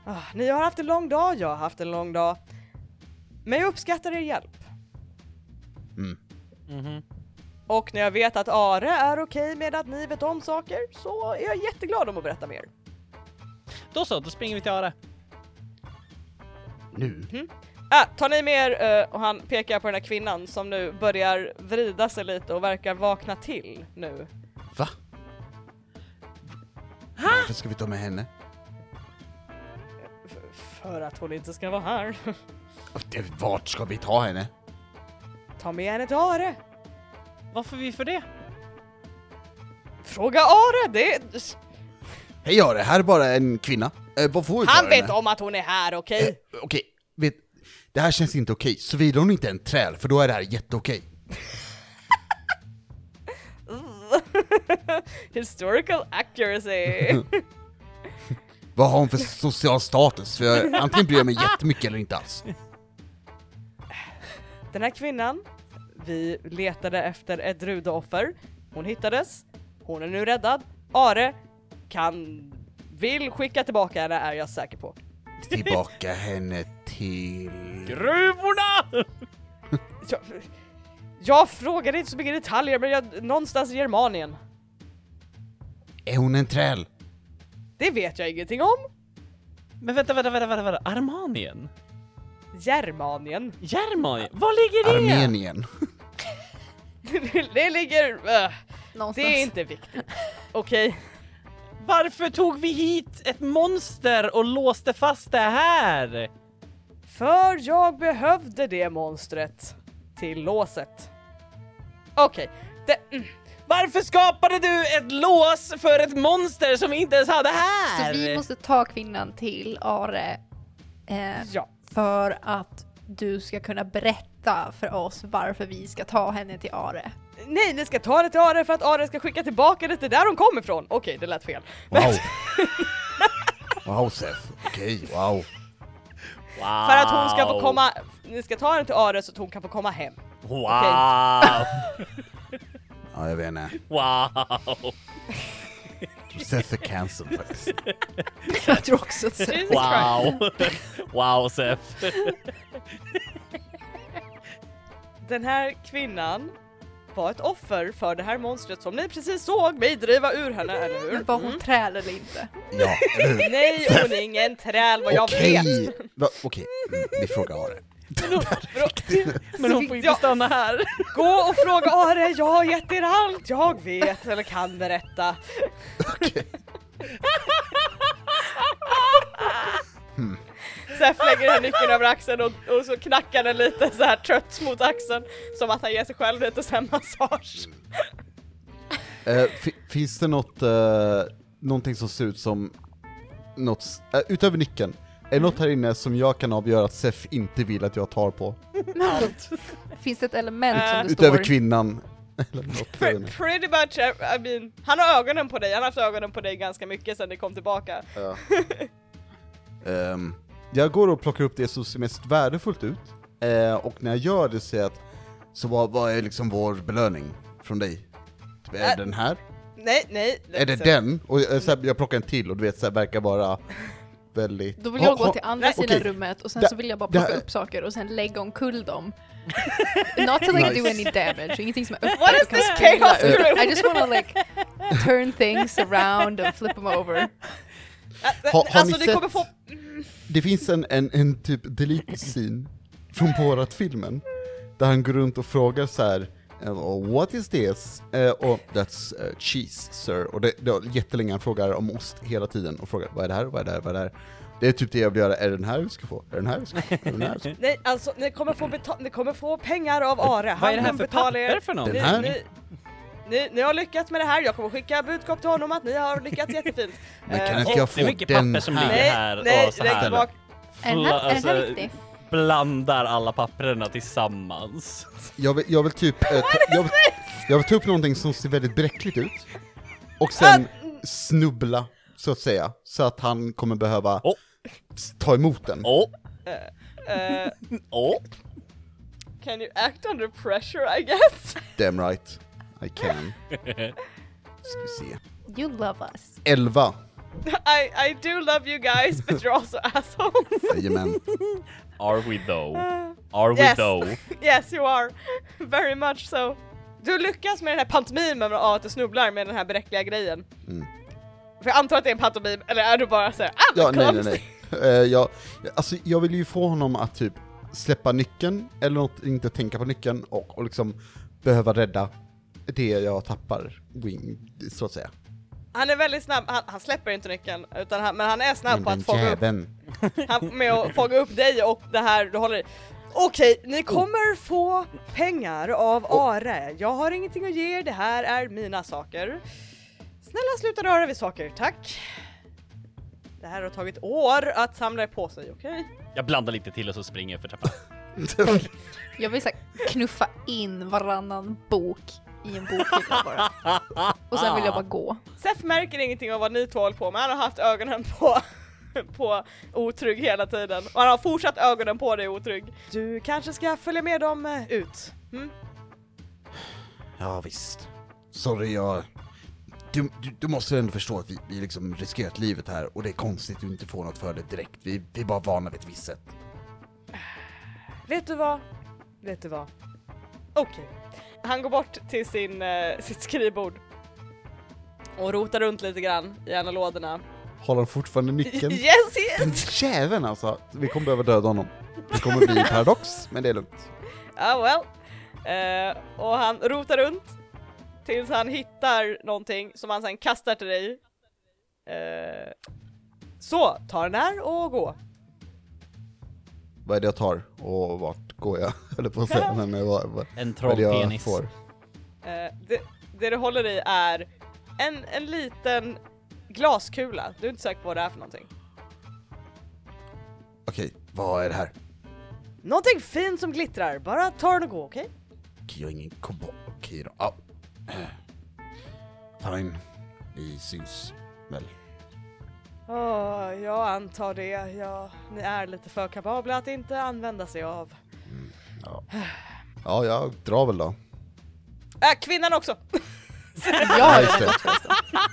Speaker 1: Ah, ni har haft en lång dag, jag har haft en lång dag. Men jag uppskattar er hjälp.
Speaker 2: Mm.
Speaker 4: Mhm.
Speaker 1: Och när jag vet att Are är okej med att ni vet om saker så är jag jätteglad om att berätta mer.
Speaker 4: Då så, då springer vi till Are.
Speaker 2: Nu?
Speaker 1: Ah, tar ni med er, eh, och han pekar på den här kvinnan som nu börjar vrida sig lite och verkar vakna till nu.
Speaker 2: Va? Varför ska vi ta med henne?
Speaker 1: F- för att hon inte ska vara här.
Speaker 2: Och det- Vart ska vi ta henne?
Speaker 1: Ta med henne till Are.
Speaker 4: Varför vi för det?
Speaker 1: Fråga Are, det...
Speaker 2: Hej Are, här är bara en kvinna. Eh, vad får vi ta
Speaker 1: Han
Speaker 2: henne?
Speaker 1: vet om att hon är här, okej?
Speaker 2: Eh, Okej, vet, det här känns inte okej. Såvida hon inte är en träl, för då är det här jätteokej.
Speaker 1: Historical accuracy!
Speaker 2: Vad har hon för social status? För jag, antingen bryr jag mig jättemycket eller inte alls.
Speaker 1: Den här kvinnan, vi letade efter ett drudeoffer. Hon hittades, hon är nu räddad. Are kan, vill skicka tillbaka henne är jag säker på.
Speaker 2: Tillbaka henne till...
Speaker 4: Gruvorna!
Speaker 1: Jag, jag frågade inte så mycket detaljer men jag, någonstans i Germanien.
Speaker 2: Är hon en träl?
Speaker 1: Det vet jag ingenting om.
Speaker 4: Men vänta, vänta, vänta, vänta, vänta. Armanien?
Speaker 1: Germanien.
Speaker 4: Germanien? Var ligger det?
Speaker 2: Armenien?
Speaker 1: Det ligger... äh, det
Speaker 3: Någonstans.
Speaker 1: är inte viktigt. Okej.
Speaker 4: Varför tog vi hit ett monster och låste fast det här?
Speaker 1: För jag behövde det monstret till låset. Okej, det... mm.
Speaker 4: Varför skapade du ett lås för ett monster som vi inte ens hade
Speaker 3: Så
Speaker 4: här?
Speaker 3: vi måste ta kvinnan till Are eh,
Speaker 1: Ja.
Speaker 3: för att du ska kunna berätta för oss varför vi ska ta henne till Are.
Speaker 1: Nej, ni ska ta det till Are för att Are ska skicka tillbaka det till där hon kom ifrån. Okej, det lät fel.
Speaker 2: Wow! Wow Seth, okej, wow.
Speaker 4: Wow.
Speaker 1: För att hon ska få komma... Ni ska ta henne till Are så att hon kan få komma hem.
Speaker 4: Wow!
Speaker 2: Ja, jag vet inte.
Speaker 4: wow!
Speaker 2: Seth är cancelled faktiskt.
Speaker 3: Jag tror också att så.
Speaker 4: Wow! wow Sef!
Speaker 1: Den här kvinnan var ett offer för det här monstret som ni precis såg mig driva ur henne, eller hur?
Speaker 3: Var hon träl eller inte?
Speaker 2: Ja, eller hur?
Speaker 1: Nej, hon är ingen träl vad jag
Speaker 2: Okej!
Speaker 1: vet.
Speaker 2: Va, Okej, mm, vi frågar Are.
Speaker 4: Men hon får inte
Speaker 1: Ja.
Speaker 4: stanna här.
Speaker 1: Gå och fråga Are, jag har gett er allt jag vet eller kan berätta.
Speaker 2: Okej.
Speaker 1: Hmm. Sef lägger den nyckeln över axeln och, och så knackar den lite så här trött mot axeln som att han ger sig själv lite så här massage.
Speaker 2: Eh, fi- finns det något, eh, någonting som ser ut som något, s- eh, utöver nyckeln, är det något här inne som jag kan avgöra att Sef inte vill att jag tar på?
Speaker 3: Finns det ett element som
Speaker 1: Eh,
Speaker 3: det står?
Speaker 2: Utöver kvinnan? Eller något, jag vet
Speaker 1: Pre-
Speaker 2: inte.
Speaker 1: pretty much, eh, I I mean, han har ögonen på dig, han har haft ögonen på dig ganska mycket sedan ni kom tillbaka.
Speaker 2: Ehm, jag går och plockar upp det som ser mest värdefullt ut, eh, och när jag gör det säger jag att, så vad, vad är liksom vår belöning från dig? Typ, Är
Speaker 1: Ä-
Speaker 2: den här?
Speaker 1: Nej, nej.
Speaker 2: Är det
Speaker 1: så-
Speaker 2: den? Och jag, så här, jag plockar en till och du vet, så här, verkar vara väldigt...
Speaker 3: Då vill jag
Speaker 2: Ha- ha-
Speaker 3: gå till andra
Speaker 1: nej,
Speaker 3: sidan
Speaker 2: okej.
Speaker 3: rummet och sen
Speaker 2: Det-
Speaker 3: så vill jag bara
Speaker 2: det
Speaker 3: plocka
Speaker 2: här-
Speaker 3: upp saker och sen lägga omkull dem. Not to like do
Speaker 2: Nice.
Speaker 3: any damage, ingenting som är öppet.
Speaker 1: What is
Speaker 3: och kan
Speaker 1: this
Speaker 3: sprida
Speaker 1: chaos
Speaker 3: ut.
Speaker 1: room?
Speaker 3: I just wanna like turn things around and flip them over.
Speaker 1: Ä-
Speaker 2: Har- har
Speaker 1: alltså
Speaker 2: ni
Speaker 1: ni
Speaker 2: sett-
Speaker 1: kommer få...
Speaker 2: Det finns en, en, en typ delete scene från Borat-filmen, Där han går runt och frågar så här. eh, What is this? Eh, Och that's eh, cheese sir. Och det, det var jättelänge han frågar om ost hela tiden och frågar vad är det här, vad är det här, vad är det här? Det är typ det jag vill göra, är det den här vi ska få? Är det den här vi ska få? Är det den här vi ska få?
Speaker 1: Nej alltså ni kommer få, beta- ni kommer få pengar av Are, han
Speaker 4: Vad är det här
Speaker 1: kommer
Speaker 4: för
Speaker 1: betala
Speaker 4: papper
Speaker 1: er.
Speaker 4: för något?
Speaker 2: Den
Speaker 1: Ni,
Speaker 2: här?
Speaker 1: ni, ni, ni har lyckats med det här, jag kommer skicka budskap till honom att ni har lyckats jättefint.
Speaker 2: Men
Speaker 1: Eh,
Speaker 2: kan inte
Speaker 4: Åh,
Speaker 2: jag
Speaker 4: det är
Speaker 2: få
Speaker 4: mycket
Speaker 2: den
Speaker 4: papper som
Speaker 2: här?
Speaker 4: ligger här och
Speaker 1: nej,
Speaker 4: så här.
Speaker 1: lägg tillbaka.
Speaker 3: Är den här, är
Speaker 1: alltså,
Speaker 3: den här riktig?
Speaker 4: alltså, blandar alla papperna tillsammans.
Speaker 2: Jag vill, jag vill typ... eh, ta, jag, vill, jag vill ta upp någonting som ser väldigt bräckligt ut. Och sen
Speaker 1: Ah, mm.
Speaker 2: snubbla, så att säga. Så att han kommer behöva
Speaker 4: Åh.
Speaker 2: s- ta emot den.
Speaker 4: Åh,
Speaker 1: Eh,
Speaker 4: åh.
Speaker 1: can you act under pressure I guess?
Speaker 2: Damn right, I can. Ska vi se.
Speaker 3: You love us.
Speaker 2: 11.
Speaker 1: I, I do love you guys but you're also assholes.
Speaker 2: Jajamän.
Speaker 4: Are we though? Are we
Speaker 1: Yes.
Speaker 4: though?
Speaker 1: Yes you are, very much so. Du lyckas med den här pantomimen av att du snubblar med den här bräckliga grejen.
Speaker 2: Mm.
Speaker 1: För jag antar att det är en pantomim, eller är du bara såhär ah,
Speaker 2: Ja,
Speaker 1: vad
Speaker 2: nej, nej,
Speaker 1: konstigt."
Speaker 2: nej. Eh, jag, alltså, jag vill ju få honom att typ släppa nyckeln, eller något, inte tänka på nyckeln, och, och liksom behöva rädda det jag tappar, wing, så att säga.
Speaker 1: Han är väldigt snabb, han, han släpper inte nyckeln, utan han, men han är snabb på
Speaker 2: Men
Speaker 1: att
Speaker 2: den
Speaker 1: fånga upp,
Speaker 2: jäveln.
Speaker 1: han, med att fånga upp dig och det här du håller i. Okej, ni kommer få pengar av Are. Jag har ingenting att ge er, det här är mina saker. Snälla sluta röra vid saker, tack. Det här har tagit år att samla er på sig, okej?
Speaker 4: Jag blandar lite till och så springer jag för trappan.
Speaker 3: Jag vill så här knuffa in varannan bok i en bokhylla bara. Och sen vill jag bara gå.
Speaker 1: Seth märker ingenting av vad ni två håller på med, han har haft ögonen på, på otrygg hela tiden. Och han har fortsatt ögonen på dig otrygg. Du kanske ska följa med dem eh, ut? Mm?
Speaker 2: Ja visst. Sorry, jag... Du, du, du måste ändå förstå att vi, vi liksom riskerat livet här och det är konstigt att du inte får något för det direkt. Vi, vi är bara vana vid ett visst sätt.
Speaker 1: Vet du vad? Vet du vad? Okej. Han går bort till sin, eh, sitt skrivbord och rotar runt lite grann i ena lådorna.
Speaker 2: Har han fortfarande nyckeln?
Speaker 1: Yes, yes!
Speaker 2: Den jäveln alltså! Vi kommer behöva döda honom. Det kommer bli en paradox, men det är lugnt.
Speaker 1: Ah well. Eh, och han rotar runt tills han hittar någonting som han sen kastar till dig. Eh, så, ta den här och gå.
Speaker 2: Vad är det jag tar? Och vart går jag? Höll på att säga, men vad, vad, vad
Speaker 4: En
Speaker 2: är det jag
Speaker 4: trollpenis.
Speaker 2: får?
Speaker 1: Eh, det, det du håller i är en, en liten glaskula. Du är inte säker på vad det är för någonting.
Speaker 2: Okej, vad är det här?
Speaker 1: Någonting fint som glittrar, bara ta den och gå, okej?
Speaker 2: Okej, jag har ingen koboll. Okej då. Ja. Eh. Fine. Ni syns väl?
Speaker 1: Åh, jag antar det. Ja, ni är lite för kapabla att inte använda sig av.
Speaker 2: Ja. Ja, jag drar väl då.
Speaker 1: Äh, kvinnan också!
Speaker 2: Ja, just det.
Speaker 4: Aj,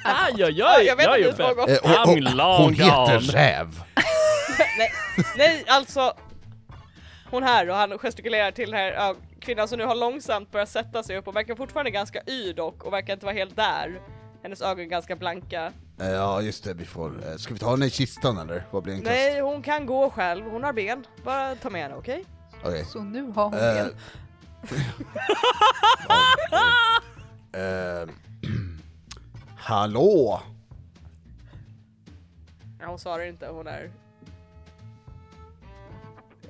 Speaker 4: aj, aj,
Speaker 1: Ja, jag vet
Speaker 4: jag
Speaker 1: att
Speaker 4: är
Speaker 1: ni
Speaker 4: uppe.
Speaker 1: två går.
Speaker 2: Eh, och- och-
Speaker 4: I'm long
Speaker 2: hon heter
Speaker 4: gone.
Speaker 2: Räv.
Speaker 1: nej, nej, alltså. Hon här och han gestikulerar till den här ja, kvinnan som nu har långsamt börjat sätta sig upp och verkar fortfarande ganska yr dock och verkar inte vara helt där. Hennes ögon är ganska blanka.
Speaker 2: Eh, Ja, just det. Vi får... eh, Ska vi ta henne i kistan eller? Vad blir en kast?
Speaker 1: Nej, hon kan gå själv. Hon har ben. Bara ta med henne, okej?
Speaker 2: Okej.
Speaker 3: Så nu har hon
Speaker 2: Eh.
Speaker 3: en.
Speaker 2: Ja, eh. Eh, Hallå!
Speaker 1: Ja, hon svarar inte. Hon är...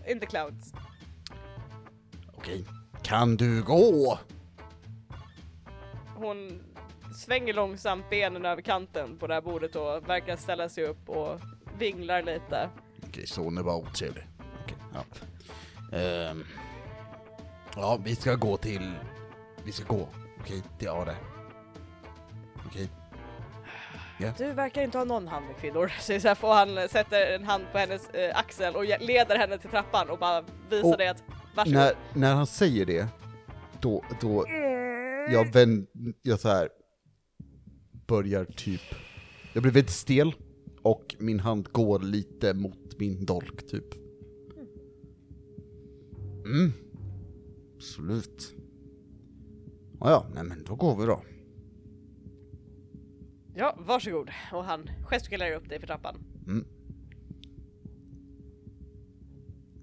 Speaker 1: Inte clowns.
Speaker 2: Okej. Kan du gå?
Speaker 1: Hon svänger långsamt benen över kanten på det här bordet och verkar ställa sig upp och vinglar lite.
Speaker 2: Okej, så hon är bara otrevlig. Okej, ja. Ehm. ja, vi ska gå till... Vi ska gå. Okej, till Are. Okej.
Speaker 1: Du verkar inte ha någon hand med kvinnor. Så, så här får han sätter en hand på hennes eh, axel och ge- leder henne till trappan och bara visar
Speaker 2: Och
Speaker 1: dig att varsågod.
Speaker 2: När, när han säger det, då... då jag vänd... Jag så här börjar typ... Jag blir väldigt stel och min hand går lite mot min dolk typ. Mm. Absolut. Ja, ja, nej men då går vi då.
Speaker 1: Ja, varsågod. Och han gestikulerar upp dig för trappan.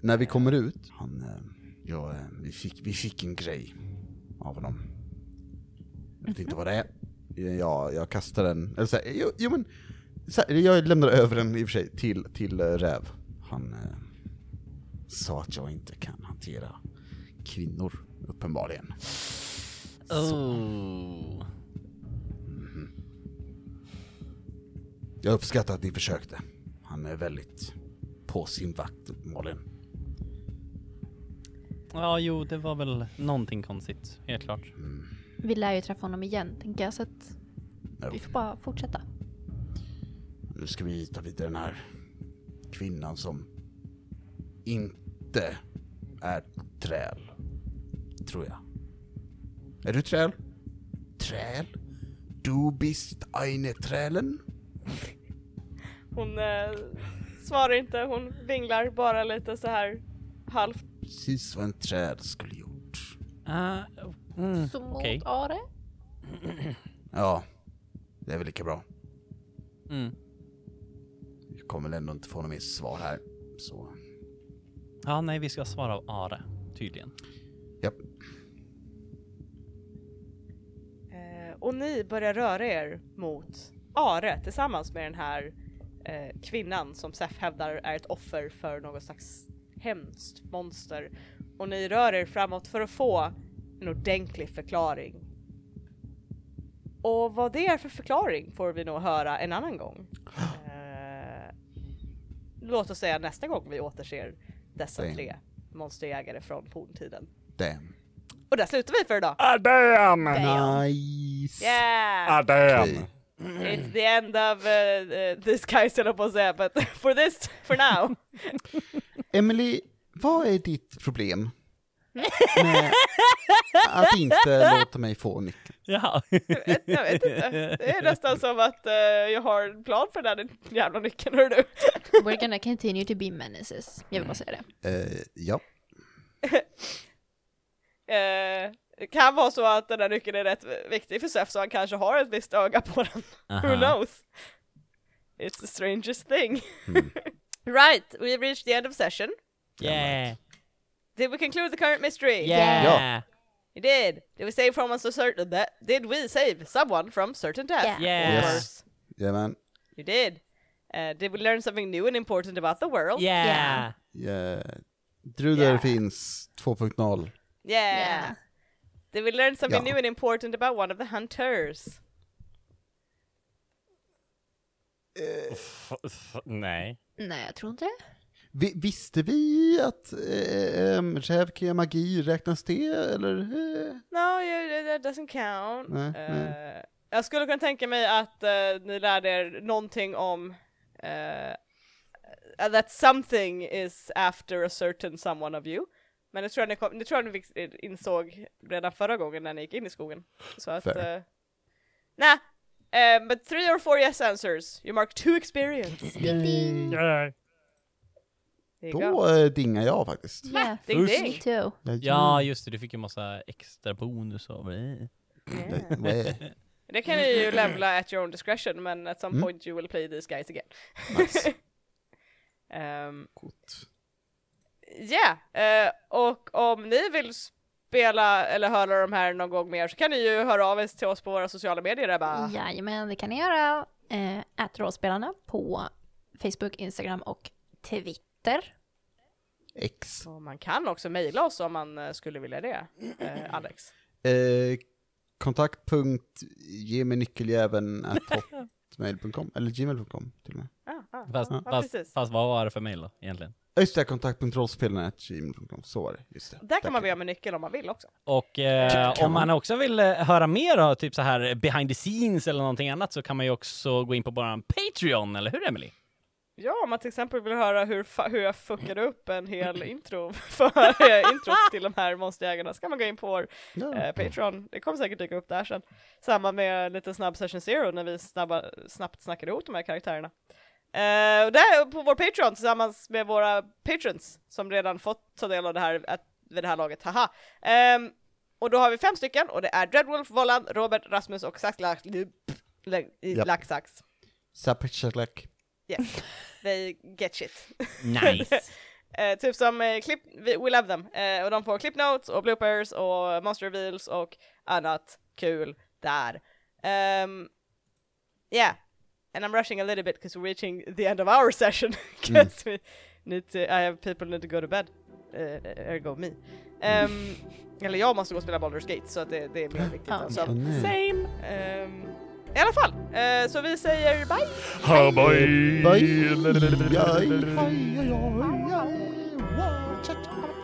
Speaker 2: När vi kommer ut, han eh, Ja, eh, vi fick, vi fick en grej av dem. Jag vet inte vad det är. Ja, jag kastar den, eller så här, jo, jo men, så här, jag lämnar över den i och för sig till, till eh, Räv. Han eh, sa att jag inte kan hantera kvinnor, uppenbarligen.
Speaker 4: Oh.
Speaker 2: Jag uppskattar att ni försökte. Han är väldigt på sin vakt uppenbarligen.
Speaker 4: Ja, jo, det var väl någonting konstigt, helt klart.
Speaker 3: Vi lär ju träffa honom igen, tänker jag, så att
Speaker 2: Jo.
Speaker 3: vi får bara fortsätta.
Speaker 2: Nu ska vi ta vidare den här kvinnan som inte är träl. Tror jag. Är du träl? Träl? Du bist eine trälen?
Speaker 1: Hon eh, svarar inte, hon vinglar bara lite så här halvt.
Speaker 2: Precis vad en träl skulle gjort.
Speaker 4: Ah, mm,
Speaker 3: Så mot
Speaker 4: okej.
Speaker 3: Are?
Speaker 2: Ja, det är väl lika bra.
Speaker 4: Mm.
Speaker 2: Vi kommer väl ändå inte få något mer svar här. Så,
Speaker 4: Ja, nej, vi ska svara av Are, tydligen.
Speaker 2: ja.
Speaker 1: Eh, och ni börjar röra er mot Are tillsammans med den här eh, kvinnan som Sef hävdar är ett offer för något slags hemskt monster. Och ni rör er framåt för att få en ordentlig förklaring. Och vad det är för förklaring får vi nog höra en annan gång. Eh, låt oss säga nästa gång vi återser dessa
Speaker 2: Damn.
Speaker 1: tre monsterjägare från forntiden.
Speaker 2: Damn.
Speaker 1: Och där slutar vi för idag!
Speaker 2: Nice!
Speaker 1: Yeah!
Speaker 2: Okej.
Speaker 1: It's the end of uh, uh, this guy höll jag på att säga, but for this, for now.
Speaker 2: Emily, vad är ditt problem? Med att inte låta mig få nyckeln.
Speaker 4: Jaha.
Speaker 1: jag vet inte. Det är nästan som att eh, jag har en plan för den här jävla nyckeln, hör du.
Speaker 3: We're gonna continue to be menaces. Jag vill bara säga det.
Speaker 2: Eh, ja.
Speaker 1: Eh, det kan vara så att den här nyckeln är rätt viktig för Sef, så han kanske har ett visst öga på den. Who knows? It's the strangest thing. right, we reached the end of session.
Speaker 4: Yeah.
Speaker 1: Did we conclude the current mystery?
Speaker 4: Yeah.
Speaker 2: Ja.
Speaker 1: We did. Did we save someone so certain that? Did we save someone from certain death?
Speaker 3: Yeah.
Speaker 4: Yeah.
Speaker 1: Or
Speaker 2: Yes.
Speaker 1: worse?
Speaker 2: Jajamän.
Speaker 1: You did. Uh, did we learn something new and important about the world?
Speaker 4: Yeah.
Speaker 3: Yeah.
Speaker 2: Yeah. Druder
Speaker 1: Yeah.
Speaker 2: Eh, finns 2.0.
Speaker 1: Yeah.
Speaker 3: Yeah.
Speaker 1: Did we learn something
Speaker 2: Ja.
Speaker 1: new and important about one of the hunters?
Speaker 4: Nej.
Speaker 3: Nej, jag tror inte det.
Speaker 2: Vi, visste vi att eh, eh, räv kan göra magi, räknas det eller? Eh,
Speaker 1: No, you, that doesn't count.
Speaker 2: Nej, nej.
Speaker 1: Eh, Jag skulle kunna tänka mig att eh, ni lärde er någonting om eh, that something is after a certain someone of you. Men det tror jag ni, kom, det tror jag ni fick- insåg redan förra gången när ni gick in i skogen. Så att...
Speaker 2: Fair.
Speaker 1: Uh, nah, eh, but three or four yes answers. You mark two experience. There you go.
Speaker 2: Då eh, dingar jag faktiskt.
Speaker 3: Yeah.
Speaker 1: Ding
Speaker 3: Me
Speaker 1: ding.
Speaker 3: too.
Speaker 4: Ja, just det. Du fick ju massa extra bonus av det.
Speaker 2: Eh, eh,
Speaker 1: Det kan ni ju levla at your own discretion, men at some
Speaker 2: Mm.
Speaker 1: point you will play these guys again.
Speaker 2: Nice.
Speaker 1: Ehm,
Speaker 2: Gott.
Speaker 1: Ja, eh, och om ni vill spela eller höra de här någon gång mer så kan ni ju höra av er till oss på våra sociala medier där bara.
Speaker 3: Jajamän, det kan ni göra. Eh, Ät rollspelarna på Facebook, Instagram och Twitter.
Speaker 2: X.
Speaker 1: Och man kan också mejla oss om man eh, skulle vilja det, eh, Alex.
Speaker 2: Eh, kontaktpunkt, ge mig nyckeljäveln at hotmail.com, eller gmail.com till och med.
Speaker 1: Ah, ah,
Speaker 4: Fast,
Speaker 1: ah, ah,
Speaker 4: fast,
Speaker 1: precis.
Speaker 4: fast vad var det för mejl då, egentligen?
Speaker 2: Ja, Just det, kontaktpunktrollspelarna at gmail.com, så var det. Just det.
Speaker 1: Där kan man be om en nyckel om man vill också.
Speaker 4: Och
Speaker 2: Kan
Speaker 4: eh, om
Speaker 2: man-
Speaker 4: man också vill eh, höra mer av typ så här behind the scenes eller någonting annat så kan man ju också gå in på våran Patreon, eller hur Emily?
Speaker 1: Ja, om man till exempel vill höra hur, fa- hur jag fuckade upp en hel intro för eh, introt till de här monsterjägarna så kan man gå in på vår eh,
Speaker 2: Ja.
Speaker 1: Patreon. Det kommer säkert dyka upp där sen. Samma med lite snabb session zero när vi snabba, snabbt snackade ihop de här karaktärerna. Eh, och det är på vår Patreon tillsammans med våra patrons som redan fått ta del av det här att, vid det här laget, haha. Ehm, och då har vi fem stycken och det är Dreadwolf, Vollan, Robert, Rasmus och Saxlax.
Speaker 2: Japp.
Speaker 1: Laxax.
Speaker 2: Sapitchalak.
Speaker 1: Yes, they get shit.
Speaker 4: Nice!
Speaker 1: Eh, typ som eh, klipp, vi- we love them. Eh, och de får clip notes och bloopers och monster reveals och annat kul där. Um, yeah, and I'm rushing a little bit because we're reaching the end of our session. Because we need to, I have people need to go to bed. Eh, ergo me. Ehm, eller jag måste gå och spela Baldur's Gate så att det, det är mer viktigt än så.
Speaker 2: Åh, nej.
Speaker 1: Same. Ehm, I alla fall, eh, så vi säger bye!
Speaker 2: Bye. Bye. Bye. Bye. Bye. Bye. Bye. Bye.